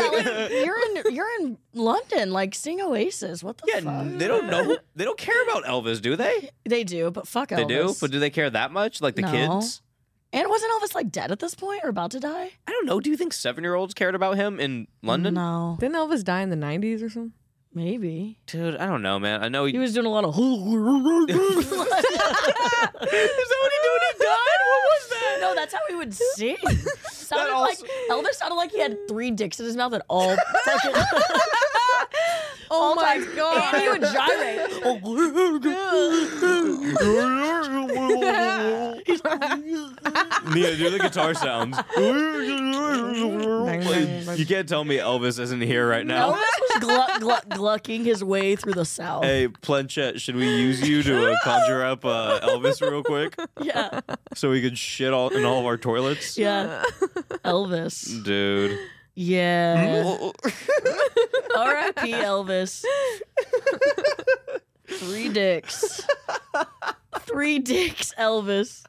[SPEAKER 3] <laughs> yeah, like, you're in you're in London, like sing Oasis. What the
[SPEAKER 1] yeah,
[SPEAKER 3] fuck?
[SPEAKER 1] they don't know. They don't care about Elvis, do they?
[SPEAKER 3] They do, but fuck
[SPEAKER 1] They
[SPEAKER 3] Elvis.
[SPEAKER 1] do, but do they care that much? Like the
[SPEAKER 3] No.
[SPEAKER 1] kids?
[SPEAKER 3] and wasn't Elvis like dead at this point or about to die?
[SPEAKER 1] I don't know. Do you think seven-year-olds cared about him in London?
[SPEAKER 3] No,
[SPEAKER 2] Didn't Elvis die in the 90s or something?
[SPEAKER 3] maybe
[SPEAKER 1] Dude, I don't know, man. I
[SPEAKER 3] <laughs>
[SPEAKER 1] know. He, <laughs>
[SPEAKER 3] he was doing a lot of. <laughs>
[SPEAKER 1] Is that what he did when he died? What was that?
[SPEAKER 3] No, that's how he <laughs> would sing. Sounded
[SPEAKER 1] also-
[SPEAKER 3] like Elvis sounded like he had three dicks in his mouth at all fucking <laughs> all times. And he would <laughs> Oh, gyrate.
[SPEAKER 1] Nia, do the guitar
[SPEAKER 3] <laughs>
[SPEAKER 1] sounds. you can't tell me <laughs> Elvis isn't here right now.
[SPEAKER 3] Elvis was gluck, gluck, glucking his way through the south.
[SPEAKER 1] <laughs> Hey, Planchette, should we use you to uh, conjure up uh, Elvis real quick
[SPEAKER 3] Yeah,
[SPEAKER 1] so we could shit all in all of our toilets?
[SPEAKER 3] yeah.
[SPEAKER 1] Mm.
[SPEAKER 3] Elvis.
[SPEAKER 1] Dude.
[SPEAKER 3] <laughs> Yeah. R.I.P. Elvis. <laughs> Three <laughs> dicks. Three dicks, Elvis.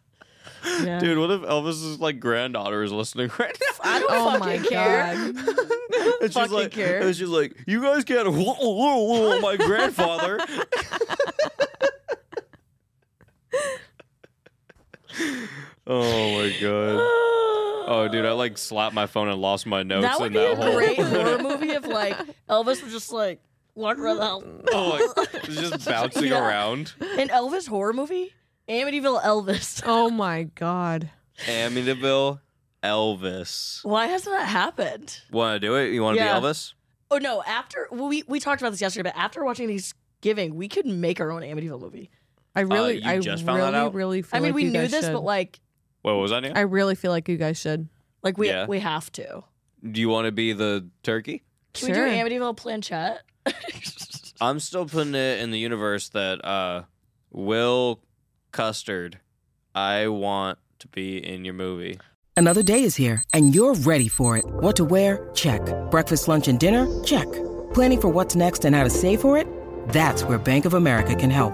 [SPEAKER 3] Yeah.
[SPEAKER 1] Dude, what if Elvis's like granddaughter is listening right now?
[SPEAKER 3] I don't
[SPEAKER 2] Oh my
[SPEAKER 3] fucking care.
[SPEAKER 1] <laughs>
[SPEAKER 3] <laughs>
[SPEAKER 1] And she's
[SPEAKER 3] fucking
[SPEAKER 1] like,
[SPEAKER 3] care.
[SPEAKER 1] and she's like, you guys can't <laughs> my grandfather. <laughs> oh my god. Oh dude, I like slapped my phone and lost my notes
[SPEAKER 3] that
[SPEAKER 1] in
[SPEAKER 3] would be
[SPEAKER 1] that
[SPEAKER 3] a
[SPEAKER 1] whole. <laughs>
[SPEAKER 3] great horror movie if like Elvis was just like walk around the house.
[SPEAKER 1] oh, like, it was just bouncing
[SPEAKER 3] <laughs> Yeah.
[SPEAKER 1] around.
[SPEAKER 3] An Elvis horror movie? Amityville Elvis.
[SPEAKER 2] Oh my God.
[SPEAKER 1] Amityville, Elvis.
[SPEAKER 3] Why hasn't that happened?
[SPEAKER 1] Want to do it? You want to
[SPEAKER 3] Yeah.
[SPEAKER 1] be Elvis?
[SPEAKER 3] Oh no, after well, we we talked about this yesterday, but after watching Thanksgiving, we could make our own Amityville movie.
[SPEAKER 2] I really,
[SPEAKER 1] Uh, you
[SPEAKER 2] I
[SPEAKER 1] just found
[SPEAKER 2] really,
[SPEAKER 1] that out?
[SPEAKER 2] really feel
[SPEAKER 3] I mean,
[SPEAKER 2] like
[SPEAKER 3] we
[SPEAKER 2] you
[SPEAKER 3] knew
[SPEAKER 2] guys
[SPEAKER 3] this,
[SPEAKER 2] should.
[SPEAKER 3] but like
[SPEAKER 1] What was that? Nia?
[SPEAKER 2] I really feel like you guys should.
[SPEAKER 3] like we
[SPEAKER 1] Yeah.
[SPEAKER 3] we have to.
[SPEAKER 1] Do you want to be the turkey?
[SPEAKER 3] Can
[SPEAKER 2] Sure.
[SPEAKER 3] we do Amityville Planchette?
[SPEAKER 1] I'm still putting it in the universe that uh, Will Custard, I want to be in your movie.
[SPEAKER 5] Another day is here, and you're ready for it. What to wear? Check. Breakfast, lunch, and dinner? Check. Planning for what's next and how to save for it? That's where Bank of America can help.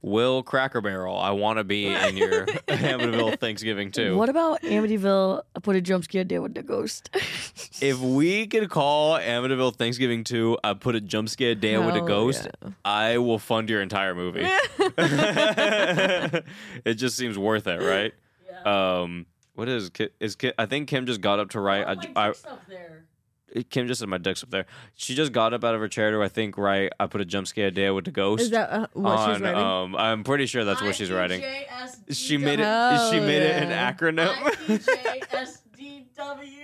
[SPEAKER 1] Will Cracker Barrel, I want to be in
[SPEAKER 3] <laughs>
[SPEAKER 1] your Amityville Thanksgiving too.
[SPEAKER 3] What about Amityville? I put a jump scare there with the ghost.
[SPEAKER 1] if we could call Amityville Thanksgiving 2, I put a jump scare Dan with a
[SPEAKER 2] Hell
[SPEAKER 1] ghost, I will fund your entire
[SPEAKER 2] <laughs>
[SPEAKER 1] movie. <laughs> it just seems worth it, right? Um, what is Ki- is Ki- I think Kim just got up to write. I, I,
[SPEAKER 3] there.
[SPEAKER 1] Kim just said my dick's up there. She just got up out of her chair to I think right. I put a jump scare day with the ghost.
[SPEAKER 2] Is that uh, what she's
[SPEAKER 1] on,
[SPEAKER 2] writing?
[SPEAKER 1] Um, I'm pretty sure that's what she's writing. She made it.
[SPEAKER 2] Oh,
[SPEAKER 1] she made it an
[SPEAKER 2] yeah.
[SPEAKER 1] acronym.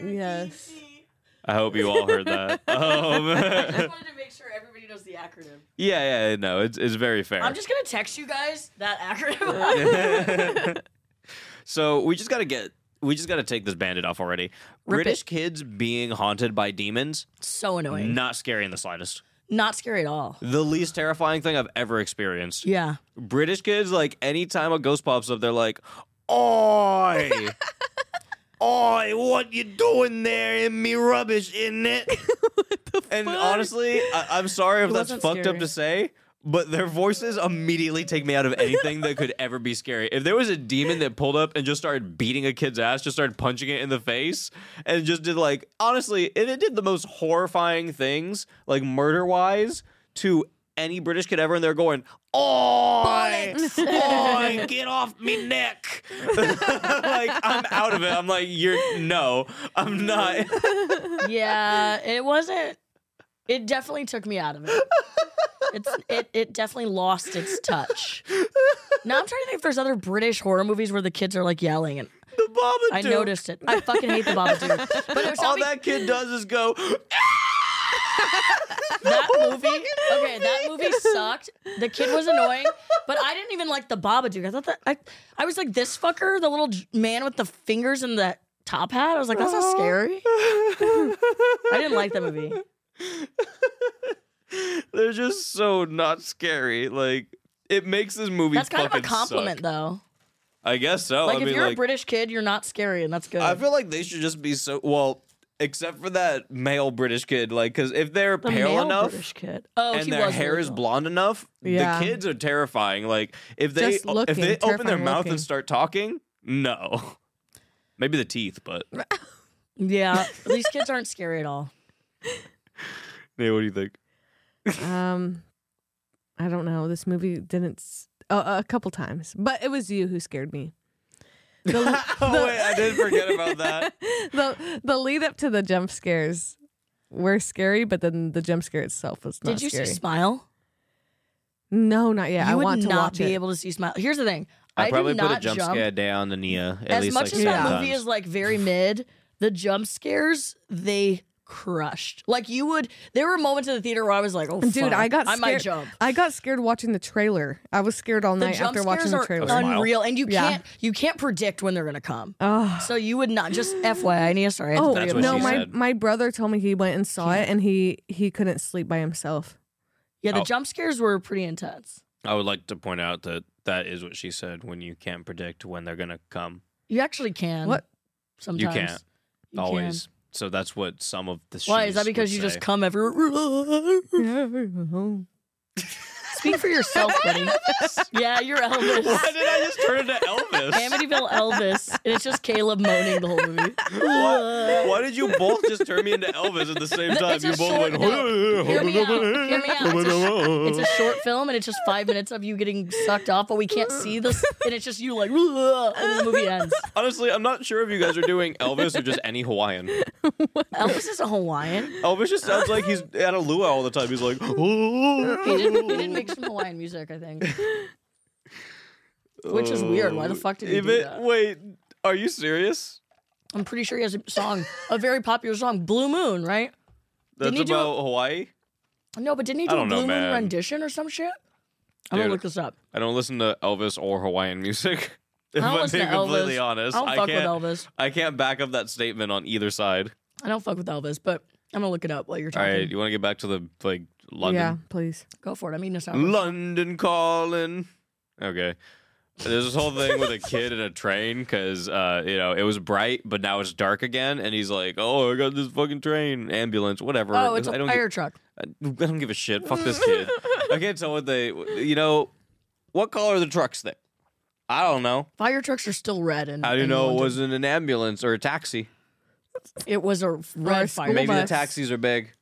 [SPEAKER 2] Yes.
[SPEAKER 1] <laughs> I hope you all heard
[SPEAKER 2] <laughs>
[SPEAKER 1] that. Um,
[SPEAKER 3] wanted to make sure everybody knows the acronym.
[SPEAKER 1] yeah, yeah, no, it's it's very fair.
[SPEAKER 3] I'm just <laughs> gonna text you guys that acronym.
[SPEAKER 1] <laughs>
[SPEAKER 3] <laughs>
[SPEAKER 1] so we just gotta get. We just got to take this bandit off already. British kids being haunted by demons,
[SPEAKER 3] so annoying.
[SPEAKER 1] not scary in the slightest.
[SPEAKER 3] Not scary at all.
[SPEAKER 1] The least terrifying thing I've ever experienced.
[SPEAKER 3] Yeah.
[SPEAKER 1] British kids, like anytime a ghost pops up, they're like, "Oi,
[SPEAKER 3] <laughs>
[SPEAKER 1] oi, what you doing there in me rubbish, isn't it?" and honestly, I- I'm sorry if that's
[SPEAKER 2] wasn't
[SPEAKER 1] fucked up
[SPEAKER 2] scary.
[SPEAKER 1] to say. But their voices immediately take me out of anything that could ever be scary. If there was a demon that pulled up and just started beating a kid's ass, just started punching it in the face, and just did like, honestly, if it did the most horrifying things, like murder wise, to any British kid ever, and they're going, Oi, oi, get off me neck. <laughs> like, I'm out of it. I'm like, You're no, I'm not. <laughs>
[SPEAKER 3] Yeah. It wasn't. It definitely took me out of it. It's it it definitely lost its touch. Now I'm trying to think if there's other British horror movies where the kids are like yelling and
[SPEAKER 1] the Babadook.
[SPEAKER 3] I noticed it. I fucking hate the Babadook. But it was
[SPEAKER 1] <laughs> All
[SPEAKER 3] something-
[SPEAKER 1] that kid does is
[SPEAKER 3] <laughs>
[SPEAKER 1] go, <laughs>
[SPEAKER 3] that movie. Okay, that movie sucked. The kid was annoying, but I didn't even like the Babadook. I thought that I, I was like this fucker, the little j- man with the fingers in the top hat. I was like, that's not scary. I didn't like that movie.
[SPEAKER 1] <laughs> they're just so not scary. Like, it makes this movie
[SPEAKER 3] That's kind of a
[SPEAKER 1] fucking suck.
[SPEAKER 3] compliment, though.
[SPEAKER 1] I guess so.
[SPEAKER 3] Like
[SPEAKER 1] I
[SPEAKER 3] if
[SPEAKER 1] mean,
[SPEAKER 3] you're
[SPEAKER 1] like,
[SPEAKER 3] a British kid, you're not scary, and that's good.
[SPEAKER 1] I feel like they should just be so, well, except for that male British kid, like, because if they're
[SPEAKER 3] the
[SPEAKER 1] pale
[SPEAKER 3] male
[SPEAKER 1] enough.
[SPEAKER 3] British kid. Oh,
[SPEAKER 1] and
[SPEAKER 3] he
[SPEAKER 1] their
[SPEAKER 3] was
[SPEAKER 1] hair
[SPEAKER 3] really
[SPEAKER 1] is
[SPEAKER 3] tall.
[SPEAKER 1] blonde enough,
[SPEAKER 2] Yeah.
[SPEAKER 1] the kids are terrifying. Like if they
[SPEAKER 2] Just
[SPEAKER 1] if
[SPEAKER 2] looking,
[SPEAKER 1] they open their
[SPEAKER 2] terrifying
[SPEAKER 1] mouth
[SPEAKER 2] looking.
[SPEAKER 1] and start talking, no. <laughs> Maybe the teeth, but <laughs>
[SPEAKER 3] Yeah, these kids aren't scary at all.
[SPEAKER 1] Nate, what do you think?
[SPEAKER 2] Um, I don't know. This movie didn't s- uh, a couple times, but it was you who scared me. The,
[SPEAKER 1] Oh <laughs> wait, I did forget about that.
[SPEAKER 2] the the lead up to the jump scares were scary, but then the jump scare itself was not
[SPEAKER 3] Did you
[SPEAKER 2] scary.
[SPEAKER 3] see Smile?
[SPEAKER 2] no, not yet.
[SPEAKER 3] you
[SPEAKER 2] I
[SPEAKER 3] would
[SPEAKER 2] want to
[SPEAKER 3] not
[SPEAKER 2] watch
[SPEAKER 3] be
[SPEAKER 2] it.
[SPEAKER 3] able to see Smile. Here's the thing.
[SPEAKER 1] I,
[SPEAKER 3] did
[SPEAKER 1] probably put a
[SPEAKER 3] not
[SPEAKER 1] jump,
[SPEAKER 3] jump
[SPEAKER 1] scare down on Nia at
[SPEAKER 3] as
[SPEAKER 1] least
[SPEAKER 3] much
[SPEAKER 1] like
[SPEAKER 3] as
[SPEAKER 1] seven
[SPEAKER 3] that movie
[SPEAKER 1] times.
[SPEAKER 3] is like very mid, the jump scares they crushed. Like you would, there were moments in the theater where I was like, "Oh,
[SPEAKER 2] Dude,
[SPEAKER 3] fuck,
[SPEAKER 2] I got
[SPEAKER 3] I
[SPEAKER 2] scared.
[SPEAKER 3] might jump."
[SPEAKER 2] I got scared watching the trailer. I was scared all
[SPEAKER 3] The
[SPEAKER 2] night
[SPEAKER 3] jump
[SPEAKER 2] after watching
[SPEAKER 3] scares
[SPEAKER 2] the
[SPEAKER 3] are
[SPEAKER 2] trailer.
[SPEAKER 1] Smile.
[SPEAKER 3] unreal, and you
[SPEAKER 2] Yeah.
[SPEAKER 3] can't you can't predict when they're gonna come.
[SPEAKER 2] Ugh.
[SPEAKER 3] so you would
[SPEAKER 2] <gasps>
[SPEAKER 3] not just FYI, Nia. Sorry, I had to
[SPEAKER 2] Ah. Oh
[SPEAKER 3] tell you
[SPEAKER 1] That's
[SPEAKER 3] about
[SPEAKER 1] what she
[SPEAKER 2] no,
[SPEAKER 3] that.
[SPEAKER 2] my
[SPEAKER 1] said.
[SPEAKER 2] my brother told me he went and saw it, and he he couldn't sleep by himself.
[SPEAKER 3] yeah, the
[SPEAKER 1] Oh.
[SPEAKER 3] jump scares were pretty intense.
[SPEAKER 1] I would like to point out that that is what she said when you can't predict when they're gonna come.
[SPEAKER 3] You actually can.
[SPEAKER 2] What?
[SPEAKER 3] Sometimes
[SPEAKER 1] You can't
[SPEAKER 3] You can.
[SPEAKER 1] always. So that's what some of the
[SPEAKER 3] Why is that?
[SPEAKER 1] she's
[SPEAKER 3] Because
[SPEAKER 1] would
[SPEAKER 3] you <laughs>
[SPEAKER 1] say.
[SPEAKER 3] just come everywhere.
[SPEAKER 2] <laughs>
[SPEAKER 3] Speak for yourself,
[SPEAKER 2] <laughs>
[SPEAKER 3] buddy. yeah, you're
[SPEAKER 1] <laughs>
[SPEAKER 3] Elvis.
[SPEAKER 1] Why did I just turn into Elvis? <laughs>
[SPEAKER 3] Amityville Elvis, and it's just Caleb moaning the whole movie.
[SPEAKER 1] Why, why did you both just turn me into Elvis at the same time?
[SPEAKER 3] It's a
[SPEAKER 1] you both
[SPEAKER 3] short
[SPEAKER 1] went.
[SPEAKER 3] film. Hear me out. Hear me out. It's a sh- It's a short film, and it's just five minutes of you getting sucked off, but we can't see this, and it's just you like, and then the movie ends.
[SPEAKER 1] Honestly, I'm not sure if you guys are doing Elvis or just any Hawaiian.
[SPEAKER 3] Elvis is a Hawaiian.
[SPEAKER 1] Elvis just sounds like he's at a luau all the time. He's like, <laughs>
[SPEAKER 3] He did, he did make some Hawaiian music, I think. Which is weird. Why the fuck did he
[SPEAKER 1] If
[SPEAKER 3] do
[SPEAKER 1] it-
[SPEAKER 3] that?
[SPEAKER 1] Wait, are you serious?
[SPEAKER 3] I'm pretty sure he has a song, a very popular song, Blue Moon, right?
[SPEAKER 1] That's
[SPEAKER 3] he do a-
[SPEAKER 1] about Hawaii.
[SPEAKER 3] No, but didn't he
[SPEAKER 1] I
[SPEAKER 3] do a
[SPEAKER 1] don't know,
[SPEAKER 3] Blue Moon
[SPEAKER 1] man.
[SPEAKER 3] rendition or some shit? I'm gonna
[SPEAKER 1] Dude,
[SPEAKER 3] look this up.
[SPEAKER 1] I don't listen to Elvis or Hawaiian music. <laughs> If
[SPEAKER 3] I don't
[SPEAKER 1] I'm
[SPEAKER 3] listen
[SPEAKER 1] being
[SPEAKER 3] to
[SPEAKER 1] completely
[SPEAKER 3] Elvis.
[SPEAKER 1] honest,
[SPEAKER 3] I don't
[SPEAKER 1] I
[SPEAKER 3] fuck with
[SPEAKER 1] can't.
[SPEAKER 3] Elvis.
[SPEAKER 1] I can't back up that statement on either side.
[SPEAKER 3] I don't fuck with Elvis, but I'm gonna look it up while you're
[SPEAKER 1] All
[SPEAKER 3] talking.
[SPEAKER 1] right, you want to get back to the like London?
[SPEAKER 2] Yeah, please.
[SPEAKER 3] Go for it. I mean,
[SPEAKER 1] Mm.
[SPEAKER 3] it's not.
[SPEAKER 1] London calling. Okay. There's this whole thing with a kid in a train because, uh, you know, it was bright, but now it's dark again. And he's like, oh, I got this fucking train, ambulance, whatever.
[SPEAKER 3] oh, it's
[SPEAKER 1] I
[SPEAKER 3] a
[SPEAKER 1] don't
[SPEAKER 3] fire
[SPEAKER 1] gi-
[SPEAKER 3] truck.
[SPEAKER 1] I don't give a shit. Fuck this
[SPEAKER 3] <laughs>
[SPEAKER 1] kid. I can't tell what they, you know, what color are the trucks there? I don't know.
[SPEAKER 3] Fire trucks are still red. And
[SPEAKER 1] How do you
[SPEAKER 3] in
[SPEAKER 1] know it
[SPEAKER 3] London.
[SPEAKER 1] wasn't an ambulance or a taxi?
[SPEAKER 3] It was a red
[SPEAKER 2] school
[SPEAKER 3] fire.
[SPEAKER 1] Maybe
[SPEAKER 3] truck.
[SPEAKER 1] the
[SPEAKER 2] bus.
[SPEAKER 1] taxis are big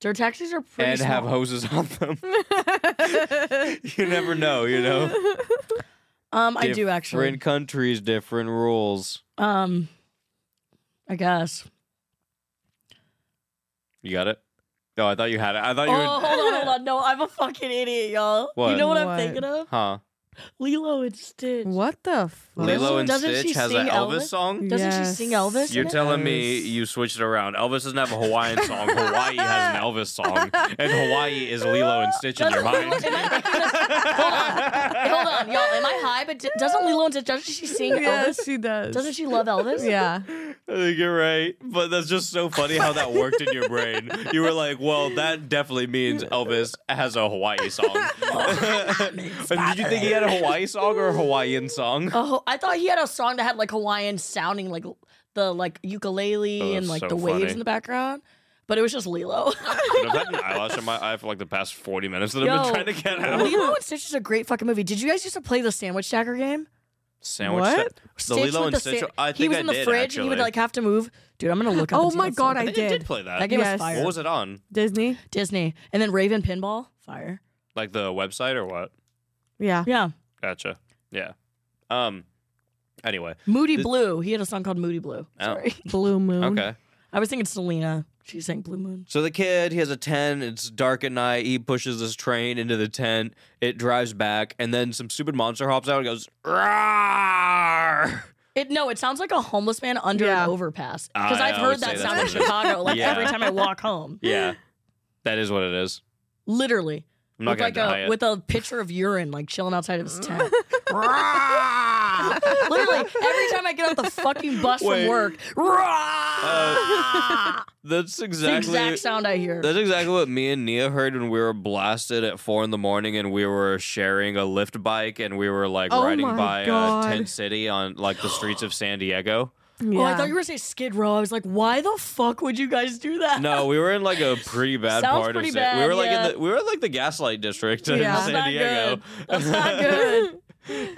[SPEAKER 3] Their taxis are pretty
[SPEAKER 1] and
[SPEAKER 3] small.
[SPEAKER 1] have hoses on
[SPEAKER 3] <laughs>
[SPEAKER 1] them. you never know, you know?
[SPEAKER 3] um, I do actually.
[SPEAKER 1] Different countries, different rules.
[SPEAKER 3] Um, I guess.
[SPEAKER 1] You got it? No, I thought you had it. I thought
[SPEAKER 3] Oh,
[SPEAKER 1] you
[SPEAKER 3] hold
[SPEAKER 1] were.
[SPEAKER 3] on, hold on. No, I'm a fucking idiot, y'all.
[SPEAKER 1] What?
[SPEAKER 3] You know what,
[SPEAKER 2] What?
[SPEAKER 3] I'm thinking of?
[SPEAKER 1] Huh.
[SPEAKER 3] Lilo and Stitch.
[SPEAKER 2] What the fuck?
[SPEAKER 1] Lilo and
[SPEAKER 3] Doesn't she
[SPEAKER 1] Stitch has an
[SPEAKER 3] sing
[SPEAKER 1] Elvis,
[SPEAKER 3] Elvis?
[SPEAKER 1] song?
[SPEAKER 3] Doesn't she
[SPEAKER 2] Yes.
[SPEAKER 3] sing Elvis?
[SPEAKER 1] You're
[SPEAKER 3] in it?
[SPEAKER 1] telling me you switched it around. Elvis doesn't have a Hawaiian
[SPEAKER 3] <laughs>
[SPEAKER 1] song. Hawaii has an Elvis song. And Hawaii is Lilo and Stitch in
[SPEAKER 3] Doesn't
[SPEAKER 1] your mind.
[SPEAKER 3] Lilo- am I thinking
[SPEAKER 1] <laughs>
[SPEAKER 3] of- Hold on, y'all. Am I high? But d- doesn't Lilo and Stitch? Doesn't she sing
[SPEAKER 2] Yes,
[SPEAKER 3] Elvis?
[SPEAKER 2] she does.
[SPEAKER 3] Doesn't she love Elvis?
[SPEAKER 2] Yeah.
[SPEAKER 1] I think you're right. But that's just so funny how that worked in your brain. You were like, well, that definitely means Elvis has a Hawaii
[SPEAKER 3] <laughs>
[SPEAKER 1] song.
[SPEAKER 3] Oh,
[SPEAKER 1] <laughs> and did you think he had a Hawaii song or a Hawaiian <laughs> song?
[SPEAKER 3] Oh, I thought he had a song that had like Hawaiian sounding, like the like ukulele
[SPEAKER 1] Oh,
[SPEAKER 3] and
[SPEAKER 1] that's
[SPEAKER 3] like
[SPEAKER 1] so
[SPEAKER 3] the waves
[SPEAKER 1] funny.
[SPEAKER 3] in the background. But it was just Lilo.
[SPEAKER 1] <laughs> I've had an eyelash in my eye for like the past 40 minutes that I've
[SPEAKER 3] Yo,
[SPEAKER 1] been trying to get out.
[SPEAKER 3] Lilo and Stitch is a great fucking movie. Did you guys used to play the sandwich stacker game?
[SPEAKER 1] Sandwich
[SPEAKER 2] What?
[SPEAKER 1] set- The
[SPEAKER 3] Stitch
[SPEAKER 1] Lilo
[SPEAKER 3] with
[SPEAKER 1] and
[SPEAKER 3] the
[SPEAKER 1] Stitch.
[SPEAKER 3] sa-
[SPEAKER 1] I
[SPEAKER 3] he
[SPEAKER 1] think
[SPEAKER 3] was
[SPEAKER 1] I
[SPEAKER 3] in the
[SPEAKER 1] did,
[SPEAKER 3] fridge
[SPEAKER 1] actually.
[SPEAKER 3] and he would like have to move. Dude, I'm gonna look up.
[SPEAKER 2] Oh
[SPEAKER 3] and see
[SPEAKER 2] my
[SPEAKER 3] that
[SPEAKER 2] god,
[SPEAKER 3] song.
[SPEAKER 2] I
[SPEAKER 1] I think I
[SPEAKER 2] did.
[SPEAKER 1] did play that.
[SPEAKER 3] that game
[SPEAKER 2] Yes.
[SPEAKER 3] was fire.
[SPEAKER 1] What was it on?
[SPEAKER 2] Disney.
[SPEAKER 3] Disney and then Raven Pinball, fire.
[SPEAKER 1] Like the website or what?
[SPEAKER 2] Yeah.
[SPEAKER 3] Yeah,
[SPEAKER 1] Gotcha. Yeah. Um. Anyway.
[SPEAKER 3] Moody
[SPEAKER 1] This-
[SPEAKER 3] Blue. He had a song called Moody Blue.
[SPEAKER 1] Oh.
[SPEAKER 3] Sorry, <laughs>
[SPEAKER 2] Blue Moon.
[SPEAKER 1] Okay.
[SPEAKER 3] I was thinking Selena. She sang Blue Moon.
[SPEAKER 1] So the kid, he has a tent. It's dark at night. He pushes this train into the tent. It drives back, and then some stupid monster hops out and goes,
[SPEAKER 3] <laughs>
[SPEAKER 1] "Roar!"
[SPEAKER 3] It no, it sounds like a homeless man under
[SPEAKER 2] Yeah.
[SPEAKER 3] an overpass because
[SPEAKER 1] Ah,
[SPEAKER 3] I've
[SPEAKER 1] I
[SPEAKER 3] heard
[SPEAKER 1] would
[SPEAKER 3] that
[SPEAKER 1] say
[SPEAKER 3] sound in
[SPEAKER 1] that's what it is.
[SPEAKER 3] Chicago like
[SPEAKER 1] Yeah.
[SPEAKER 3] every time
[SPEAKER 1] <laughs>
[SPEAKER 3] I walk home.
[SPEAKER 1] Yeah, that is what it is.
[SPEAKER 3] Literally,
[SPEAKER 1] I'm not
[SPEAKER 3] with
[SPEAKER 1] gonna
[SPEAKER 3] like
[SPEAKER 1] deny
[SPEAKER 3] a
[SPEAKER 1] it.
[SPEAKER 3] with a pitcher of urine like chilling outside of
[SPEAKER 2] <laughs>
[SPEAKER 3] his tent. Literally, every time I get off the fucking bus
[SPEAKER 1] Wait.
[SPEAKER 3] from work,
[SPEAKER 1] <laughs>
[SPEAKER 3] <laughs>
[SPEAKER 1] Uh, that's
[SPEAKER 3] the
[SPEAKER 1] exactly
[SPEAKER 3] exact sound I hear.
[SPEAKER 1] That's exactly what me and Nia heard when we were blasted at four in the morning, and we were sharing a lift bike, and we were like
[SPEAKER 2] Oh
[SPEAKER 1] riding
[SPEAKER 2] my
[SPEAKER 1] by
[SPEAKER 2] God.
[SPEAKER 1] Uh, Tent City on like the streets of San Diego.
[SPEAKER 2] Yeah.
[SPEAKER 3] Oh, I thought you were gonna say Skid Row. I was like, why the fuck would you guys do that?
[SPEAKER 1] No, we were in like a pretty bad
[SPEAKER 3] Sounds
[SPEAKER 1] part
[SPEAKER 3] pretty
[SPEAKER 1] of
[SPEAKER 3] bad,
[SPEAKER 1] San. We were like
[SPEAKER 3] yeah.
[SPEAKER 1] in the, we were in, like the Gaslight District in
[SPEAKER 2] Yeah.
[SPEAKER 1] San
[SPEAKER 3] <laughs> That's not
[SPEAKER 1] Diego,
[SPEAKER 3] good.
[SPEAKER 1] <laughs>
[SPEAKER 3] That's not good.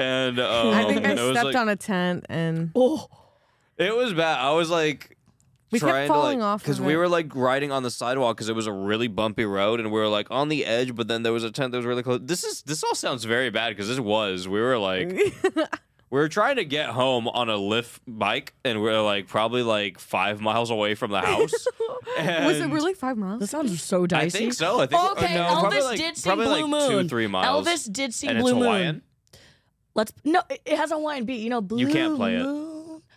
[SPEAKER 1] and um,
[SPEAKER 2] I
[SPEAKER 1] <laughs>
[SPEAKER 2] think I
[SPEAKER 1] it was
[SPEAKER 2] stepped
[SPEAKER 1] like
[SPEAKER 2] on a tent and
[SPEAKER 3] Oh,
[SPEAKER 1] it was bad. I was like.
[SPEAKER 2] We kept
[SPEAKER 1] trying
[SPEAKER 2] falling
[SPEAKER 1] to like,
[SPEAKER 2] off of
[SPEAKER 1] because we
[SPEAKER 2] it.
[SPEAKER 1] were like riding on the sidewalk because it was a really bumpy road and we were like on the edge, but then there was a tent that was really close. This is this all sounds very bad because this was we were
[SPEAKER 2] <laughs>
[SPEAKER 1] like We were trying to get home on a lift bike, and we are like probably like five miles away from the house.
[SPEAKER 2] was <laughs> it
[SPEAKER 1] And
[SPEAKER 2] really five miles?
[SPEAKER 3] that sounds so dicey.
[SPEAKER 1] I think so. I think uh,
[SPEAKER 3] okay,
[SPEAKER 1] no,
[SPEAKER 3] Elvis
[SPEAKER 1] probably like,
[SPEAKER 3] did sing
[SPEAKER 1] probably
[SPEAKER 3] Blue
[SPEAKER 1] like
[SPEAKER 3] Moon.
[SPEAKER 1] two, three miles.
[SPEAKER 3] Elvis did sing
[SPEAKER 1] and
[SPEAKER 3] Blue
[SPEAKER 1] it's
[SPEAKER 3] Moon.
[SPEAKER 1] Hawaiian.
[SPEAKER 3] Let's no, it, it has a Hawaiian beat. You know, Blue
[SPEAKER 1] You can't play it.
[SPEAKER 3] Moon.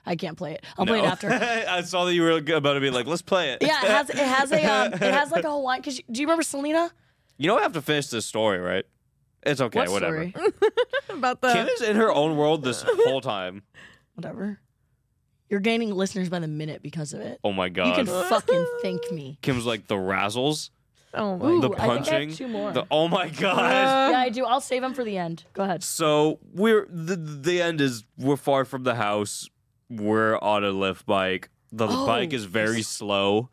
[SPEAKER 3] I can't play it. I'll
[SPEAKER 1] no.
[SPEAKER 3] play it after.
[SPEAKER 1] <laughs> I saw that you were about to be like, let's play it.
[SPEAKER 3] yeah, it has it has a um, it has like a Hawaiian. Cause you, do you remember Selena?
[SPEAKER 1] <laughs> You don't have to finish this story, right? It's okay,
[SPEAKER 3] What
[SPEAKER 1] whatever.
[SPEAKER 3] story? <laughs>
[SPEAKER 2] About the
[SPEAKER 1] Kim is in her own world this whole time.
[SPEAKER 3] whatever. You're gaining listeners by the minute because of it.
[SPEAKER 1] Oh my god.
[SPEAKER 3] You can fucking thank me.
[SPEAKER 1] Kim's like the razzles,
[SPEAKER 2] oh my
[SPEAKER 1] <laughs>
[SPEAKER 3] Ooh,
[SPEAKER 1] the
[SPEAKER 3] I think I
[SPEAKER 1] punching,
[SPEAKER 3] have two more.
[SPEAKER 1] the oh
[SPEAKER 3] <laughs>
[SPEAKER 1] my god.
[SPEAKER 3] yeah, I do. I'll save them for the end. Go ahead.
[SPEAKER 1] So we're the the end is we're far from the house. We're on a lift bike. The
[SPEAKER 3] Oh,
[SPEAKER 1] bike is
[SPEAKER 2] <laughs>
[SPEAKER 1] very slow,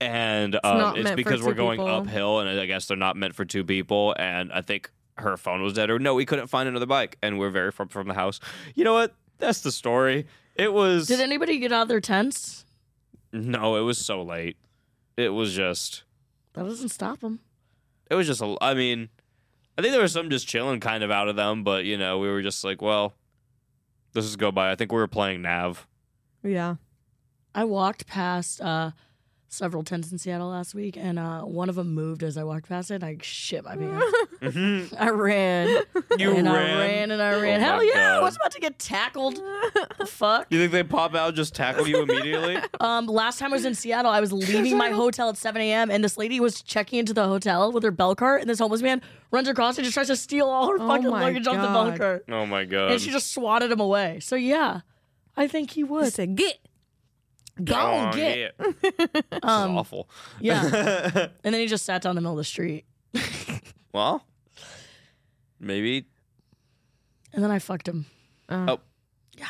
[SPEAKER 1] and um,
[SPEAKER 2] not
[SPEAKER 1] it's,
[SPEAKER 2] meant for
[SPEAKER 1] because we're
[SPEAKER 2] two
[SPEAKER 1] going
[SPEAKER 2] people.
[SPEAKER 1] uphill, and I guess they're not meant for two people. And I think her phone was dead, or no, we couldn't find another bike, and we're very far from the house. You know what? That's the story. It was
[SPEAKER 3] Did anybody get out of their tents?
[SPEAKER 1] no, it was so late. It was just
[SPEAKER 3] That doesn't stop them.
[SPEAKER 1] it was just a, I mean, I think there was some just chilling kind of out of them, but you know, we were just like, well, this is go by. I think we were playing Nav.
[SPEAKER 2] yeah.
[SPEAKER 3] I walked past uh, several tents in Seattle last week, and uh, one of them moved as I walked past it. And I shit my
[SPEAKER 2] <laughs>
[SPEAKER 3] pants.
[SPEAKER 1] you
[SPEAKER 3] I ran and I ran and I ran.
[SPEAKER 1] Oh
[SPEAKER 3] Hell
[SPEAKER 1] my
[SPEAKER 3] yeah! I
[SPEAKER 1] God.
[SPEAKER 3] was about to get tackled. The Fuck.
[SPEAKER 1] You think they pop out just tackle you
[SPEAKER 3] <laughs>
[SPEAKER 1] immediately?
[SPEAKER 3] Um, last time I was in
[SPEAKER 2] <laughs>
[SPEAKER 3] Seattle, I was leaving my hotel at 7 a.m. and this lady was checking into the hotel with her bell cart, and this homeless man runs across and just tries to steal all her
[SPEAKER 2] Oh
[SPEAKER 3] fucking
[SPEAKER 2] my
[SPEAKER 3] luggage off the bell
[SPEAKER 2] God.
[SPEAKER 3] cart,
[SPEAKER 1] oh my god!
[SPEAKER 3] and she just swatted him away. So yeah, I think he
[SPEAKER 2] I
[SPEAKER 3] would.
[SPEAKER 2] said get.
[SPEAKER 3] Go
[SPEAKER 1] Oh,
[SPEAKER 3] get.
[SPEAKER 1] yeah.
[SPEAKER 3] <laughs>
[SPEAKER 1] This is
[SPEAKER 3] Um,
[SPEAKER 1] awful.
[SPEAKER 3] yeah.
[SPEAKER 1] <laughs>
[SPEAKER 3] and then he just sat down in the middle of the street.
[SPEAKER 1] Well, maybe.
[SPEAKER 3] And then I fucked him.
[SPEAKER 1] Oh.
[SPEAKER 3] Yeah.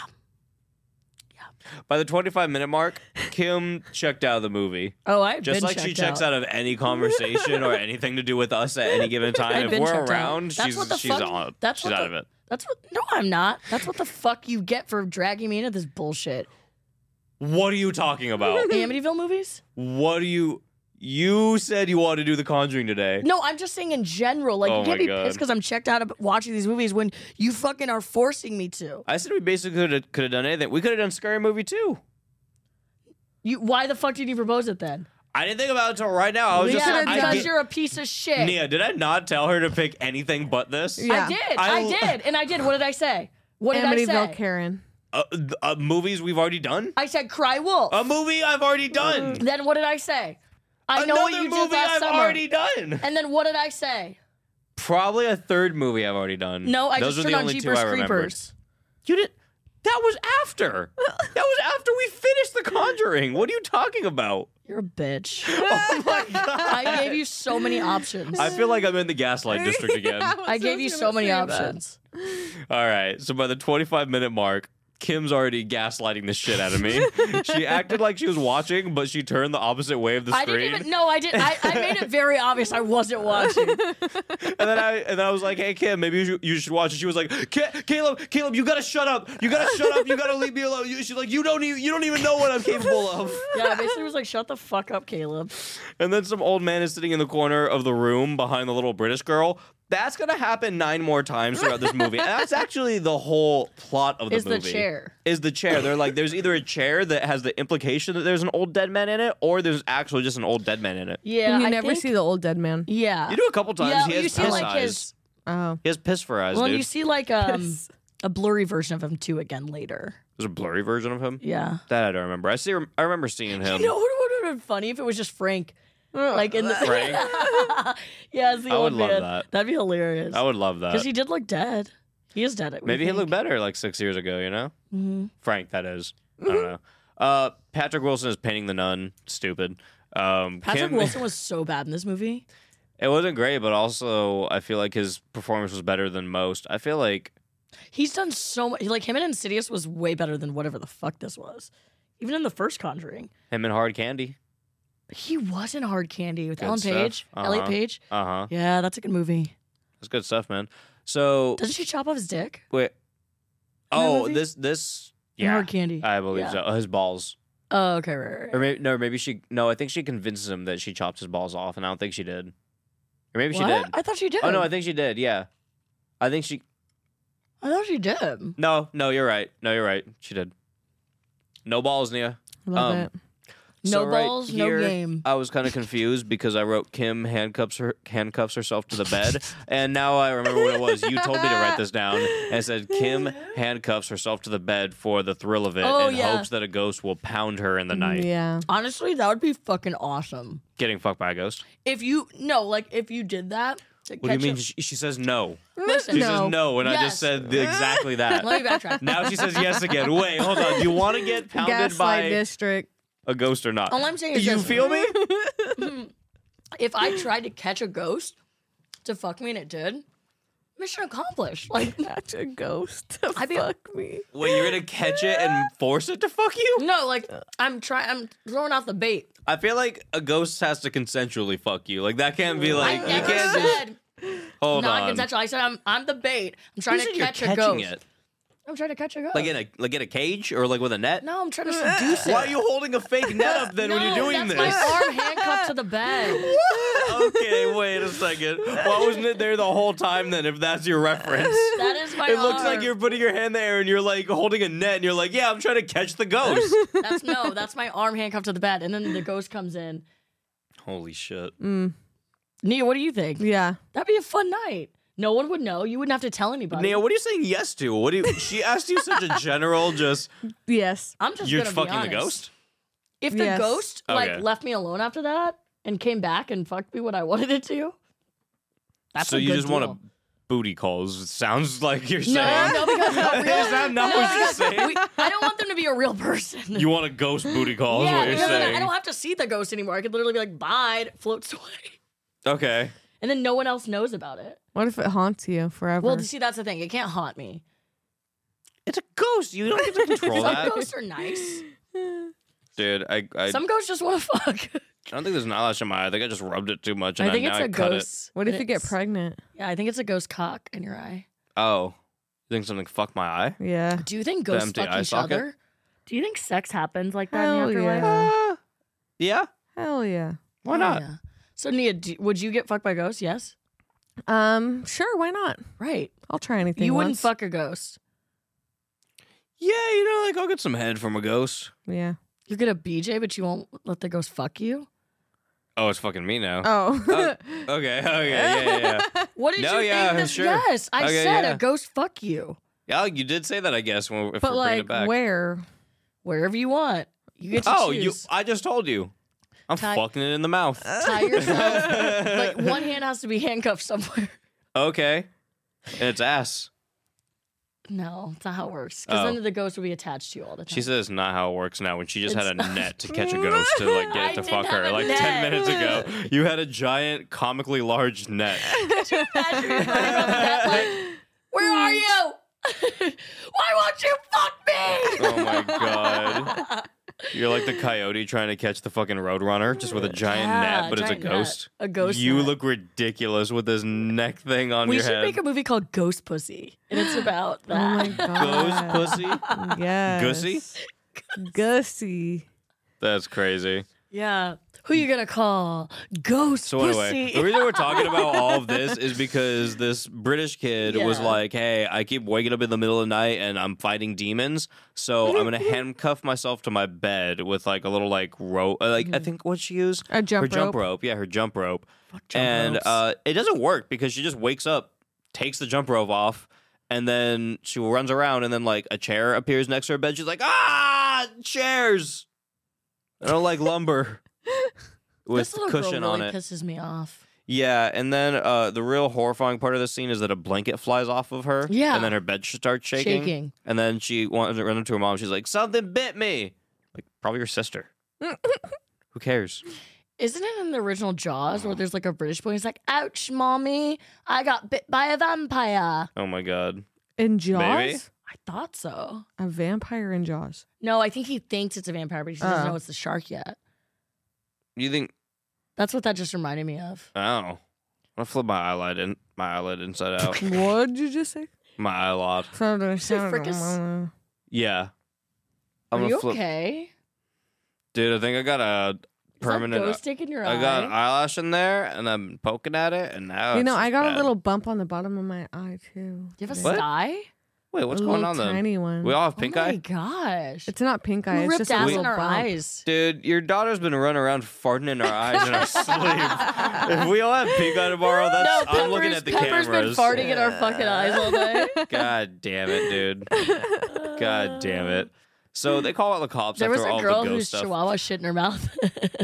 [SPEAKER 1] By the 25 minute mark, Kim checked out of the movie.
[SPEAKER 3] Oh, I had
[SPEAKER 1] Just
[SPEAKER 3] been
[SPEAKER 1] like she
[SPEAKER 3] checked
[SPEAKER 1] checks out. of any conversation or anything to do with us at any
[SPEAKER 3] <laughs>
[SPEAKER 1] given
[SPEAKER 3] I'd
[SPEAKER 1] time. If
[SPEAKER 3] been
[SPEAKER 1] we're
[SPEAKER 3] checked out.
[SPEAKER 1] around,
[SPEAKER 3] That's
[SPEAKER 1] she's
[SPEAKER 3] what the
[SPEAKER 1] she's
[SPEAKER 3] fuck-
[SPEAKER 1] on.
[SPEAKER 3] that's
[SPEAKER 1] she's out
[SPEAKER 3] what the-
[SPEAKER 1] of it.
[SPEAKER 3] That's what. No, I'm not. That's what the fuck you get for dragging me into this bullshit.
[SPEAKER 1] What are you talking about?
[SPEAKER 3] The <laughs> Amityville movies?
[SPEAKER 1] what do you? You said you wanted to do The Conjuring today.
[SPEAKER 3] No, I'm just saying in general. Like,
[SPEAKER 1] Oh
[SPEAKER 3] you
[SPEAKER 1] my
[SPEAKER 3] can't be
[SPEAKER 1] God.
[SPEAKER 3] pissed because I'm checked out of watching these movies when you fucking are forcing me to.
[SPEAKER 1] I said we basically could have, could have done anything. We could have done Scary Movie too.
[SPEAKER 3] You, why the fuck did you propose it then?
[SPEAKER 1] I didn't think about it until right now. I was just
[SPEAKER 3] yeah,
[SPEAKER 2] should've
[SPEAKER 1] I
[SPEAKER 2] done-
[SPEAKER 3] because
[SPEAKER 1] get-
[SPEAKER 3] you're a piece of shit.
[SPEAKER 1] Nia, did I not tell her to pick anything but this?
[SPEAKER 2] Yeah.
[SPEAKER 3] I did.
[SPEAKER 1] I
[SPEAKER 3] I,
[SPEAKER 1] l-
[SPEAKER 3] did. And I did. What did I say? What did I
[SPEAKER 2] Amityville
[SPEAKER 3] say?
[SPEAKER 2] Karen.
[SPEAKER 1] Uh, th- uh, movies we've already done?
[SPEAKER 3] I said Cry Wolf.
[SPEAKER 1] A movie I've already done.
[SPEAKER 3] then what did I say? I
[SPEAKER 1] Another
[SPEAKER 3] know what you
[SPEAKER 1] movie
[SPEAKER 3] did last
[SPEAKER 1] I've
[SPEAKER 3] summer.
[SPEAKER 1] already done.
[SPEAKER 3] And then what did I say?
[SPEAKER 1] Probably a third movie I've already done.
[SPEAKER 3] No, I
[SPEAKER 1] Those
[SPEAKER 3] just
[SPEAKER 1] are
[SPEAKER 3] turned
[SPEAKER 1] the
[SPEAKER 3] on
[SPEAKER 1] only two
[SPEAKER 3] Jeepers
[SPEAKER 1] I remembered.
[SPEAKER 3] Creepers.
[SPEAKER 1] You did. That was
[SPEAKER 3] <laughs>
[SPEAKER 1] after. that was after we finished The Conjuring. What are you talking about?
[SPEAKER 3] You're a bitch. <laughs> oh my god. I gave you so many options.
[SPEAKER 1] I feel like I'm in the Gaslight District
[SPEAKER 3] <laughs>
[SPEAKER 1] again. <laughs> All
[SPEAKER 3] I gave you so many options.
[SPEAKER 1] right. So by the 25 minute mark, Kim's already gaslighting the shit out of
[SPEAKER 3] <laughs>
[SPEAKER 1] me. she acted like she was watching, but she turned the opposite way of the
[SPEAKER 3] I
[SPEAKER 1] screen.
[SPEAKER 3] didn't even no, I didn't I, I made it very obvious I <laughs> wasn't watching.
[SPEAKER 1] And then I and then I was like, "Hey Kim, maybe you should, you should watch." And she was like, "Ca- "Caleb, Caleb, you gotta shut up. You gotta shut up. You gotta leave me alone." You- She's like, "You don't even you don't even know what I'm capable
[SPEAKER 3] <laughs>
[SPEAKER 1] of."
[SPEAKER 3] Yeah, I basically was like, shut the fuck up, Caleb.
[SPEAKER 1] And then some old man is sitting in the corner of the room behind the little British girl. That's gonna happen nine more times throughout this movie. And that's actually the whole plot of the
[SPEAKER 3] Is the
[SPEAKER 1] movie.
[SPEAKER 3] chair.
[SPEAKER 1] Is the chair. They're like, there's either a chair that has the implication that there's an old dead man in it, or there's actually just an old dead man in it.
[SPEAKER 3] Yeah.
[SPEAKER 2] And you
[SPEAKER 3] I
[SPEAKER 2] never
[SPEAKER 3] think-
[SPEAKER 2] see the old dead man.
[SPEAKER 3] Yeah.
[SPEAKER 1] You do a couple times.
[SPEAKER 3] yeah,
[SPEAKER 1] he has
[SPEAKER 3] you see
[SPEAKER 1] piss
[SPEAKER 3] like
[SPEAKER 1] eyes.
[SPEAKER 3] his
[SPEAKER 2] Oh.
[SPEAKER 1] He has piss for eyes,
[SPEAKER 3] Well,
[SPEAKER 1] dude.
[SPEAKER 3] you see like um a blurry version of him too again later.
[SPEAKER 1] there's a blurry version of him.
[SPEAKER 3] Yeah.
[SPEAKER 1] That I don't remember. I see. I remember seeing him.
[SPEAKER 3] You know what would have been funny if it was just Frank, like in the
[SPEAKER 1] Frank?
[SPEAKER 3] <laughs> yeah, as the
[SPEAKER 1] I
[SPEAKER 3] old
[SPEAKER 1] would love
[SPEAKER 3] man.
[SPEAKER 1] that.
[SPEAKER 3] That'd be hilarious.
[SPEAKER 1] I would love
[SPEAKER 3] because
[SPEAKER 1] that.
[SPEAKER 3] he did look dead. He is dead. we
[SPEAKER 1] Uh, Maybe he
[SPEAKER 3] think. Mm-hmm.
[SPEAKER 1] looked better like six years ago. You know, Frank. That is. I don't know. Uh, Patrick Wilson is painting the nun. Stupid. Um,
[SPEAKER 3] Patrick
[SPEAKER 1] Kim-
[SPEAKER 3] Wilson was so bad in this movie.
[SPEAKER 1] <laughs> It wasn't great, but also I feel like his performance was better than most. I feel like
[SPEAKER 3] He's done so much. Like him in Insidious was way better than whatever the fuck this was. Even in the first Conjuring,
[SPEAKER 1] him in Hard Candy.
[SPEAKER 3] he was in Hard Candy with
[SPEAKER 1] Good
[SPEAKER 3] Ellen
[SPEAKER 1] stuff.
[SPEAKER 3] Page, Elliot
[SPEAKER 1] Uh-huh.
[SPEAKER 3] Page.
[SPEAKER 1] Uh huh.
[SPEAKER 3] Yeah, that's a good movie.
[SPEAKER 1] That's good stuff, man. So
[SPEAKER 3] Doesn't she chop off his dick?
[SPEAKER 1] wait.
[SPEAKER 3] In that
[SPEAKER 1] Oh,
[SPEAKER 3] movie?
[SPEAKER 1] this this.
[SPEAKER 3] In
[SPEAKER 1] Yeah, Uh,
[SPEAKER 3] Hard Candy.
[SPEAKER 1] I believe
[SPEAKER 3] Yeah.
[SPEAKER 1] so. His balls,
[SPEAKER 3] Oh, okay, right, right,
[SPEAKER 1] or
[SPEAKER 3] right.
[SPEAKER 1] maybe no, maybe she. No, I think she convinces him that she chops his balls off, and I don't think she did. Or maybe she did.
[SPEAKER 3] What? I thought she did.
[SPEAKER 1] Oh no, I think she did. Yeah, I think she.
[SPEAKER 3] I thought she did.
[SPEAKER 1] No, no, you're right. No, you're right. She did. No balls, Nia.
[SPEAKER 2] Love
[SPEAKER 1] Um,
[SPEAKER 2] it.
[SPEAKER 3] No balls, no game.
[SPEAKER 1] I was kind of confused because I wrote Kim handcuffs her handcuffs herself to the
[SPEAKER 3] <laughs>
[SPEAKER 1] bed, and now I remember what it was. You told me to write this down and it said
[SPEAKER 3] <laughs>
[SPEAKER 1] Kim handcuffs herself to the bed for the thrill of it,
[SPEAKER 3] Oh,
[SPEAKER 1] in
[SPEAKER 3] yeah. Mm,
[SPEAKER 1] hopes that a ghost will pound her in the night.
[SPEAKER 2] Yeah.
[SPEAKER 3] Honestly, that would be fucking awesome.
[SPEAKER 1] Getting fucked by a ghost.
[SPEAKER 3] If you no, like if you did that. To
[SPEAKER 1] What do you
[SPEAKER 3] catch
[SPEAKER 1] mean?
[SPEAKER 3] a-
[SPEAKER 1] She, she says no.
[SPEAKER 3] Listen,
[SPEAKER 1] She says no, and I just
[SPEAKER 3] Yes.
[SPEAKER 1] said the- exactly
[SPEAKER 3] <laughs>
[SPEAKER 1] that.
[SPEAKER 3] Let me backtrack.
[SPEAKER 1] Now she says yes again. Wait, hold on. Do you want to get pounded
[SPEAKER 2] Gaslight
[SPEAKER 1] by
[SPEAKER 2] District.
[SPEAKER 1] a ghost or not?
[SPEAKER 3] All I'm saying is
[SPEAKER 1] you
[SPEAKER 3] this.
[SPEAKER 1] feel me?
[SPEAKER 3] <laughs> if I tried to catch a ghost to fuck me and it did, mission accomplished.
[SPEAKER 2] <laughs>
[SPEAKER 3] Like
[SPEAKER 2] Catch a ghost.
[SPEAKER 3] I be-
[SPEAKER 2] Fuck me.
[SPEAKER 1] Wait, you're gonna catch it and force it to fuck you?
[SPEAKER 3] no, like I'm trying. I'm throwing out the bait.
[SPEAKER 1] I feel like a ghost has to consensually fuck you. Like that can't be like
[SPEAKER 3] I
[SPEAKER 1] you
[SPEAKER 3] never
[SPEAKER 1] can't just
[SPEAKER 3] said
[SPEAKER 1] hold on.
[SPEAKER 3] non-consensual. I said I'm I'm the bait. I'm
[SPEAKER 1] You
[SPEAKER 3] trying
[SPEAKER 1] said
[SPEAKER 3] to
[SPEAKER 1] you're
[SPEAKER 3] catch a
[SPEAKER 1] catching
[SPEAKER 3] ghost.
[SPEAKER 1] it.
[SPEAKER 3] I'm trying to catch a ghost.
[SPEAKER 1] Like in a like in a cage or like with a net.
[SPEAKER 3] no,
[SPEAKER 1] <laughs>
[SPEAKER 3] I'm trying to seduce it.
[SPEAKER 1] Why are you holding a fake net up then
[SPEAKER 3] no,
[SPEAKER 1] when you're doing
[SPEAKER 3] that's
[SPEAKER 1] this? <laughs>
[SPEAKER 3] my arm handcuffed to the bed.
[SPEAKER 1] okay, wait a second. Why wasn't it there the whole time then? If that's your
[SPEAKER 3] <laughs>
[SPEAKER 1] reference.
[SPEAKER 3] That is my
[SPEAKER 1] It looks like
[SPEAKER 3] arm.
[SPEAKER 1] you're putting your hand in the air and you're like holding a net and you're like, yeah, I'm trying to catch the
[SPEAKER 3] <laughs>
[SPEAKER 1] ghost.
[SPEAKER 3] That's no, that's my arm handcuffed to the bed, and then the ghost comes in.
[SPEAKER 1] Holy shit.
[SPEAKER 3] Nia, what do you think?
[SPEAKER 2] Yeah.
[SPEAKER 3] That'd be a fun night. No one would know. You wouldn't have to tell anybody.
[SPEAKER 1] Nia, what are you saying yes to? What do you, she asked you such a general just
[SPEAKER 2] Yes.
[SPEAKER 3] I'm just
[SPEAKER 1] you're
[SPEAKER 3] gonna be
[SPEAKER 1] fucking the ghost?
[SPEAKER 3] honest. If the
[SPEAKER 2] Yes.
[SPEAKER 3] ghost like
[SPEAKER 1] Okay.
[SPEAKER 3] left me alone after that and came back and fucked me when I <laughs> wanted it to, that's
[SPEAKER 1] so
[SPEAKER 3] a
[SPEAKER 1] you
[SPEAKER 3] good
[SPEAKER 1] just
[SPEAKER 3] deal.
[SPEAKER 1] want to booty calls? It sounds <laughs> like you're
[SPEAKER 3] No,
[SPEAKER 1] saying.
[SPEAKER 3] no, because not
[SPEAKER 1] <laughs> Is
[SPEAKER 3] real.
[SPEAKER 1] that not
[SPEAKER 3] No,
[SPEAKER 1] what you're
[SPEAKER 3] because
[SPEAKER 1] saying?
[SPEAKER 3] we- I don't want them to be a real person.
[SPEAKER 1] You want a ghost booty call? is
[SPEAKER 3] yeah,
[SPEAKER 1] what you're
[SPEAKER 3] because then
[SPEAKER 1] saying.
[SPEAKER 3] I don't have to see the ghost anymore. I could literally be like, "Bye," and it floats away,
[SPEAKER 1] okay.
[SPEAKER 3] <laughs> and then no one else knows about it.
[SPEAKER 2] What if it haunts you forever?
[SPEAKER 3] Well, see, that's the thing. It can't haunt me.
[SPEAKER 1] It's a ghost. You don't
[SPEAKER 3] <laughs>
[SPEAKER 1] get to control
[SPEAKER 3] Some
[SPEAKER 1] that,
[SPEAKER 3] ghosts are nice.
[SPEAKER 1] dude. I I,
[SPEAKER 3] Some ghosts just want to <laughs> fuck.
[SPEAKER 1] I don't think there's an eyelash on my eye. I think I just rubbed it too much, and
[SPEAKER 3] I think
[SPEAKER 1] I,
[SPEAKER 3] it's
[SPEAKER 1] now
[SPEAKER 3] a
[SPEAKER 1] I cut it.
[SPEAKER 3] ghost.
[SPEAKER 2] what if you get
[SPEAKER 3] It's-
[SPEAKER 2] pregnant?
[SPEAKER 3] Yeah, I think it's a ghost cock in your eye.
[SPEAKER 1] Oh, you think something fucked my eye?
[SPEAKER 2] Yeah.
[SPEAKER 3] Do you think ghosts
[SPEAKER 1] empty
[SPEAKER 3] fuck
[SPEAKER 1] eye
[SPEAKER 3] each
[SPEAKER 1] socket?
[SPEAKER 3] other? Do you think sex happens like that
[SPEAKER 2] Hell
[SPEAKER 3] in the afterlife?
[SPEAKER 2] yeah.
[SPEAKER 1] Uh, yeah.
[SPEAKER 2] Hell yeah.
[SPEAKER 1] Why not?
[SPEAKER 3] Yeah. So Nia, do, would you get fucked by ghosts? Yes.
[SPEAKER 2] Um. Sure. Why not?
[SPEAKER 3] Right.
[SPEAKER 2] I'll try anything.
[SPEAKER 3] you wouldn't
[SPEAKER 2] once.
[SPEAKER 3] fuck a ghost.
[SPEAKER 1] Yeah, you know, like I'll get some head from a ghost.
[SPEAKER 2] Yeah.
[SPEAKER 3] You get a BJ, but you won't let the ghost fuck you.
[SPEAKER 1] Oh, it's fucking me now.
[SPEAKER 2] <laughs> Oh.
[SPEAKER 1] Okay, <laughs> okay, yeah, yeah, yeah.
[SPEAKER 3] What did
[SPEAKER 1] No,
[SPEAKER 3] you
[SPEAKER 1] yeah,
[SPEAKER 3] think? This?
[SPEAKER 1] sure.
[SPEAKER 3] Yes, I
[SPEAKER 1] Okay,
[SPEAKER 3] said
[SPEAKER 1] yeah.
[SPEAKER 3] a ghost. Fuck you.
[SPEAKER 1] yeah, you did say that, I guess. When, if
[SPEAKER 2] but
[SPEAKER 1] we're bringing it
[SPEAKER 2] like
[SPEAKER 1] back.
[SPEAKER 2] where?
[SPEAKER 3] Wherever you want, you get to
[SPEAKER 1] Oh, you!
[SPEAKER 3] choose.
[SPEAKER 1] I just told you. I'm
[SPEAKER 3] Ty- Uh.
[SPEAKER 1] fucking it in the mouth. <laughs>
[SPEAKER 3] Tie yourself. like one hand has to be handcuffed somewhere. <laughs>
[SPEAKER 1] Okay, and it's ass.
[SPEAKER 3] No, that's not how it works. Because
[SPEAKER 1] Oh.
[SPEAKER 3] then the ghost will be attached to you all the time.
[SPEAKER 1] She said it's not how it works now. When she just had a net
[SPEAKER 3] <laughs>
[SPEAKER 1] to catch a ghost to like get
[SPEAKER 3] I
[SPEAKER 1] it to
[SPEAKER 3] did
[SPEAKER 1] fuck
[SPEAKER 3] have
[SPEAKER 1] her
[SPEAKER 3] a
[SPEAKER 1] like ten
[SPEAKER 3] net.
[SPEAKER 1] minutes ago.
[SPEAKER 3] <laughs>
[SPEAKER 1] You had a giant, comically large net.
[SPEAKER 3] Imagine <laughs> me running around with that, like, where are you? <laughs> Why won't you fuck me?
[SPEAKER 1] Oh my god!
[SPEAKER 3] <laughs>
[SPEAKER 1] You're like the coyote trying to catch the fucking roadrunner, just with a giant
[SPEAKER 3] Yeah,
[SPEAKER 1] net, but it's a
[SPEAKER 3] giant net.
[SPEAKER 1] ghost.
[SPEAKER 3] A ghost
[SPEAKER 1] You
[SPEAKER 3] net.
[SPEAKER 1] look ridiculous with this neck thing on
[SPEAKER 3] We
[SPEAKER 1] your
[SPEAKER 3] should
[SPEAKER 1] head.
[SPEAKER 3] make a movie called Ghost Pussy, and it's about
[SPEAKER 2] Oh my
[SPEAKER 3] <laughs> that.
[SPEAKER 2] god.
[SPEAKER 1] Ghost pussy.
[SPEAKER 2] Yes.
[SPEAKER 1] Gussy?
[SPEAKER 2] Gussy.
[SPEAKER 1] That's crazy.
[SPEAKER 3] yeah. Who you gonna call? Ghost
[SPEAKER 1] So
[SPEAKER 3] Pussy.
[SPEAKER 1] anyway,
[SPEAKER 3] <laughs>
[SPEAKER 1] the reason we're talking about all of this is because this British kid was
[SPEAKER 3] Yeah.
[SPEAKER 1] like, "Hey, I keep waking up in the middle of the night and I'm fighting demons, so
[SPEAKER 3] <laughs>
[SPEAKER 1] I'm gonna handcuff myself to my bed with like a little like rope, uh, like I
[SPEAKER 3] Mm-hmm.
[SPEAKER 1] think what she used
[SPEAKER 2] A jump
[SPEAKER 1] her jump
[SPEAKER 2] rope.
[SPEAKER 1] rope, yeah, her jump rope,
[SPEAKER 3] jump
[SPEAKER 1] and
[SPEAKER 3] ropes.
[SPEAKER 1] uh, it doesn't work because she just wakes up, takes the jump rope off, and then she runs around, and then like a chair appears next to her bed. She's like, "Ah, chairs! I don't like
[SPEAKER 3] <laughs>
[SPEAKER 1] lumber." With
[SPEAKER 3] this little
[SPEAKER 1] cushion
[SPEAKER 3] girl
[SPEAKER 1] on
[SPEAKER 3] really
[SPEAKER 1] it.
[SPEAKER 3] pisses me off.
[SPEAKER 1] Yeah, and then uh, the real horrifying part of the scene is that a blanket flies off of her.
[SPEAKER 3] Yeah.
[SPEAKER 1] And then her bed sh- starts shaking.
[SPEAKER 3] Shaking.
[SPEAKER 1] And then she wants to run up to her mom. She's like, Something bit me. Like, probably your
[SPEAKER 3] <laughs>
[SPEAKER 1] sister. Who cares?
[SPEAKER 3] Isn't it in the original Jaws where there's like a British boy? He's like, "Ouch, mommy! I got bit by a vampire."
[SPEAKER 1] Oh my God.
[SPEAKER 2] In Jaws?
[SPEAKER 1] Maybe.
[SPEAKER 3] I thought so.
[SPEAKER 2] A vampire in Jaws.
[SPEAKER 3] No, I think he thinks it's a vampire, but he doesn't
[SPEAKER 2] Oh.
[SPEAKER 3] know it's the shark yet.
[SPEAKER 1] You think,
[SPEAKER 3] That's what that just reminded me of.
[SPEAKER 1] I don't know. I'm gonna flip my eyelid in my eyelid inside out.
[SPEAKER 2] What'd you just say?
[SPEAKER 1] my eyelid.
[SPEAKER 2] Sounded-
[SPEAKER 3] <laughs>
[SPEAKER 2] sounded-
[SPEAKER 3] fricas-
[SPEAKER 1] Yeah. I'm
[SPEAKER 3] Are
[SPEAKER 1] gonna
[SPEAKER 3] you
[SPEAKER 1] flip
[SPEAKER 3] okay?
[SPEAKER 1] dude, I think I got a permanent uh,
[SPEAKER 3] Is that ghost stick in your
[SPEAKER 1] I
[SPEAKER 3] eye?
[SPEAKER 1] got an eyelash in there and I'm poking at it and now
[SPEAKER 2] You
[SPEAKER 1] Oh, it's
[SPEAKER 2] know, I got
[SPEAKER 1] bad.
[SPEAKER 2] a little bump on the bottom of my eye too.
[SPEAKER 3] Do you have a
[SPEAKER 1] What?
[SPEAKER 3] sty?
[SPEAKER 1] Wait, what's
[SPEAKER 2] a
[SPEAKER 1] going
[SPEAKER 2] little
[SPEAKER 1] on then?
[SPEAKER 2] Tiny one.
[SPEAKER 1] We all have pink
[SPEAKER 3] oh my
[SPEAKER 1] eye?
[SPEAKER 3] gosh.
[SPEAKER 2] it's not pink eye.
[SPEAKER 3] we
[SPEAKER 2] It's
[SPEAKER 3] ripped
[SPEAKER 2] just a
[SPEAKER 3] ass
[SPEAKER 2] little
[SPEAKER 3] in our
[SPEAKER 1] <laughs>
[SPEAKER 2] bump.
[SPEAKER 3] eyes.
[SPEAKER 1] Dude, your daughter's been running around farting in our eyes
[SPEAKER 3] <laughs>
[SPEAKER 1] in our sleep. If we all have pink eye tomorrow, that's I'm looking
[SPEAKER 3] Pepper's-
[SPEAKER 1] at the
[SPEAKER 3] Pepper's
[SPEAKER 1] cameras.
[SPEAKER 3] been farting in our fucking eyes all day.
[SPEAKER 1] <laughs> God damn it, dude. God damn it. So they call out the cops
[SPEAKER 3] there was
[SPEAKER 1] after
[SPEAKER 3] a
[SPEAKER 1] all
[SPEAKER 3] girl
[SPEAKER 1] the
[SPEAKER 3] whose
[SPEAKER 1] ghost stuff.
[SPEAKER 3] chihuahua shit in her mouth. <laughs>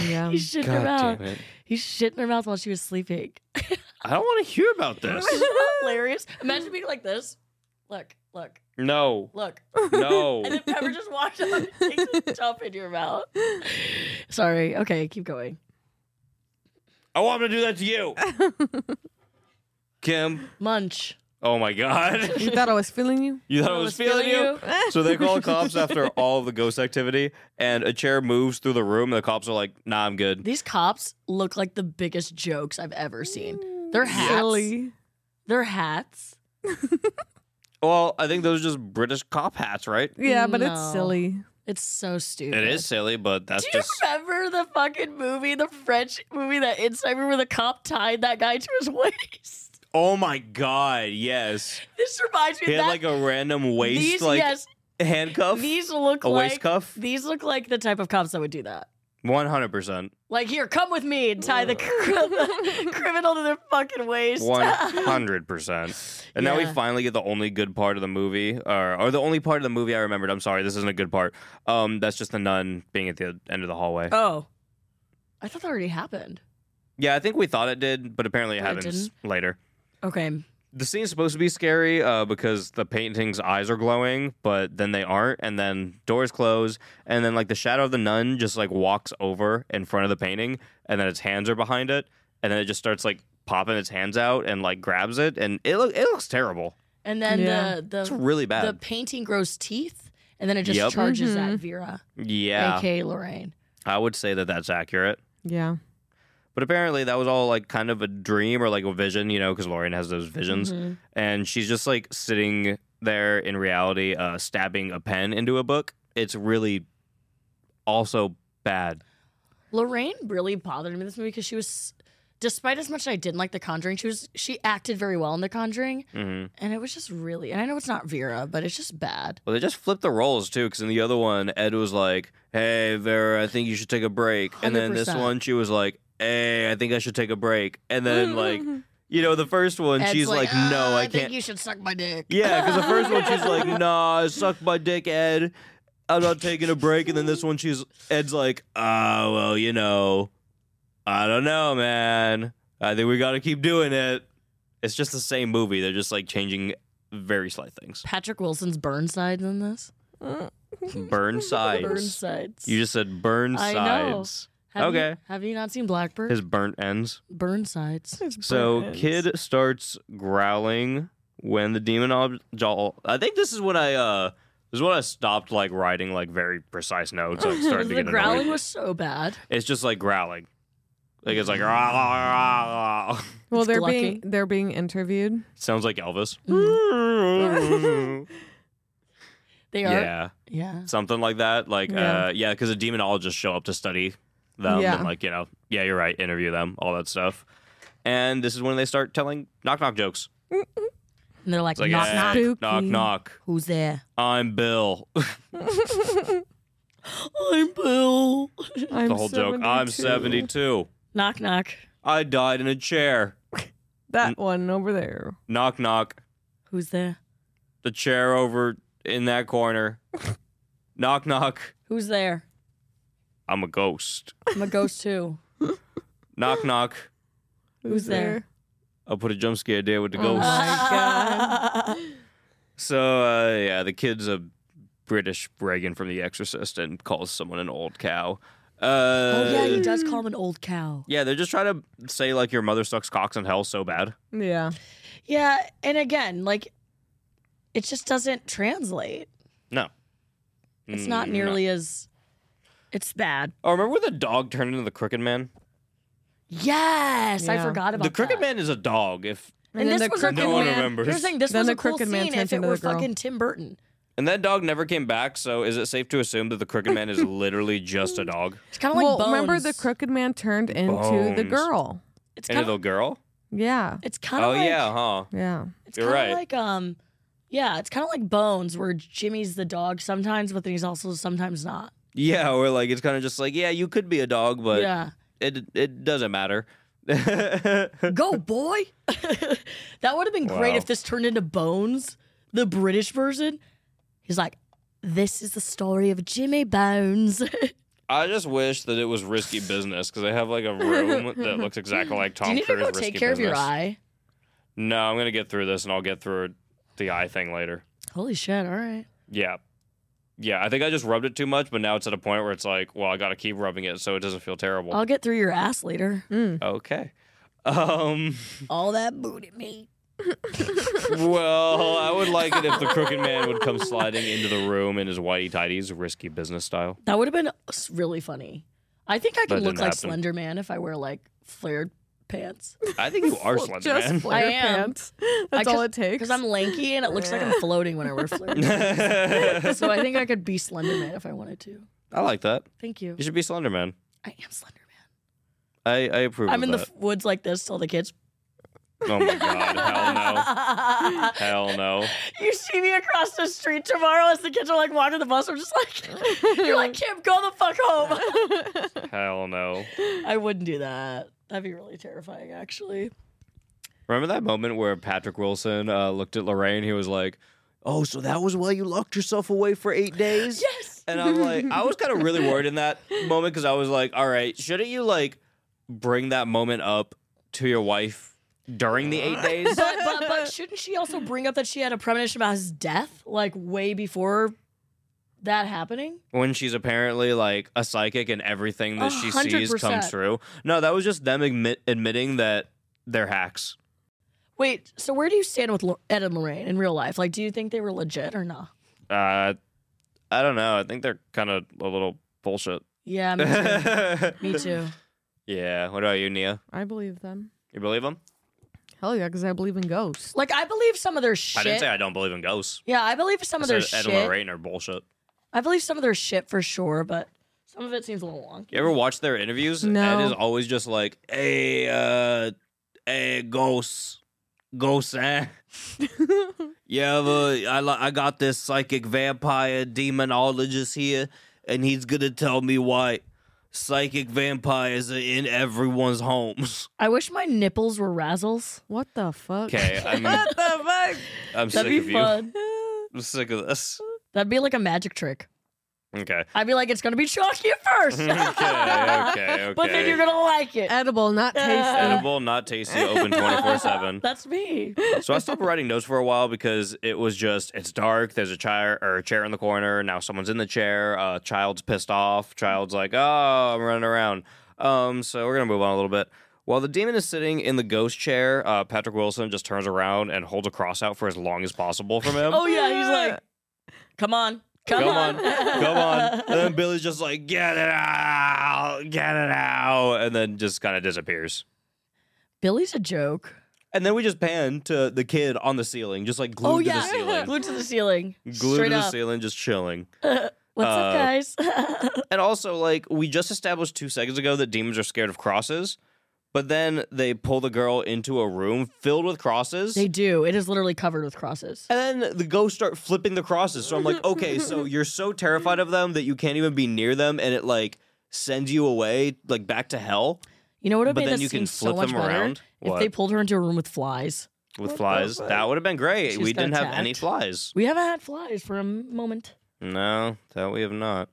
[SPEAKER 2] Yeah.
[SPEAKER 3] He's shit in her
[SPEAKER 1] God
[SPEAKER 3] mouth.
[SPEAKER 1] damn it.
[SPEAKER 3] He's shit in her mouth while she was sleeping. <laughs>
[SPEAKER 1] I don't want to hear about this. <laughs>
[SPEAKER 3] Hilarious. Imagine being like this. Look, look,
[SPEAKER 1] No.
[SPEAKER 3] look.
[SPEAKER 1] No.
[SPEAKER 3] And then Pepper just walks up and takes a dump in your mouth. Sorry. Okay, keep going.
[SPEAKER 1] I want him to do that to you. Kim.
[SPEAKER 3] Munch.
[SPEAKER 1] Oh my god.
[SPEAKER 3] <laughs>
[SPEAKER 2] You thought I was feeling you?
[SPEAKER 1] You thought I was, feeling, you? so they
[SPEAKER 2] <laughs>
[SPEAKER 1] call the cops after all of the ghost activity, and a chair moves through the room, and the cops are like, nah, I'm good.
[SPEAKER 3] These cops look like the biggest jokes I've ever seen. Their hats.
[SPEAKER 2] Silly.
[SPEAKER 3] Their hats.
[SPEAKER 1] Well, I think those are just British cop hats, right?
[SPEAKER 2] Yeah, but
[SPEAKER 3] No.
[SPEAKER 2] it's silly.
[SPEAKER 3] It's so stupid.
[SPEAKER 1] It is silly, but that's
[SPEAKER 3] Do you
[SPEAKER 1] just.
[SPEAKER 3] remember the fucking movie, the French movie, that Inside where the cop tied that guy to his <laughs> waist?
[SPEAKER 1] Oh my god! Yes,
[SPEAKER 3] This reminds me
[SPEAKER 1] he
[SPEAKER 3] of
[SPEAKER 1] had
[SPEAKER 3] that.
[SPEAKER 1] like a random waist
[SPEAKER 3] these,
[SPEAKER 1] like
[SPEAKER 3] yes,
[SPEAKER 1] handcuff,
[SPEAKER 3] these look
[SPEAKER 1] a
[SPEAKER 3] like
[SPEAKER 1] waist cuff.
[SPEAKER 3] these look like the type of cops that would do that.
[SPEAKER 1] One hundred percent,
[SPEAKER 3] Like, here, come with me and tie the, cr- the <laughs> criminal to their fucking waist. <laughs>
[SPEAKER 1] one hundred percent. And now we
[SPEAKER 3] Yeah.
[SPEAKER 1] finally get the only good part of the movie, or or the only part of the movie I remembered. I'm sorry, this isn't a good part. Um, that's just the nun being at the end of the hallway.
[SPEAKER 3] oh, I thought that already happened.
[SPEAKER 1] yeah, I think we thought it did, but apparently it
[SPEAKER 3] But it
[SPEAKER 1] happens later.
[SPEAKER 3] Okay,
[SPEAKER 1] The scene's supposed to be scary uh, because the painting's eyes are glowing, but then they aren't, and then doors close, and then like the shadow of the nun just like walks over in front of the painting, and then its hands are behind it, and then it just starts like popping its hands out and like grabs it, and it look it looks terrible.
[SPEAKER 3] and then
[SPEAKER 2] Yeah.
[SPEAKER 3] the the
[SPEAKER 1] It's really
[SPEAKER 3] the
[SPEAKER 1] bad.
[SPEAKER 3] painting grows teeth, and then it just
[SPEAKER 1] Yep.
[SPEAKER 3] charges
[SPEAKER 2] Mhm.
[SPEAKER 3] at Vera,
[SPEAKER 1] yeah,
[SPEAKER 3] aka Lorraine.
[SPEAKER 1] I would say that that's accurate.
[SPEAKER 2] Yeah.
[SPEAKER 1] But apparently that was all like kind of a dream or like a vision, you know, because Lauren has those visions,
[SPEAKER 3] Mhm.
[SPEAKER 1] and she's just like sitting there in reality, uh, stabbing a pen into a book. It's really also bad.
[SPEAKER 3] Lorraine really bothered me in this movie because she was. despite as much as I didn't like The Conjuring, she was she acted very well in The Conjuring,
[SPEAKER 1] Mm-hmm.
[SPEAKER 3] and it was just really. And I know it's not Vera, but it's just bad.
[SPEAKER 1] Well, they just flipped the roles too, because in the other one, Ed was like, "Hey, Vera, I think you should take a break," and then this
[SPEAKER 3] 100%.
[SPEAKER 1] one, she was like, "Hey, I think I should take a break," and then
[SPEAKER 2] <laughs>
[SPEAKER 1] like, you know, the first one,
[SPEAKER 3] Ed's
[SPEAKER 1] she's like,
[SPEAKER 3] "Uh,
[SPEAKER 1] "No, I,
[SPEAKER 3] think
[SPEAKER 1] can't."
[SPEAKER 3] you should suck my dick.
[SPEAKER 1] Yeah, because the first one, she's
[SPEAKER 3] <laughs>
[SPEAKER 1] like, "Nah, suck my dick, Ed. I'm not taking a break," and then this one, she's Ed's like, "Ah, well, you know, I don't know, man. I think we got to keep doing it." It's just the same movie. They're just like changing very slight
[SPEAKER 3] <laughs>
[SPEAKER 1] things.
[SPEAKER 3] Patrick Wilson's Burnsides in this.
[SPEAKER 1] Burn sides.
[SPEAKER 3] Burnsides.
[SPEAKER 1] You just said burn
[SPEAKER 3] I know.
[SPEAKER 1] sides.
[SPEAKER 3] Have you-
[SPEAKER 1] okay.
[SPEAKER 3] have you not seen Blackbird?
[SPEAKER 1] His burnt ends. <laughs>
[SPEAKER 3] Burnsides.
[SPEAKER 1] So
[SPEAKER 2] Burnt ends.
[SPEAKER 1] kid starts growling when the demon ob- jaw. I think this is when I uh this is when I stopped like writing like very precise notes.
[SPEAKER 3] <laughs>
[SPEAKER 1] Like started to
[SPEAKER 3] the
[SPEAKER 1] get
[SPEAKER 3] growling
[SPEAKER 1] annoyed.
[SPEAKER 3] was so bad.
[SPEAKER 1] It's just like growling. Like it's like "Rah, rah, <laughs> rah, rah."
[SPEAKER 2] Well,
[SPEAKER 3] It's
[SPEAKER 2] they're
[SPEAKER 3] glucky.
[SPEAKER 2] being they're being
[SPEAKER 3] <laughs>
[SPEAKER 2] interviewed.
[SPEAKER 1] sounds like Elvis.
[SPEAKER 3] They are.
[SPEAKER 1] yeah,
[SPEAKER 3] yeah.
[SPEAKER 1] something like that. Like
[SPEAKER 2] Yeah.
[SPEAKER 1] uh yeah, because the demonologists show up to study them
[SPEAKER 2] Yeah.
[SPEAKER 1] and like you know yeah you're right interview them all that stuff. And this is when they start telling knock knock jokes.
[SPEAKER 3] And they're like,
[SPEAKER 1] It's like,
[SPEAKER 3] knock,
[SPEAKER 1] eh,
[SPEAKER 3] knock.
[SPEAKER 2] Spooky.
[SPEAKER 1] knock, knock.
[SPEAKER 3] Who's there?
[SPEAKER 1] I'm Bill. the
[SPEAKER 3] I'm Bill.
[SPEAKER 2] I'm
[SPEAKER 1] whole joke. I'm
[SPEAKER 2] 72.
[SPEAKER 1] 72.
[SPEAKER 3] knock, knock.
[SPEAKER 1] I died in a chair.
[SPEAKER 2] That one over there.
[SPEAKER 1] Knock, knock.
[SPEAKER 3] Who's there?
[SPEAKER 1] The chair over in that
[SPEAKER 3] <laughs>
[SPEAKER 1] corner. knock, knock.
[SPEAKER 3] Who's there?
[SPEAKER 1] I'm a ghost.
[SPEAKER 3] I'm a ghost too.
[SPEAKER 1] Knock, knock.
[SPEAKER 3] Who's there?
[SPEAKER 1] I'll put a jump scare there with the
[SPEAKER 2] Oh
[SPEAKER 1] ghost.
[SPEAKER 3] Uh-huh. <laughs>
[SPEAKER 2] my god.
[SPEAKER 1] So, uh, yeah, the kid's a British Reagan from The Exorcist and calls someone an old cow. Uh,
[SPEAKER 3] <laughs> oh yeah, he does call him an old cow.
[SPEAKER 1] yeah, they're just trying to say, like, your mother sucks cocks in hell so bad.
[SPEAKER 2] Yeah.
[SPEAKER 3] Yeah, and again, like, it just doesn't translate.
[SPEAKER 1] No.
[SPEAKER 3] It's
[SPEAKER 1] Mm,
[SPEAKER 3] not
[SPEAKER 1] no.
[SPEAKER 3] nearly as. It's bad.
[SPEAKER 1] Oh, remember when the dog turned into the Crooked Man?
[SPEAKER 3] Yes, I
[SPEAKER 2] Yeah.
[SPEAKER 3] forgot about
[SPEAKER 1] The Crooked
[SPEAKER 3] that.
[SPEAKER 1] Man is a dog. If
[SPEAKER 3] And, this was a
[SPEAKER 1] No
[SPEAKER 3] cool-
[SPEAKER 1] one remembers.
[SPEAKER 3] Here's the thing, this
[SPEAKER 2] Then
[SPEAKER 3] was
[SPEAKER 2] the
[SPEAKER 3] a cool
[SPEAKER 2] Crooked
[SPEAKER 3] scene
[SPEAKER 2] Man turns
[SPEAKER 3] if it
[SPEAKER 2] into
[SPEAKER 3] were
[SPEAKER 2] the girl.
[SPEAKER 3] fucking Tim Burton.
[SPEAKER 1] and that dog never came back, so is it safe to assume that the Crooked Man
[SPEAKER 3] <laughs>
[SPEAKER 1] is literally just a dog?
[SPEAKER 3] It's kind of like
[SPEAKER 2] Well,
[SPEAKER 3] Bones.
[SPEAKER 2] remember the crooked man turned into the
[SPEAKER 1] Bones.
[SPEAKER 2] girl.
[SPEAKER 3] It's
[SPEAKER 1] And a
[SPEAKER 3] kind
[SPEAKER 1] little
[SPEAKER 3] of.
[SPEAKER 1] girl?
[SPEAKER 2] Yeah.
[SPEAKER 3] It's kind of
[SPEAKER 1] Oh
[SPEAKER 3] like.
[SPEAKER 1] yeah, huh?
[SPEAKER 2] Yeah.
[SPEAKER 3] It's
[SPEAKER 1] You're
[SPEAKER 3] kind
[SPEAKER 1] right.
[SPEAKER 3] of like um, yeah, it's kind of like Bones, where Jimmy's the dog sometimes, but then he's also sometimes not.
[SPEAKER 1] Yeah, or like it's kind of just like yeah, you could be a dog, but
[SPEAKER 3] yeah,
[SPEAKER 1] it it doesn't matter. <laughs> yeah,
[SPEAKER 3] go
[SPEAKER 1] <laughs>
[SPEAKER 3] boy. <laughs> that would have been great
[SPEAKER 1] Wow.
[SPEAKER 3] if this turned into Bones, the British version. He's like, this is the story of Jimmy Bones. <laughs>
[SPEAKER 1] I just wish that it was risky business because I have like a
[SPEAKER 3] <laughs>
[SPEAKER 1] room that looks exactly like Tom
[SPEAKER 3] Do you need to
[SPEAKER 1] Cruise.
[SPEAKER 3] go
[SPEAKER 1] risky
[SPEAKER 3] take care of your
[SPEAKER 1] Business.
[SPEAKER 3] eye?
[SPEAKER 1] No, I'm gonna get through this, and I'll get through the eye thing later.
[SPEAKER 3] Holy shit! All right.
[SPEAKER 1] Yeah. Yeah, I think I just rubbed it too much, but now it's at a point where it's like, well, I got to keep rubbing it so it doesn't feel terrible.
[SPEAKER 3] I'll get through your
[SPEAKER 1] <laughs>
[SPEAKER 3] ass later.
[SPEAKER 1] Okay. Um,
[SPEAKER 3] All that booty meat.
[SPEAKER 1] well, I would like it if the crooked man would come sliding into the room in his whitey tighties, risky business style.
[SPEAKER 3] That would have been s- really funny. I think I
[SPEAKER 1] That
[SPEAKER 3] could look
[SPEAKER 1] didn't
[SPEAKER 3] like
[SPEAKER 1] happen.
[SPEAKER 3] Slender Man if I wear like flared pants.
[SPEAKER 1] I think you are
[SPEAKER 2] Well,
[SPEAKER 1] Slender
[SPEAKER 2] just
[SPEAKER 1] Man.
[SPEAKER 2] flare
[SPEAKER 3] I am.
[SPEAKER 2] pants. That's all it takes.
[SPEAKER 3] Because I'm lanky and it looks like I'm floating when I wear flared
[SPEAKER 1] <laughs>
[SPEAKER 3] pants.
[SPEAKER 1] I
[SPEAKER 3] <laughs> so I think I could be Slender Man if I wanted to.
[SPEAKER 1] like that.
[SPEAKER 3] Thank you.
[SPEAKER 1] You should be Slender Man.
[SPEAKER 3] I am Slender Man.
[SPEAKER 1] I, I approve
[SPEAKER 3] I'm
[SPEAKER 1] of
[SPEAKER 3] in the
[SPEAKER 1] that.
[SPEAKER 3] f- woods like this till the kids.
[SPEAKER 1] oh my god, hell no. Hell no.
[SPEAKER 3] <laughs> you see me across the street tomorrow as the kids are like walking the bus. I'm just like, <laughs> you're like, Kim, go the fuck home. <laughs>
[SPEAKER 1] Hell no.
[SPEAKER 3] I wouldn't do that. That'd be really terrifying, actually.
[SPEAKER 1] Remember that moment where Patrick Wilson uh, looked at Lorraine? He was like, "Oh, so that was why you locked yourself away for eight days?"
[SPEAKER 3] Yes.
[SPEAKER 1] And I'm like, I was kind of really worried in that moment because I was like, "All right, shouldn't you like bring that moment up to your wife during the eight
[SPEAKER 3] <laughs>
[SPEAKER 1] days?"
[SPEAKER 3] But, but, but shouldn't she also bring up that she had a premonition about his death, like way before that happening?
[SPEAKER 1] when she's apparently like a psychic and everything that she sees
[SPEAKER 3] 100%.
[SPEAKER 1] comes true. No, that was just them admit- admitting that they're hacks.
[SPEAKER 3] Wait, so where do you stand with Lo- Ed and Lorraine in real life? Like, do you think they were legit or not?
[SPEAKER 1] Uh, I don't know. I think they're kind of a little bullshit.
[SPEAKER 3] Yeah,
[SPEAKER 1] <laughs>
[SPEAKER 3] me too. me too.
[SPEAKER 1] yeah. What about you, Nia?
[SPEAKER 2] I believe them.
[SPEAKER 1] You believe them?
[SPEAKER 2] Hell yeah, because I believe in
[SPEAKER 3] <laughs>
[SPEAKER 2] ghosts.
[SPEAKER 3] Like, I believe some of their shit.
[SPEAKER 1] I didn't say I don't believe in ghosts.
[SPEAKER 3] yeah, I believe
[SPEAKER 1] I
[SPEAKER 3] some of their
[SPEAKER 1] said Ed
[SPEAKER 3] shit.
[SPEAKER 1] and Lorraine are bullshit.
[SPEAKER 3] I believe some of their shit for sure, but Some of it seems a little wonky.
[SPEAKER 1] You ever watch their interviews?
[SPEAKER 2] No.
[SPEAKER 1] Ed is always just like, hey, uh, hey, ghosts. Ghosts, eh? yeah, but I, li- I got this psychic vampire demonologist here, and he's gonna tell me why psychic vampires are in everyone's homes. <laughs>
[SPEAKER 3] I wish my nipples were razzles.
[SPEAKER 2] What the fuck?
[SPEAKER 1] Okay, I'm,
[SPEAKER 2] What the fuck?
[SPEAKER 1] I'm sick
[SPEAKER 3] That'd be
[SPEAKER 1] of you.
[SPEAKER 3] fun.
[SPEAKER 1] I'm sick of this.
[SPEAKER 3] That'd be like a magic trick. <laughs>
[SPEAKER 1] Okay. <laughs>
[SPEAKER 3] I'd be like, it's gonna be chalky at first,
[SPEAKER 1] okay, okay, okay.
[SPEAKER 3] <laughs> but then you're gonna like it.
[SPEAKER 2] Edible,
[SPEAKER 3] <laughs>
[SPEAKER 2] not tasty.
[SPEAKER 1] Edible, not tasty, open 24 7. <laughs>
[SPEAKER 3] That's me.
[SPEAKER 1] So I stopped writing notes for a while because it was just it's dark. There's a chair or a chair in the corner. Now someone's in the chair. Uh, child's pissed off. Child's like, oh, I'm running around. Um, so we're gonna move on a little bit. While the demon is sitting in the ghost chair, uh, Patrick Wilson just turns around and holds a cross out for as long as possible from him.
[SPEAKER 3] <laughs> Oh yeah, he's like, come on, come,
[SPEAKER 1] Come on, come on. And then Billy's just like, get it out, get it out, and then just kind of disappears.
[SPEAKER 3] <laughs> Billy's a joke.
[SPEAKER 1] And then we just pan to the kid on the ceiling, just like glued
[SPEAKER 3] oh
[SPEAKER 1] to
[SPEAKER 3] yeah,
[SPEAKER 1] the ceiling.
[SPEAKER 3] glued to the ceiling.
[SPEAKER 1] glued
[SPEAKER 3] Straight
[SPEAKER 1] to the
[SPEAKER 3] up.
[SPEAKER 1] ceiling, just chilling.
[SPEAKER 3] What's up,
[SPEAKER 1] Uh, <laughs>
[SPEAKER 3] guys?
[SPEAKER 1] And also, like, we just established two seconds ago that demons are scared of crosses, but then they pull the girl into a room filled with crosses.
[SPEAKER 3] they do. It is literally covered with crosses.
[SPEAKER 1] and then the ghosts start flipping the crosses. So I'm like,
[SPEAKER 3] <laughs>
[SPEAKER 1] okay, so you're so terrified of them that you can't even be near them, and it like sends you away, like back to hell
[SPEAKER 3] You know what would have
[SPEAKER 1] But then
[SPEAKER 3] made this
[SPEAKER 1] you can
[SPEAKER 3] scene so
[SPEAKER 1] flip
[SPEAKER 3] much
[SPEAKER 1] them
[SPEAKER 3] better?
[SPEAKER 1] around?
[SPEAKER 3] If
[SPEAKER 1] What?
[SPEAKER 3] they pulled her into a room with flies.
[SPEAKER 1] with flies. That would have been great.
[SPEAKER 3] She
[SPEAKER 1] we
[SPEAKER 3] just got
[SPEAKER 1] didn't have any
[SPEAKER 3] attacked.
[SPEAKER 1] flies.
[SPEAKER 3] We haven't had flies for a m- moment.
[SPEAKER 1] No, that we have not.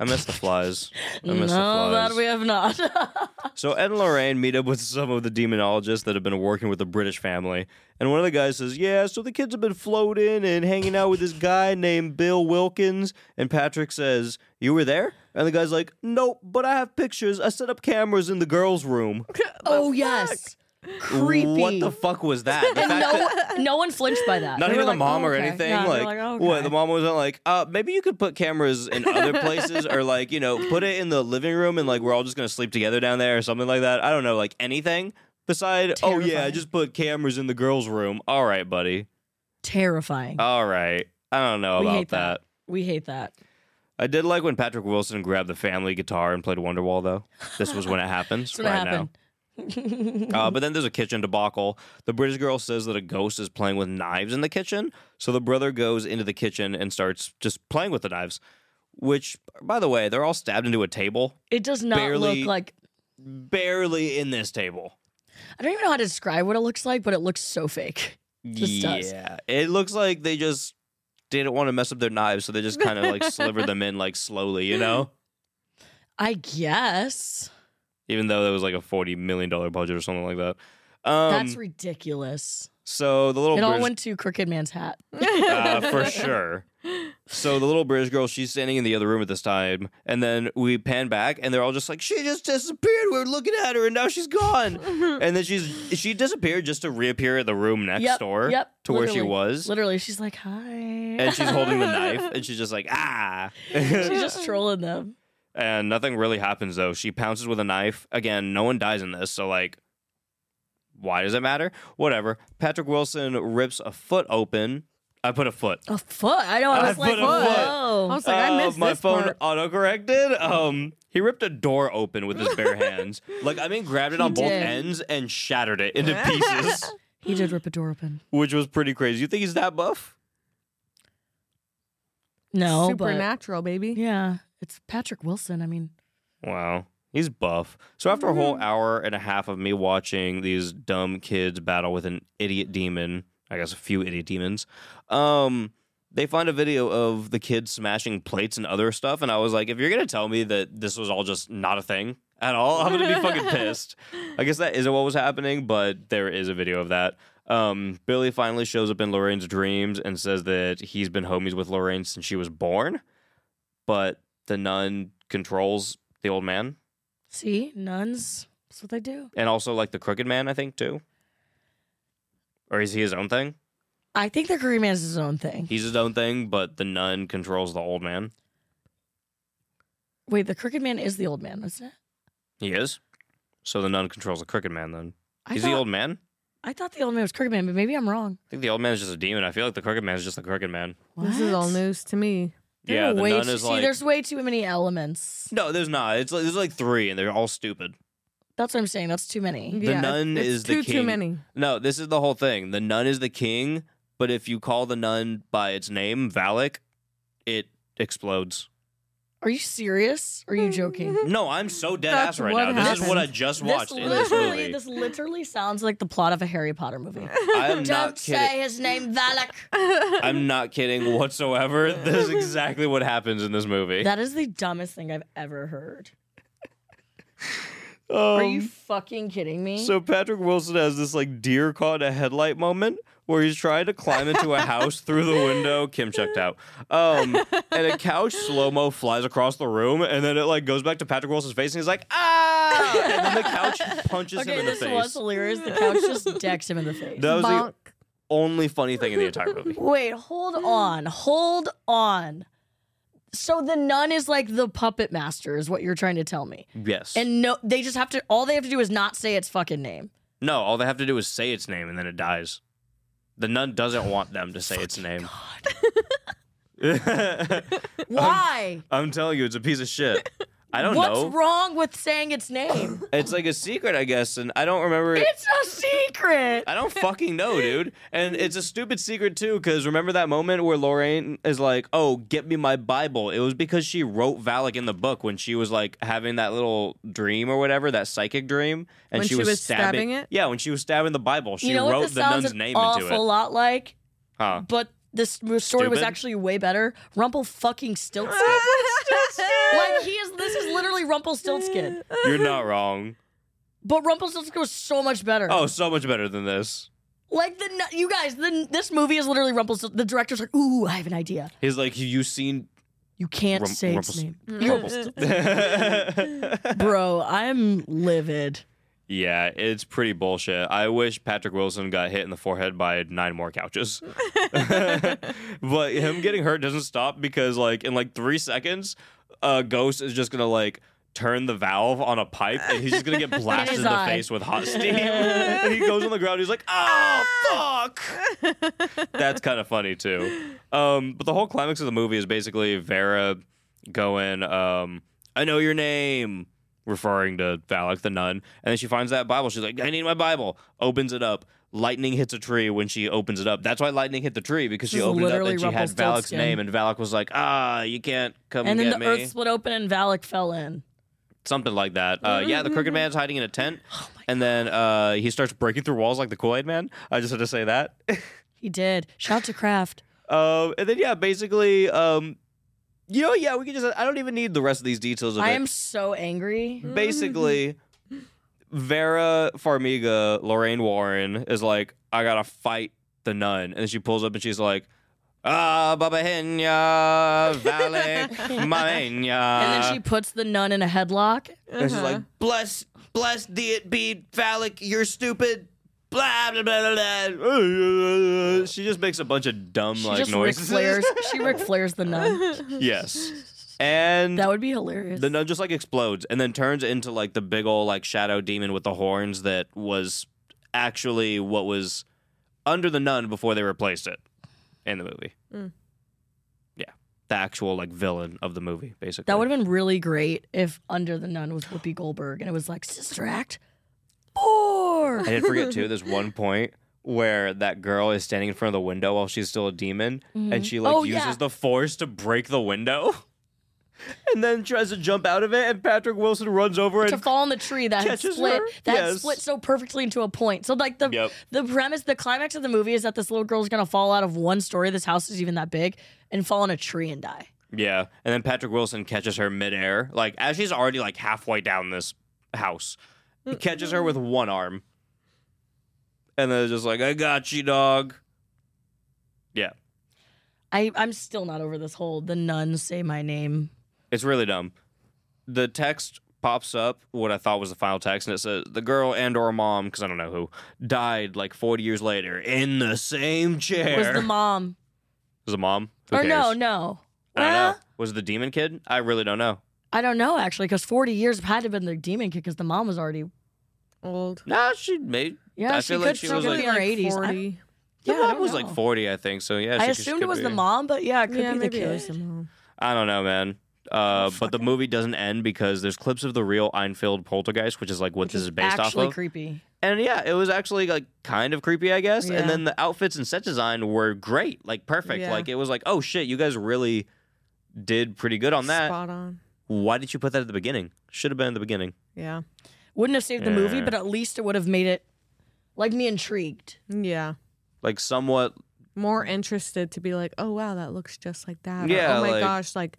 [SPEAKER 1] I miss the flies. I
[SPEAKER 3] no,
[SPEAKER 1] miss the flies.
[SPEAKER 3] that we have not. <laughs>
[SPEAKER 1] So Ed and Lorraine meet up with some of the demonologists that have been working with the British family. And one of the guys says, Yeah, so the kids have been floating and hanging out with this guy named Bill Wilkins. And Patrick says, You were there? And the guy's like, Nope, but I have pictures. I set up cameras in the girls' room.
[SPEAKER 3] oh yes, <laughs> creepy.
[SPEAKER 1] What
[SPEAKER 3] <laughs>
[SPEAKER 1] the fuck was that? The fact
[SPEAKER 3] no,
[SPEAKER 1] that-
[SPEAKER 3] no one flinched by that.
[SPEAKER 1] not
[SPEAKER 3] They
[SPEAKER 1] even
[SPEAKER 3] were
[SPEAKER 1] the
[SPEAKER 3] like,
[SPEAKER 1] mom
[SPEAKER 3] oh,
[SPEAKER 1] or
[SPEAKER 3] okay.
[SPEAKER 1] anything.
[SPEAKER 3] Yeah, they were
[SPEAKER 1] like,
[SPEAKER 3] oh,
[SPEAKER 1] what?
[SPEAKER 3] okay.
[SPEAKER 1] The mom wasn't like, uh, maybe you could put cameras in other places, or like, you know, put it in the living room, and like we're all just gonna sleep together down there, or something like that. I don't know, like anything beside. Oh yeah, I
[SPEAKER 3] Terrifying.
[SPEAKER 1] just put cameras in the girls' room. All right, buddy.
[SPEAKER 3] Terrifying.
[SPEAKER 1] All right. I don't know
[SPEAKER 3] We
[SPEAKER 1] about
[SPEAKER 3] hate that. we hate that.
[SPEAKER 1] I did like when Patrick Wilson grabbed the family guitar and played Wonderwall, though. This was when it happens
[SPEAKER 3] That's what
[SPEAKER 1] right now.
[SPEAKER 3] happened.
[SPEAKER 1] Uh,
[SPEAKER 3] Mm-hmm.
[SPEAKER 1] but then there's a kitchen debacle. The British girl says that a ghost is playing with knives in the kitchen. So the brother goes into the kitchen and starts just playing with the knives, which, by the way, they're all stabbed into a table.
[SPEAKER 3] It does not
[SPEAKER 1] Barely-
[SPEAKER 3] look like.
[SPEAKER 1] Barely in this table.
[SPEAKER 3] I don't even know how to describe what it looks like, but it looks so fake. Just
[SPEAKER 1] yeah.
[SPEAKER 3] does.
[SPEAKER 1] It looks like they just didn't want to mess up their knives. So they just kind of
[SPEAKER 3] <laughs>
[SPEAKER 1] like slivered them in like slowly, you know?
[SPEAKER 3] I guess
[SPEAKER 1] Even though that was like a $40 million budget or something like that. Um,
[SPEAKER 3] that's ridiculous.
[SPEAKER 1] so the little
[SPEAKER 3] It all
[SPEAKER 1] British-
[SPEAKER 3] went to Crooked Man's hat.
[SPEAKER 1] uh,
[SPEAKER 3] <laughs>
[SPEAKER 1] for sure. So the little British girl, she's standing in the other room at this time, and then we pan back, and they're all just like, "She just disappeared. We were looking at her, and now she's
[SPEAKER 3] <laughs>
[SPEAKER 1] gone." and then she's she disappeared just to reappear in the room next
[SPEAKER 3] Yep,
[SPEAKER 1] door
[SPEAKER 3] yep,
[SPEAKER 1] to where she
[SPEAKER 3] literally.
[SPEAKER 1] was,
[SPEAKER 3] Literally, she's like, "Hi," and
[SPEAKER 1] and she's holding the knife, and she's just like, "Ah."
[SPEAKER 3] <laughs>
[SPEAKER 1] <laughs>
[SPEAKER 3] she's just trolling them.
[SPEAKER 1] and nothing really happens though. She pounces with a knife. Again, no one dies in this, so like why does it matter? Whatever. Patrick Wilson rips a foot open. I put a foot.
[SPEAKER 3] A foot. I know. I
[SPEAKER 1] I
[SPEAKER 3] was like,
[SPEAKER 1] put a foot.
[SPEAKER 3] "Whoa."
[SPEAKER 2] I was like, I
[SPEAKER 1] Uh,
[SPEAKER 2] missed
[SPEAKER 1] my
[SPEAKER 2] this
[SPEAKER 1] phone
[SPEAKER 2] part.
[SPEAKER 1] autocorrected. Um, he ripped a door open with his bare
[SPEAKER 2] <laughs>
[SPEAKER 1] hands. Like I mean, grabbed it on both
[SPEAKER 3] did.
[SPEAKER 1] ends and shattered it into pieces,
[SPEAKER 3] He did rip a door open.
[SPEAKER 1] which was pretty crazy. You think he's that buff?
[SPEAKER 3] No,
[SPEAKER 2] Supernatural, baby.
[SPEAKER 3] but yeah, it's Patrick Wilson. I mean,
[SPEAKER 1] Wow, he's buff. So after a whole hour and a half of me watching these dumb kids battle with an idiot demon, I guess a few idiot demons, um. They find a video of the kids smashing plates and other stuff, and I was like, if you're gonna tell me that this was all just not a thing at all, I'm gonna be fucking pissed. I guess that isn't what was happening, but there is a video of that. Um, Billy finally shows up in Lorraine's dreams and says that he's been homies with Lorraine since she was born, but the nun controls the old man
[SPEAKER 3] see, nuns. That's what they do.
[SPEAKER 1] and also like the crooked man, I think too. Or is he his own thing?
[SPEAKER 3] I think the Korean man's his own thing.
[SPEAKER 1] He's his own thing, but the nun controls the old man.
[SPEAKER 3] Wait, the crooked man is the old man, isn't it?
[SPEAKER 1] He is. So the nun controls the crooked man then.
[SPEAKER 3] I
[SPEAKER 1] He's
[SPEAKER 3] thought,
[SPEAKER 1] the old man?
[SPEAKER 3] I thought the old man was crooked man, but maybe I'm wrong.
[SPEAKER 1] I think the old man is just a demon. I feel like the crooked man is just the crooked man.
[SPEAKER 2] This is all
[SPEAKER 3] What?
[SPEAKER 2] news to me.
[SPEAKER 1] yeah, the
[SPEAKER 3] way
[SPEAKER 1] nun
[SPEAKER 3] too-
[SPEAKER 1] is
[SPEAKER 3] see,
[SPEAKER 1] like
[SPEAKER 3] there's way too many elements.
[SPEAKER 1] no, there's not. It's like, there's like three, and they're all stupid.
[SPEAKER 3] That's what I'm saying. That's too many.
[SPEAKER 1] The
[SPEAKER 2] Yeah, it's-
[SPEAKER 1] nun
[SPEAKER 2] it's
[SPEAKER 1] is the
[SPEAKER 2] too, Too
[SPEAKER 1] king.
[SPEAKER 2] many.
[SPEAKER 1] No, this is the whole thing. The nun is the king, but if you call the nun by its name, Valak, it explodes.
[SPEAKER 3] Are you serious? <laughs> Or are you joking?
[SPEAKER 1] No, I'm so dead
[SPEAKER 2] That's
[SPEAKER 1] ass right
[SPEAKER 2] what
[SPEAKER 1] now. This is what I just watched
[SPEAKER 3] this
[SPEAKER 1] in this
[SPEAKER 3] literally,
[SPEAKER 1] movie.
[SPEAKER 3] this literally sounds like the plot of a Harry Potter movie.
[SPEAKER 1] I
[SPEAKER 3] <laughs>
[SPEAKER 1] am <laughs> not
[SPEAKER 3] Don't
[SPEAKER 1] kidding.
[SPEAKER 3] say his name,
[SPEAKER 1] <laughs>
[SPEAKER 3] Valak.
[SPEAKER 1] <laughs> I'm not kidding
[SPEAKER 3] <laughs>
[SPEAKER 1] whatsoever. This is exactly what happens in this movie.
[SPEAKER 3] That is the dumbest thing I've ever heard. Are you fucking kidding me?
[SPEAKER 1] Um, So Patrick Wilson has this like deer caught in a headlight moment where he's trying to climb into a house through the window. Kim checked out. Um, and a couch slow mo flies across the room, and then it like goes back to Patrick Wilson's face, and he's like, ah! And then the
[SPEAKER 3] <laughs>
[SPEAKER 1] couch punches him
[SPEAKER 3] okay,
[SPEAKER 1] in the
[SPEAKER 3] this was
[SPEAKER 1] face.
[SPEAKER 3] hilarious. The couch <laughs> just decks him in the face.
[SPEAKER 1] That was
[SPEAKER 2] Bonk.
[SPEAKER 1] the only funny thing in the entire
[SPEAKER 3] <laughs>
[SPEAKER 1] movie.
[SPEAKER 3] Wait, hold on. Hold on. So the nun is like the puppet master, is what you're trying to tell me.
[SPEAKER 1] Yes. And
[SPEAKER 3] And no, they just have to, all they have to do is not say its fucking name.
[SPEAKER 1] no, all they have to do is say its name, and then it dies. The nun doesn't want them to say its name.
[SPEAKER 3] Why?
[SPEAKER 1] I'm telling you, it's a piece of shit. Um, I don't
[SPEAKER 3] What's
[SPEAKER 1] know.
[SPEAKER 3] wrong with saying its
[SPEAKER 1] <laughs>
[SPEAKER 3] name?
[SPEAKER 1] It's like a secret, I guess, and I don't remember.
[SPEAKER 3] it's a secret.
[SPEAKER 1] I don't fucking know, dude. And it's a stupid secret too, because remember that moment where Lorraine is like, "Oh, get me my Bible." It was because she wrote Valak in the book when she was like having that little dream or whatever, that psychic dream, and
[SPEAKER 2] When she was stabbing it?
[SPEAKER 1] Yeah, when she was stabbing the Bible, she
[SPEAKER 3] you know what
[SPEAKER 1] wrote
[SPEAKER 3] this
[SPEAKER 1] the
[SPEAKER 3] sounds
[SPEAKER 1] nun's
[SPEAKER 3] an
[SPEAKER 1] name
[SPEAKER 3] awful
[SPEAKER 1] into it.
[SPEAKER 3] lot like?
[SPEAKER 1] Huh.
[SPEAKER 3] But this m- story was
[SPEAKER 1] Stupid?
[SPEAKER 3] actually way better. Rumple fucking
[SPEAKER 1] <laughs>
[SPEAKER 3] Stiltskin. like he is. This is literally Rumpelstiltskin.
[SPEAKER 1] You're not wrong.
[SPEAKER 3] But Rumpelstiltskin was so much better.
[SPEAKER 1] Oh, so much better than this.
[SPEAKER 3] Like the nu- you guys, the, this movie is literally Rumpelstiltskin. The director's like, ooh, I have an idea.
[SPEAKER 1] He's like, you seen?
[SPEAKER 3] You can't
[SPEAKER 1] Rump-
[SPEAKER 3] say its
[SPEAKER 1] Rumpels- <laughs>
[SPEAKER 3] name, bro. I'm livid.
[SPEAKER 1] yeah, it's pretty bullshit. I wish Patrick Wilson got hit in the forehead by nine more couches.
[SPEAKER 3] <laughs>
[SPEAKER 1] <laughs> but him getting hurt doesn't stop because like in like three seconds, a ghost is just gonna like turn the valve on a pipe and he's just gonna get
[SPEAKER 3] <laughs>
[SPEAKER 1] blasted
[SPEAKER 3] his
[SPEAKER 1] in the
[SPEAKER 3] eye.
[SPEAKER 1] face with hot
[SPEAKER 3] <laughs>
[SPEAKER 1] steam. and he goes on the ground. He's like,
[SPEAKER 3] Ah!"
[SPEAKER 1] oh fuck.
[SPEAKER 3] <laughs>
[SPEAKER 1] That's kind of funny too. Um, but the whole climax of the movie is basically Vera going, um, I know your name. Referring to Valak the nun, and then she finds that Bible. She's like, "I need my Bible." Opens it up. Lightning hits a tree when she opens it up. That's why lightning hit the tree because she
[SPEAKER 3] This is
[SPEAKER 1] opened it up
[SPEAKER 3] literally
[SPEAKER 1] and she had Valak's
[SPEAKER 3] Rumpelstiltskin.
[SPEAKER 1] name, and Valak was like, "Ah, you can't come
[SPEAKER 3] And then
[SPEAKER 1] get
[SPEAKER 3] the
[SPEAKER 1] me."
[SPEAKER 3] earth split open and Valak fell in.
[SPEAKER 1] Something like that.
[SPEAKER 3] Mm-hmm,
[SPEAKER 1] Uh, yeah, the crooked man's hiding in a tent,
[SPEAKER 3] Oh
[SPEAKER 1] and then uh, he starts breaking through walls like the Kool Aid Man. I just had to say that. <laughs>
[SPEAKER 3] He did. Shout to Kraft.
[SPEAKER 1] um, and then yeah, basically, um, you know, yeah, we can just. I don't even need the rest of these details of
[SPEAKER 3] I
[SPEAKER 1] it. Mm.
[SPEAKER 3] am so angry.
[SPEAKER 1] basically Vera Farmiga, Lorraine Warren is like, I gotta fight the nun, and she pulls up and she's like, Ah, Baba Henya, Vale,
[SPEAKER 3] <laughs>
[SPEAKER 1] Mamenya.
[SPEAKER 3] and then she uh-huh. puts the nun in a headlock.
[SPEAKER 1] And she's like, bless, bless thee it be, phallic, you're stupid. Blah, blah, blah, blah, blah. She just makes a bunch of dumb
[SPEAKER 3] She
[SPEAKER 1] like
[SPEAKER 3] just Ric
[SPEAKER 1] noises.
[SPEAKER 3] Flairs. She Ric Flairs the nun.
[SPEAKER 1] <laughs> yes. And
[SPEAKER 3] That would be hilarious.
[SPEAKER 1] the nun just like explodes and then turns into like the big old like shadow demon with the horns that was actually what was under the nun before they replaced it in the movie.
[SPEAKER 2] Mm.
[SPEAKER 1] Yeah. The actual like villain of the movie, basically.
[SPEAKER 3] that would have been really great if Under the Nun was Whoopi Goldberg and it was like Sister Act Four.
[SPEAKER 1] I did forget too. There's one point where that girl is standing in front of the window while she's still a demon, and she like
[SPEAKER 3] Oh,
[SPEAKER 1] uses
[SPEAKER 3] yeah.
[SPEAKER 1] the force to break the window, <laughs> and then tries to jump out of it. And Patrick Wilson runs over
[SPEAKER 3] To
[SPEAKER 1] and
[SPEAKER 3] fall in the tree that had
[SPEAKER 1] Catches
[SPEAKER 3] split
[SPEAKER 1] her?
[SPEAKER 3] that had
[SPEAKER 1] Yes.
[SPEAKER 3] split so perfectly into a point. So like the
[SPEAKER 1] Yep.
[SPEAKER 3] the premise, the climax of the movie is that this little girl's gonna fall out of one story. This house is even that big and fall in a tree and die.
[SPEAKER 1] yeah, and then Patrick Wilson catches her midair, like as she's already like halfway down this house, he catches her
[SPEAKER 3] Mm-hmm.
[SPEAKER 1] with one arm, and then it's just like, "I got you, dog." Yeah,
[SPEAKER 3] I I'm still not over this whole the nun say my name.
[SPEAKER 1] It's really dumb. The text pops up what I thought was the final text, and it says the girl and or mom, because I don't know who, died like 40 years later in the same chair.
[SPEAKER 3] Was the mom
[SPEAKER 1] Was the mom? Who
[SPEAKER 3] or no
[SPEAKER 1] cares?
[SPEAKER 3] no?
[SPEAKER 1] I don't
[SPEAKER 3] Well,
[SPEAKER 1] know. Was it the demon kid? I really don't know.
[SPEAKER 3] I don't know actually, because forty years had to have been the demon kid because the mom was already
[SPEAKER 2] Old.
[SPEAKER 1] Nah, she made.
[SPEAKER 3] yeah.
[SPEAKER 1] I
[SPEAKER 3] she
[SPEAKER 1] feel
[SPEAKER 3] could
[SPEAKER 1] like she
[SPEAKER 3] still
[SPEAKER 1] was
[SPEAKER 3] be
[SPEAKER 1] like-
[SPEAKER 3] in her eighties. I,
[SPEAKER 2] 40.
[SPEAKER 1] The
[SPEAKER 3] Yeah, I
[SPEAKER 1] mom
[SPEAKER 3] don't
[SPEAKER 1] was
[SPEAKER 3] know.
[SPEAKER 1] like 40, I think. So yeah,
[SPEAKER 3] I
[SPEAKER 1] she, she
[SPEAKER 3] assumed it
[SPEAKER 1] could
[SPEAKER 3] was the
[SPEAKER 1] be.
[SPEAKER 3] mom, but yeah, it could
[SPEAKER 2] yeah,
[SPEAKER 3] be the
[SPEAKER 2] maybe it was
[SPEAKER 3] kid.
[SPEAKER 2] the mom.
[SPEAKER 1] I don't know, man. Uh, but the movie doesn't end because there's clips of the real Einfeld poltergeist, which is like what this is based off
[SPEAKER 3] Actually
[SPEAKER 1] of.
[SPEAKER 3] creepy.
[SPEAKER 1] and yeah, it was actually like kind of creepy, I guess.
[SPEAKER 2] Yeah.
[SPEAKER 1] And then the outfits and set design were great, like perfect.
[SPEAKER 2] Yeah.
[SPEAKER 1] Like it was like, oh shit, you guys really did pretty good on that.
[SPEAKER 2] Spot on.
[SPEAKER 1] Why did you put that at the beginning? Should have been at the beginning.
[SPEAKER 2] Yeah.
[SPEAKER 3] Wouldn't have saved the movie,
[SPEAKER 1] Yeah.
[SPEAKER 3] but at least it would have made it like me intrigued.
[SPEAKER 2] Yeah.
[SPEAKER 1] Like somewhat.
[SPEAKER 2] More interested to be like, oh wow, that looks just like that. or,
[SPEAKER 1] Yeah,
[SPEAKER 2] oh my
[SPEAKER 1] like-
[SPEAKER 2] gosh, like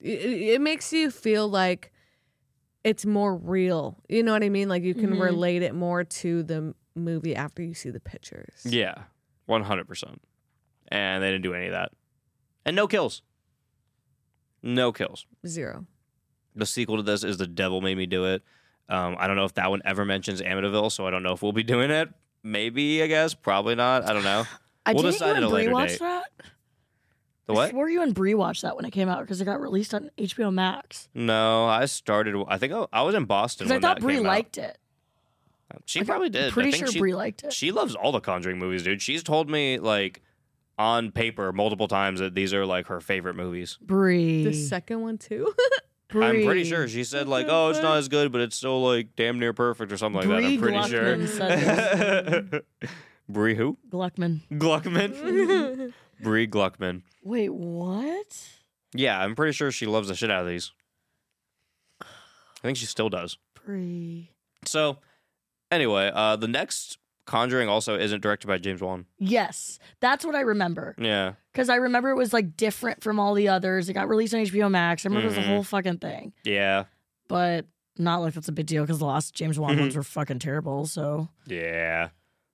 [SPEAKER 2] it, it makes you feel like it's more real. You know what I mean? Like you can
[SPEAKER 3] Mhm.
[SPEAKER 2] relate it more to the m- movie after you see the pictures.
[SPEAKER 1] Yeah, one hundred percent. And they didn't do any of that. And no kills. No kills.
[SPEAKER 2] Zero.
[SPEAKER 1] the sequel to this is The Devil Made Me Do It. Um, I don't know if that one ever mentions Amityville, so I don't know if we'll be <laughs> doing it. Maybe, I guess. Probably not. I don't know.
[SPEAKER 3] I
[SPEAKER 1] We'll
[SPEAKER 3] didn't
[SPEAKER 1] decide
[SPEAKER 3] you and
[SPEAKER 1] at a
[SPEAKER 3] Brie
[SPEAKER 1] later
[SPEAKER 3] watch
[SPEAKER 1] date.
[SPEAKER 3] that?
[SPEAKER 1] The
[SPEAKER 3] I <laughs>
[SPEAKER 1] what?
[SPEAKER 3] swore you and Brie watched that when it came out because it got released on HBO Max.
[SPEAKER 1] No, I started. I think I, I was in Boston.
[SPEAKER 3] Because I
[SPEAKER 1] When
[SPEAKER 3] thought
[SPEAKER 1] that
[SPEAKER 3] Brie
[SPEAKER 1] came out.
[SPEAKER 3] liked it.
[SPEAKER 1] She
[SPEAKER 3] Like,
[SPEAKER 1] probably
[SPEAKER 3] I'm
[SPEAKER 1] did. I
[SPEAKER 3] Pretty
[SPEAKER 1] think
[SPEAKER 3] sure
[SPEAKER 1] she,
[SPEAKER 3] Brie liked it.
[SPEAKER 1] She loves all the Conjuring movies, dude. She's told me like on paper multiple times that these are like her favorite movies.
[SPEAKER 3] Brie.
[SPEAKER 2] The second one too.
[SPEAKER 1] I'm pretty sure she said like, "Oh, it's not as good, but it's still like damn near perfect" or something like
[SPEAKER 3] Brie
[SPEAKER 1] that. I'm <laughs>
[SPEAKER 3] Gluckman said
[SPEAKER 1] pretty sure. Brie who?
[SPEAKER 3] Gluckman.
[SPEAKER 1] Gluckman. Brie Gluckman.
[SPEAKER 3] Wait, what?
[SPEAKER 1] Yeah, I'm pretty sure she loves the shit out of these. I think she still does.
[SPEAKER 3] Brie.
[SPEAKER 1] So, anyway, uh, the next Conjuring also isn't directed by James Wan.
[SPEAKER 3] Yes, that's what I remember.
[SPEAKER 1] Yeah,
[SPEAKER 3] Because I remember it was like different from all the others. It got released on HBO Max. I remember it was
[SPEAKER 1] Mhm.
[SPEAKER 3] a whole fucking thing.
[SPEAKER 1] yeah,
[SPEAKER 3] But not like that's a big deal because the last James Wan ones were fucking terrible. So
[SPEAKER 1] yeah.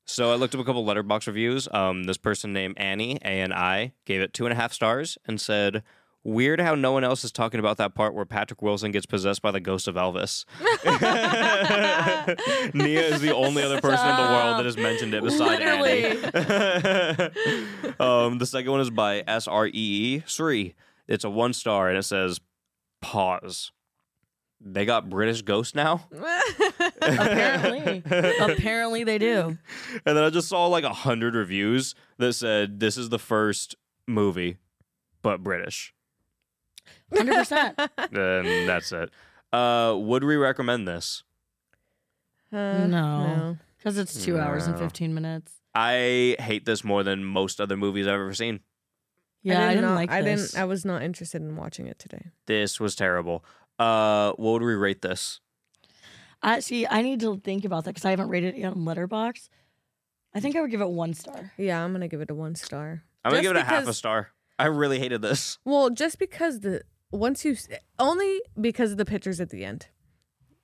[SPEAKER 1] So I looked up a couple letterbox reviews. Um, this person named Annie A N I gave it two and a half stars and said, "Weird how no one else is talking about that part where Patrick Wilson gets possessed by the ghost of Elvis." <laughs> Nia is the only other person in the world that has mentioned it besides Annie.
[SPEAKER 3] literally,
[SPEAKER 1] <laughs> um, the second one is by S R E E Sri. It's a one star and it says pause. They got British ghosts now.
[SPEAKER 3] apparently, apparently they do.
[SPEAKER 1] And then I just saw like a hundred reviews that said this is the first movie, but British. <laughs>
[SPEAKER 3] Hundred percent.
[SPEAKER 1] and that's it. Uh, would we recommend this?
[SPEAKER 2] Uh,
[SPEAKER 3] No. Because it's two hours and
[SPEAKER 1] No.
[SPEAKER 3] fifteen minutes.
[SPEAKER 1] I hate this more than most other movies I've ever seen.
[SPEAKER 3] Yeah, I didn't,
[SPEAKER 2] not-
[SPEAKER 3] like
[SPEAKER 2] I
[SPEAKER 3] this.
[SPEAKER 2] didn't. I was not interested in watching it today.
[SPEAKER 1] This was terrible. Uh, what would we rate this?
[SPEAKER 3] I, see. I need to think about that because I haven't rated it yet on Letterbox. I think I would give it one star.
[SPEAKER 2] Yeah, I'm gonna give it a one star.
[SPEAKER 1] I'm gonna
[SPEAKER 2] Just
[SPEAKER 1] give it a half a
[SPEAKER 2] because-
[SPEAKER 1] star. I really hated this.
[SPEAKER 2] Well, just because the once you s- only because of the pictures at the end,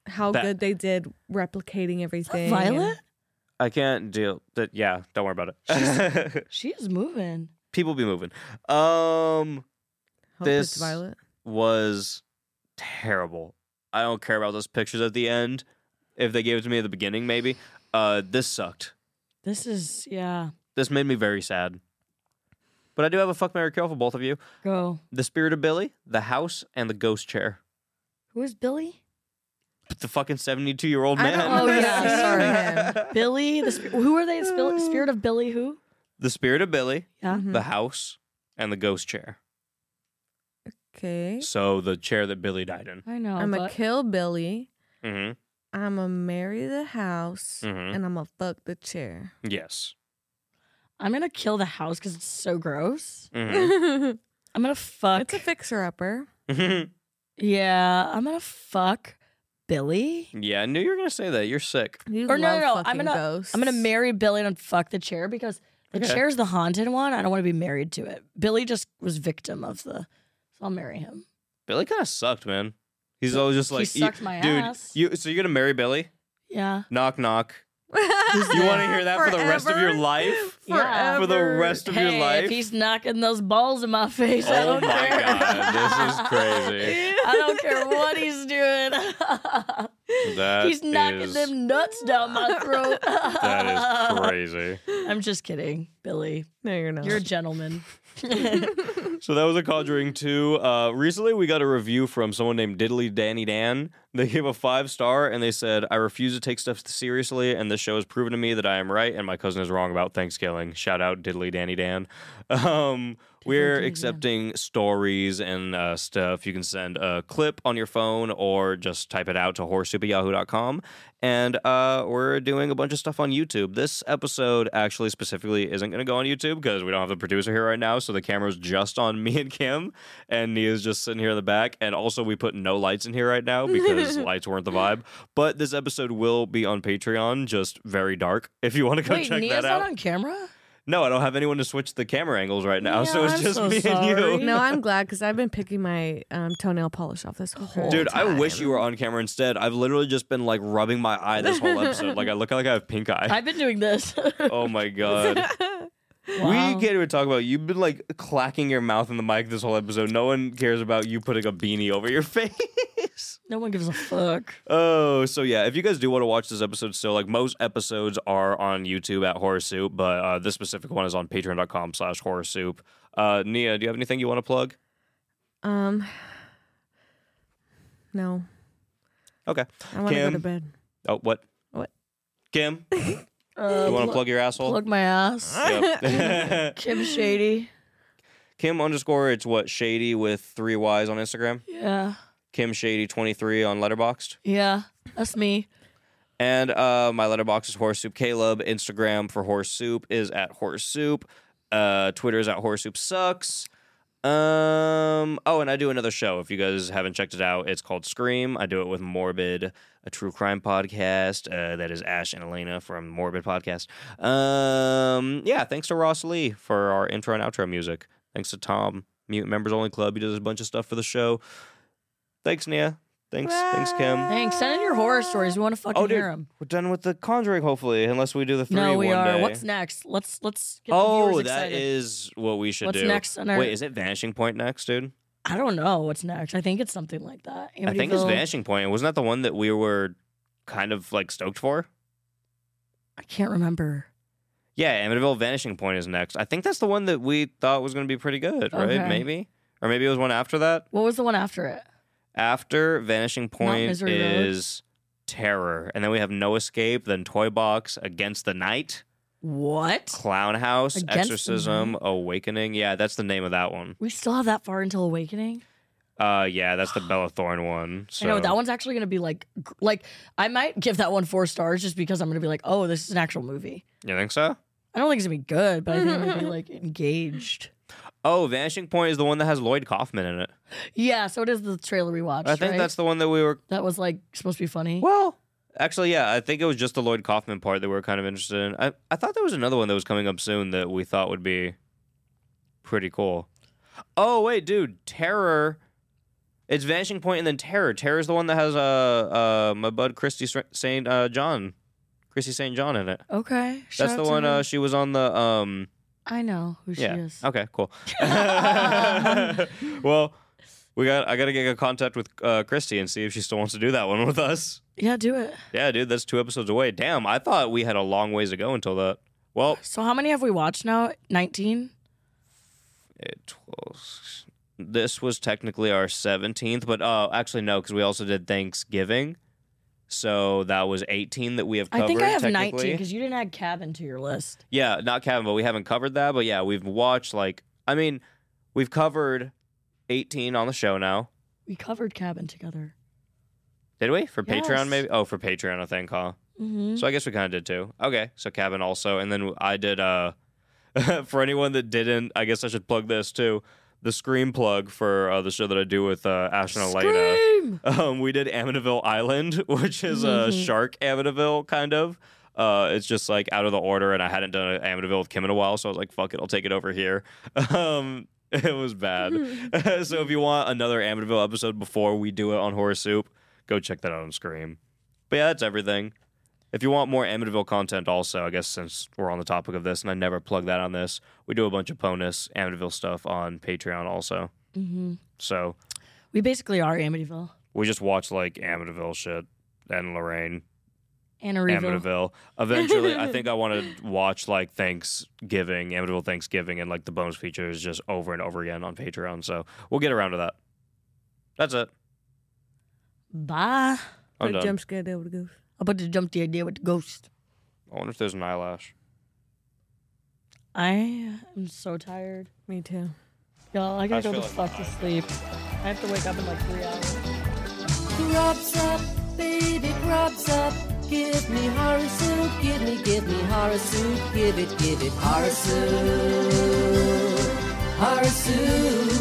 [SPEAKER 2] how
[SPEAKER 1] That-
[SPEAKER 2] good they did replicating everything. and-
[SPEAKER 3] Violet,
[SPEAKER 1] I can't deal. That yeah, don't worry <laughs> about it.
[SPEAKER 3] she is moving.
[SPEAKER 1] People be moving. Um,
[SPEAKER 2] hope
[SPEAKER 1] This-
[SPEAKER 2] it's Violet.
[SPEAKER 1] was terrible. I don't care about those pictures at the end. If they gave it to me at the beginning, maybe. Uh, this sucked.
[SPEAKER 3] This is yeah.
[SPEAKER 1] This made me very sad. But I do have a fuck Mary kill for both of you:
[SPEAKER 3] Go.
[SPEAKER 1] the spirit of Billy, the house, and the ghost chair.
[SPEAKER 3] Who is Billy?
[SPEAKER 1] The fucking seventy-two-year-old
[SPEAKER 2] I
[SPEAKER 1] man.
[SPEAKER 2] don't
[SPEAKER 3] Oh, yeah,
[SPEAKER 2] remember
[SPEAKER 3] sorry.
[SPEAKER 2] sorry.
[SPEAKER 3] Billy. The sp- who are they? Spil- spirit of Billy. Who?
[SPEAKER 1] The spirit of Billy,
[SPEAKER 3] Yeah.
[SPEAKER 1] the house, and the ghost chair.
[SPEAKER 2] Okay,
[SPEAKER 1] So the chair that Billy died in.
[SPEAKER 3] I know.
[SPEAKER 2] I'm a
[SPEAKER 3] but-
[SPEAKER 2] kill Billy.
[SPEAKER 1] Mm-hmm.
[SPEAKER 2] I'm a marry the house,
[SPEAKER 1] Mhm.
[SPEAKER 2] and I'm a fuck the chair.
[SPEAKER 1] Yes.
[SPEAKER 3] I'm gonna kill the house because it's so gross.
[SPEAKER 1] Mm-hmm. <laughs>
[SPEAKER 3] I'm gonna
[SPEAKER 2] <laughs>
[SPEAKER 3] fuck.
[SPEAKER 2] It's a fixer upper.
[SPEAKER 3] yeah. I'm gonna fuck Billy.
[SPEAKER 1] Yeah, I knew you were gonna say that. You're sick.
[SPEAKER 2] You
[SPEAKER 3] Or no,
[SPEAKER 2] love
[SPEAKER 3] no, no, I'm
[SPEAKER 2] fucking
[SPEAKER 3] gonna-
[SPEAKER 2] ghosts.
[SPEAKER 3] I'm gonna marry Billy and fuck the chair because the
[SPEAKER 1] Okay.
[SPEAKER 3] chair's the haunted one. I don't want to be married to it. Billy just was victim of the. So I'll marry him.
[SPEAKER 1] Billy kind of sucked, man. He's always just like,
[SPEAKER 3] he sucked my
[SPEAKER 1] dude.
[SPEAKER 3] ass.
[SPEAKER 1] You so you're gonna marry Billy?
[SPEAKER 3] yeah.
[SPEAKER 1] Knock knock. You want to hear that for the rest of your
[SPEAKER 2] Forever.
[SPEAKER 1] life?
[SPEAKER 3] Yeah.
[SPEAKER 1] For the rest of your
[SPEAKER 3] Hey,
[SPEAKER 1] life?
[SPEAKER 3] if he's knocking those balls in my face, I
[SPEAKER 1] oh
[SPEAKER 3] don't
[SPEAKER 1] my
[SPEAKER 3] care.
[SPEAKER 1] god, this is crazy.
[SPEAKER 3] <laughs>
[SPEAKER 2] <laughs>
[SPEAKER 3] I don't care what he's doing. <laughs>
[SPEAKER 1] That
[SPEAKER 3] he's knocking
[SPEAKER 1] is-
[SPEAKER 3] them nuts down my throat.
[SPEAKER 1] That is crazy.
[SPEAKER 3] <laughs> I'm just kidding, Billy.
[SPEAKER 2] No, you're not.
[SPEAKER 3] You're a gentleman.
[SPEAKER 1] So that was a Conjuring 2. Uh, recently, we got a review from someone named Diddly Danny Dan. They gave a five star and they said, I refuse to take stuff seriously, and this show has proven to me that I am right and my cousin is wrong about Thanksgiving. Shout out Diddly Danny Dan. <laughs> Um, we're accepting stories and uh, stuff. You can send a clip on your phone or just type it out to horrorsuperyahoo.com. And uh, we're doing a bunch of stuff on YouTube. This episode actually specifically isn't going to go on YouTube because we don't have the producer here right now. So the camera's just on <laughs> me and Kim. And Nia's just sitting here in the back. And also, we put no lights in here right now
[SPEAKER 3] <laughs>
[SPEAKER 1] because lights weren't the vibe. But this episode will be on Patreon, just very dark. If you want to <laughs> go
[SPEAKER 3] Wait,
[SPEAKER 1] check
[SPEAKER 3] Nia's
[SPEAKER 1] that out.
[SPEAKER 3] not on camera?
[SPEAKER 1] No, I don't have anyone to switch the camera angles right now,
[SPEAKER 3] Yeah,
[SPEAKER 1] so it's
[SPEAKER 3] I'm
[SPEAKER 1] just
[SPEAKER 3] so
[SPEAKER 1] me and
[SPEAKER 3] sorry.
[SPEAKER 1] you.
[SPEAKER 2] No, I'm glad because I've been picking my um, toenail polish off this whole
[SPEAKER 1] Dude,
[SPEAKER 2] time.
[SPEAKER 1] I wish you were on camera instead. I've literally just been like rubbing my eye this whole episode. like I look like I have pink eye.
[SPEAKER 3] I've been doing this.
[SPEAKER 1] <laughs>
[SPEAKER 3] <laughs>
[SPEAKER 1] oh my god.
[SPEAKER 3] Wow.
[SPEAKER 1] We can't even talk about you've been like clacking your mouth in the mic this whole episode. No one cares about you putting a beanie over your <laughs> face.
[SPEAKER 3] No one gives a fuck.
[SPEAKER 1] Oh, so yeah, if you guys do want to watch this episode still, like most episodes are on YouTube at Horror Soup, but uh, this specific one is on patreon.com slash horror soup. Uh, Nia, do you have anything you want to plug?
[SPEAKER 2] Um, no,
[SPEAKER 1] Okay.
[SPEAKER 2] I want to go
[SPEAKER 1] Kim?
[SPEAKER 2] to bed.
[SPEAKER 1] Oh, what?
[SPEAKER 2] What?
[SPEAKER 1] Kim, you
[SPEAKER 3] Uh,
[SPEAKER 1] want to
[SPEAKER 3] pl-
[SPEAKER 1] plug your asshole?
[SPEAKER 3] plug my ass.
[SPEAKER 1] Yep.
[SPEAKER 3] Kim Shady.
[SPEAKER 1] Kim underscore it's what shady with three Y's on Instagram.
[SPEAKER 3] Yeah.
[SPEAKER 1] Kim Shady twenty three on Letterboxd,
[SPEAKER 3] Yeah. That's me.
[SPEAKER 1] and uh, my Letterboxd is Horse Soup Caleb. Instagram for Horse Soup is at Horse Soup. Uh, Twitter is at Horse Soup Sucks. Um. Oh, and I do another show. If you guys haven't checked it out, it's called Scream. I do it with Morbid, a true crime podcast. Uh, that is Ash and Elena from Morbid Podcast. Um. Yeah. Thanks to Ross Lee for our intro and outro music. Thanks to Tom, Mutant Members Only Club. He does a bunch of stuff for the show. Thanks, Nia. Thanks. Thanks, Kim.
[SPEAKER 3] Thanks. Send in your horror stories. We want to fucking
[SPEAKER 1] Oh, dude,
[SPEAKER 3] hear them.
[SPEAKER 1] we're done with the Conjuring. Hopefully, unless we do the three.
[SPEAKER 3] No, we
[SPEAKER 1] one
[SPEAKER 3] are.
[SPEAKER 1] day.
[SPEAKER 3] What's next? Let's let's get the
[SPEAKER 1] Oh,
[SPEAKER 3] viewers
[SPEAKER 1] that
[SPEAKER 3] excited.
[SPEAKER 1] is what we should
[SPEAKER 3] What's
[SPEAKER 1] do.
[SPEAKER 3] next on our-
[SPEAKER 1] Wait, is it Vanishing Point next, dude?
[SPEAKER 3] I don't know what's next. I think it's something like that.
[SPEAKER 1] I think it's
[SPEAKER 3] Amityville-
[SPEAKER 1] Vanishing Point. Wasn't that the one that we were kind of like stoked for?
[SPEAKER 3] I can't remember.
[SPEAKER 1] Yeah, Amityville Vanishing Point is next. I think that's the one that we thought was going to be pretty good, right?
[SPEAKER 3] Okay.
[SPEAKER 1] Maybe. Or maybe it was one after that.
[SPEAKER 3] What was the one after it?
[SPEAKER 1] After Vanishing Point
[SPEAKER 3] Misery Road.
[SPEAKER 1] is Terror. And then we have No Escape, then Toy Box, Against the Night,
[SPEAKER 3] What?
[SPEAKER 1] Clown House,
[SPEAKER 3] Against the
[SPEAKER 1] Exorcism, Awakening. Yeah, that's the name of that one.
[SPEAKER 3] We still have that far until Awakening.
[SPEAKER 1] Uh, yeah, that's the Bella Thorne one. So.
[SPEAKER 3] I know that one's actually going to be like, gr- like I might give that one four stars just because I'm going to be like, oh, this is an actual movie.
[SPEAKER 1] You think so?
[SPEAKER 3] I don't think it's going to be good, but I think I'm <laughs> going to be like engaged.
[SPEAKER 1] Oh, Vanishing Point is the one that has Lloyd Kaufman in it.
[SPEAKER 3] Yeah, so it is the trailer we watched.
[SPEAKER 1] I think
[SPEAKER 3] right?
[SPEAKER 1] that's the one that we were
[SPEAKER 3] that was like supposed to be funny.
[SPEAKER 1] Well, actually, yeah, I think it was just the Lloyd Kaufman part that we were kind of interested in. I, I thought there was another one that was coming up soon that we thought would be pretty cool. Oh wait, dude, Terror. It's Vanishing Point and then Terror. Terror is the one that has uh uh my bud Christy Sr- Saint uh, John, Christy Saint John in it.
[SPEAKER 3] Okay, shout
[SPEAKER 1] That's
[SPEAKER 3] out
[SPEAKER 1] the
[SPEAKER 3] to
[SPEAKER 1] one.
[SPEAKER 3] her.
[SPEAKER 1] Uh, she was on the um.
[SPEAKER 3] I know who
[SPEAKER 1] Yeah.
[SPEAKER 3] she is.
[SPEAKER 1] Okay.
[SPEAKER 3] <laughs>
[SPEAKER 1] Cool. <laughs> well, we got. I got to get in contact with uh, Christy and see if she still wants to do that one with us.
[SPEAKER 3] Yeah, do it.
[SPEAKER 1] Yeah, dude, that's two episodes away. Damn, I thought we had a long ways to go until that. Well,
[SPEAKER 3] So how many have we watched now? Nineteen.
[SPEAKER 1] it was. This was technically our seventeenth, but uh, actually no, because we also did Thanksgiving, so that was eighteen that we have covered.
[SPEAKER 3] I think I have nineteen
[SPEAKER 1] technically.
[SPEAKER 3] because you didn't add cabin to your list.
[SPEAKER 1] Yeah, not Kevin, but we haven't covered that. But yeah, we've watched like I mean, we've covered eighteen on the show now.
[SPEAKER 3] We covered cabin together.
[SPEAKER 1] Did we for
[SPEAKER 3] Yes.
[SPEAKER 1] Patreon? Maybe oh for Patreon I think, huh?
[SPEAKER 3] Mm-hmm.
[SPEAKER 1] So I guess we kind of did too. Okay, so cabin also, and then I did. uh <laughs> For anyone that didn't, I guess I should plug this too. The screen plug for uh, the show that I do with uh, Ash and Elena.
[SPEAKER 3] Scream!
[SPEAKER 1] Um, we did Amityville Island, <laughs> which is a shark Amityville kind of. Uh, it's just like out of the order, and I hadn't done an Amityville with Kim in a while, so I was like, "Fuck it, I'll take it over here." <laughs> Um, <laughs> it was bad. <laughs> so if you want another Amityville episode before we do it on Horror Soup, go check that out on Scream. But yeah, that's everything. If you want more Amityville content, also, I guess since we're on the topic of this, and I never plug that on this, we do a bunch of bonus Amityville stuff on Patreon, also.
[SPEAKER 3] Mhm.
[SPEAKER 1] So
[SPEAKER 3] We basically are Amityville.
[SPEAKER 1] we just watch like Amityville shit and Lorraine.
[SPEAKER 3] Anna
[SPEAKER 1] Amityville. Eventually, I
[SPEAKER 3] <laughs>
[SPEAKER 1] think I want to watch like Thanksgiving, Amityville Thanksgiving, and like the bonus features just over and over again on Patreon. So we'll get around to that. That's it.
[SPEAKER 3] Bye.
[SPEAKER 1] I'm
[SPEAKER 2] Like
[SPEAKER 1] done.
[SPEAKER 2] jump scare there would go.
[SPEAKER 3] about to jump the idea with the ghost.
[SPEAKER 1] I wonder if there's an eyelash.
[SPEAKER 3] I am so tired.
[SPEAKER 1] <laughs>
[SPEAKER 2] Me too.
[SPEAKER 3] Y'all, I
[SPEAKER 1] I
[SPEAKER 3] gotta go
[SPEAKER 1] feel
[SPEAKER 3] the
[SPEAKER 1] like
[SPEAKER 3] fuck to
[SPEAKER 1] my eyes
[SPEAKER 3] sleep. I have to wake up in like three hours.
[SPEAKER 4] Grubs up, baby, grubs up. Give me horror soup, give me, give me horror soup, give it, give it horror soup, horror soup.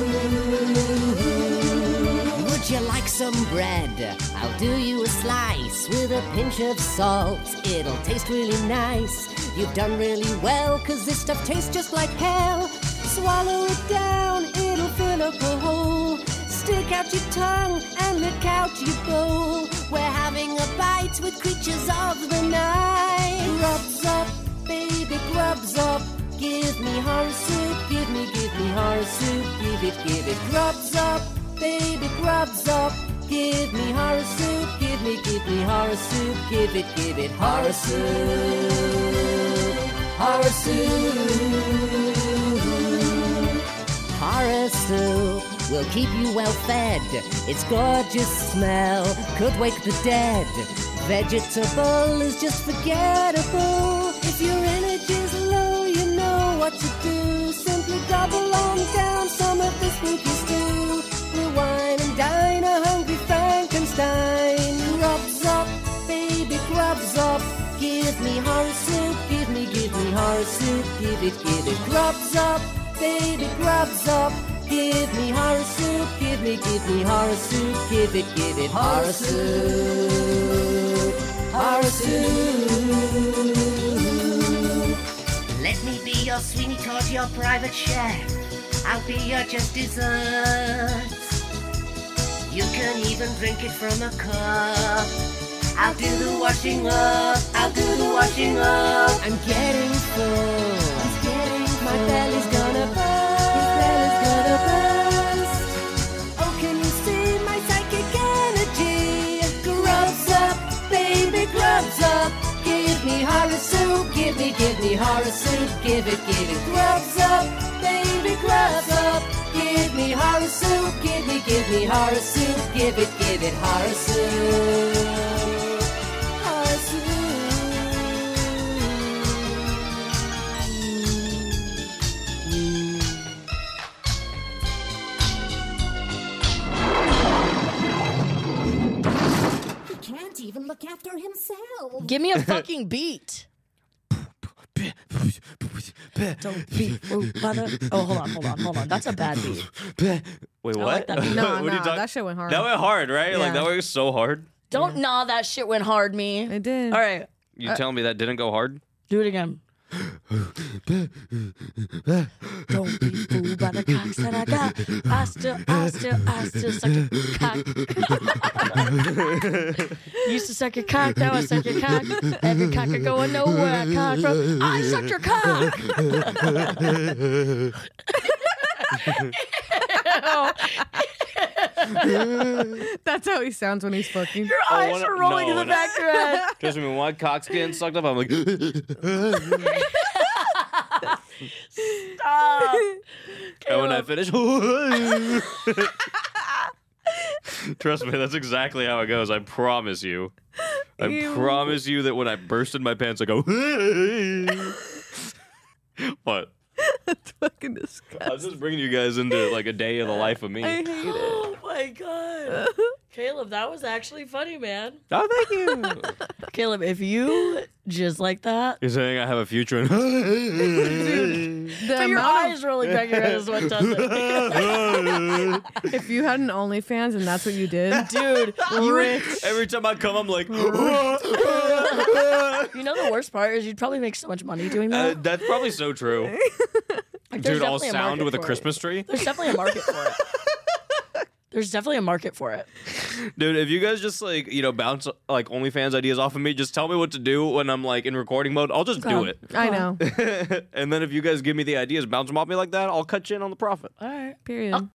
[SPEAKER 4] Would you like some bread? I'll do you a slice with a pinch of salt. It'll taste really nice. You've done really well, cause this stuff tastes just like hell. Swallow it down, it'll fill up a hole. Stick out your tongue and look out you go. We're having a bite with creatures of the night. Grubs up, baby, grubs up. Give me horror soup, give me, give me horror soup, give it, give it. Grubs up, baby, grubs up. Give me horror soup, give me, give me horror soup, give it, give it horror soup, horror soup. Horror soup will keep you well fed. Its gorgeous smell could wake the dead. Vegetable is just forgettable. If your energy's low, you know what to do. Simply double on down some of this spooky stew. Rewind and dine a hungry Frankenstein. Rubs up, baby, grubs up. Give me horror soup, give me, give me horror soup, give it, give it. Grubs up baby grubs up. Give me horror soup, give me, give me horror soup, give it, give it horror soup, horror soup.
[SPEAKER 6] Let me be your Sweeney Todd, your private chef. I'll be your just dessert. You can even drink it from a cup. I'll do the washing up. I'll do the washing up.
[SPEAKER 4] I'm getting full. My belly's gonna burst. His belly's gonna burst. Oh, can you see my psychic energy? Grubs up, baby, grubs up. Give me horror soup. Give me, give me horror soup. Give it, give it. Grubs up, baby, grubs up. Give me horror soup. Give me, give me horror soup. Give it, give it horror soup. Horror soup.
[SPEAKER 6] He can't even look after himself.
[SPEAKER 3] Give me a fucking beat. Don't beat. Oh, mother- oh, hold on, hold on, hold on. That's a bad beat.
[SPEAKER 1] Wait, what?
[SPEAKER 3] like
[SPEAKER 1] <laughs>
[SPEAKER 3] that.
[SPEAKER 1] What
[SPEAKER 2] No,
[SPEAKER 1] are
[SPEAKER 2] no,
[SPEAKER 1] you talking-
[SPEAKER 2] that shit went hard.
[SPEAKER 1] That went hard, right? Like that was so hard.
[SPEAKER 3] Don't nah, that shit went hard, me.
[SPEAKER 2] it did.
[SPEAKER 3] All right,
[SPEAKER 1] You telling me that didn't go hard?
[SPEAKER 3] do it again. Don't be fooled by the cocks that I got. I still, I still, I still suck your cock. <laughs> Used to suck your cock, now I suck your cock. Every cock could go nowhere. Cock from, I sucked your cock.
[SPEAKER 2] <laughs>
[SPEAKER 3] <laughs>
[SPEAKER 2] That's how he sounds when he's fucking.
[SPEAKER 3] Your
[SPEAKER 1] Oh,
[SPEAKER 3] eyes
[SPEAKER 1] when-
[SPEAKER 3] are rolling
[SPEAKER 1] no,
[SPEAKER 3] in
[SPEAKER 1] when
[SPEAKER 3] the
[SPEAKER 1] I-
[SPEAKER 3] back of your head.
[SPEAKER 1] <laughs> Trust me, when my cock's getting sucked up, I'm like, <laughs>
[SPEAKER 3] <laughs> Stop.
[SPEAKER 1] and when I finish, <laughs> trust me, that's exactly how it goes. I promise you. I promise you that when I burst in my pants, I go, <laughs> what?
[SPEAKER 2] That's fucking disgusting.
[SPEAKER 1] I was just bringing you guys into like a day in the life of me.
[SPEAKER 2] I
[SPEAKER 3] <laughs>
[SPEAKER 2] hate it.
[SPEAKER 3] Oh my <laughs> god. Caleb, that was actually funny, man.
[SPEAKER 1] Oh, thank you.
[SPEAKER 3] Caleb, if you just like that,
[SPEAKER 1] You're saying I have a future
[SPEAKER 3] <laughs>
[SPEAKER 1] in.
[SPEAKER 2] The
[SPEAKER 3] your
[SPEAKER 2] amount of-
[SPEAKER 3] eyes rolling back your head is what does <laughs> it.
[SPEAKER 2] if you had an OnlyFans and that's what you did,
[SPEAKER 3] <laughs> Dude, you, would-
[SPEAKER 1] Every time I come, I'm like,
[SPEAKER 3] you know the worst part is you'd probably make so much money doing
[SPEAKER 1] <laughs> Uh,
[SPEAKER 3] that.
[SPEAKER 1] that's probably so true.
[SPEAKER 3] <laughs> There's
[SPEAKER 1] Dude, all
[SPEAKER 3] definitely a
[SPEAKER 1] sound
[SPEAKER 3] market
[SPEAKER 1] with a
[SPEAKER 3] for it.
[SPEAKER 1] Christmas tree.
[SPEAKER 3] There's definitely a market for it.
[SPEAKER 1] <laughs>
[SPEAKER 3] There's definitely a market for it.
[SPEAKER 1] Dude, if you guys just like, you know, bounce like OnlyFans ideas off of me, just tell me what to do when I'm like in recording mode. I'll just
[SPEAKER 3] Um,
[SPEAKER 1] do
[SPEAKER 2] I
[SPEAKER 3] <laughs>
[SPEAKER 2] know.
[SPEAKER 1] <laughs> it. and then if you guys give me the ideas, bounce them off me like that, I'll cut you in on the profit.
[SPEAKER 3] All right.
[SPEAKER 2] Period.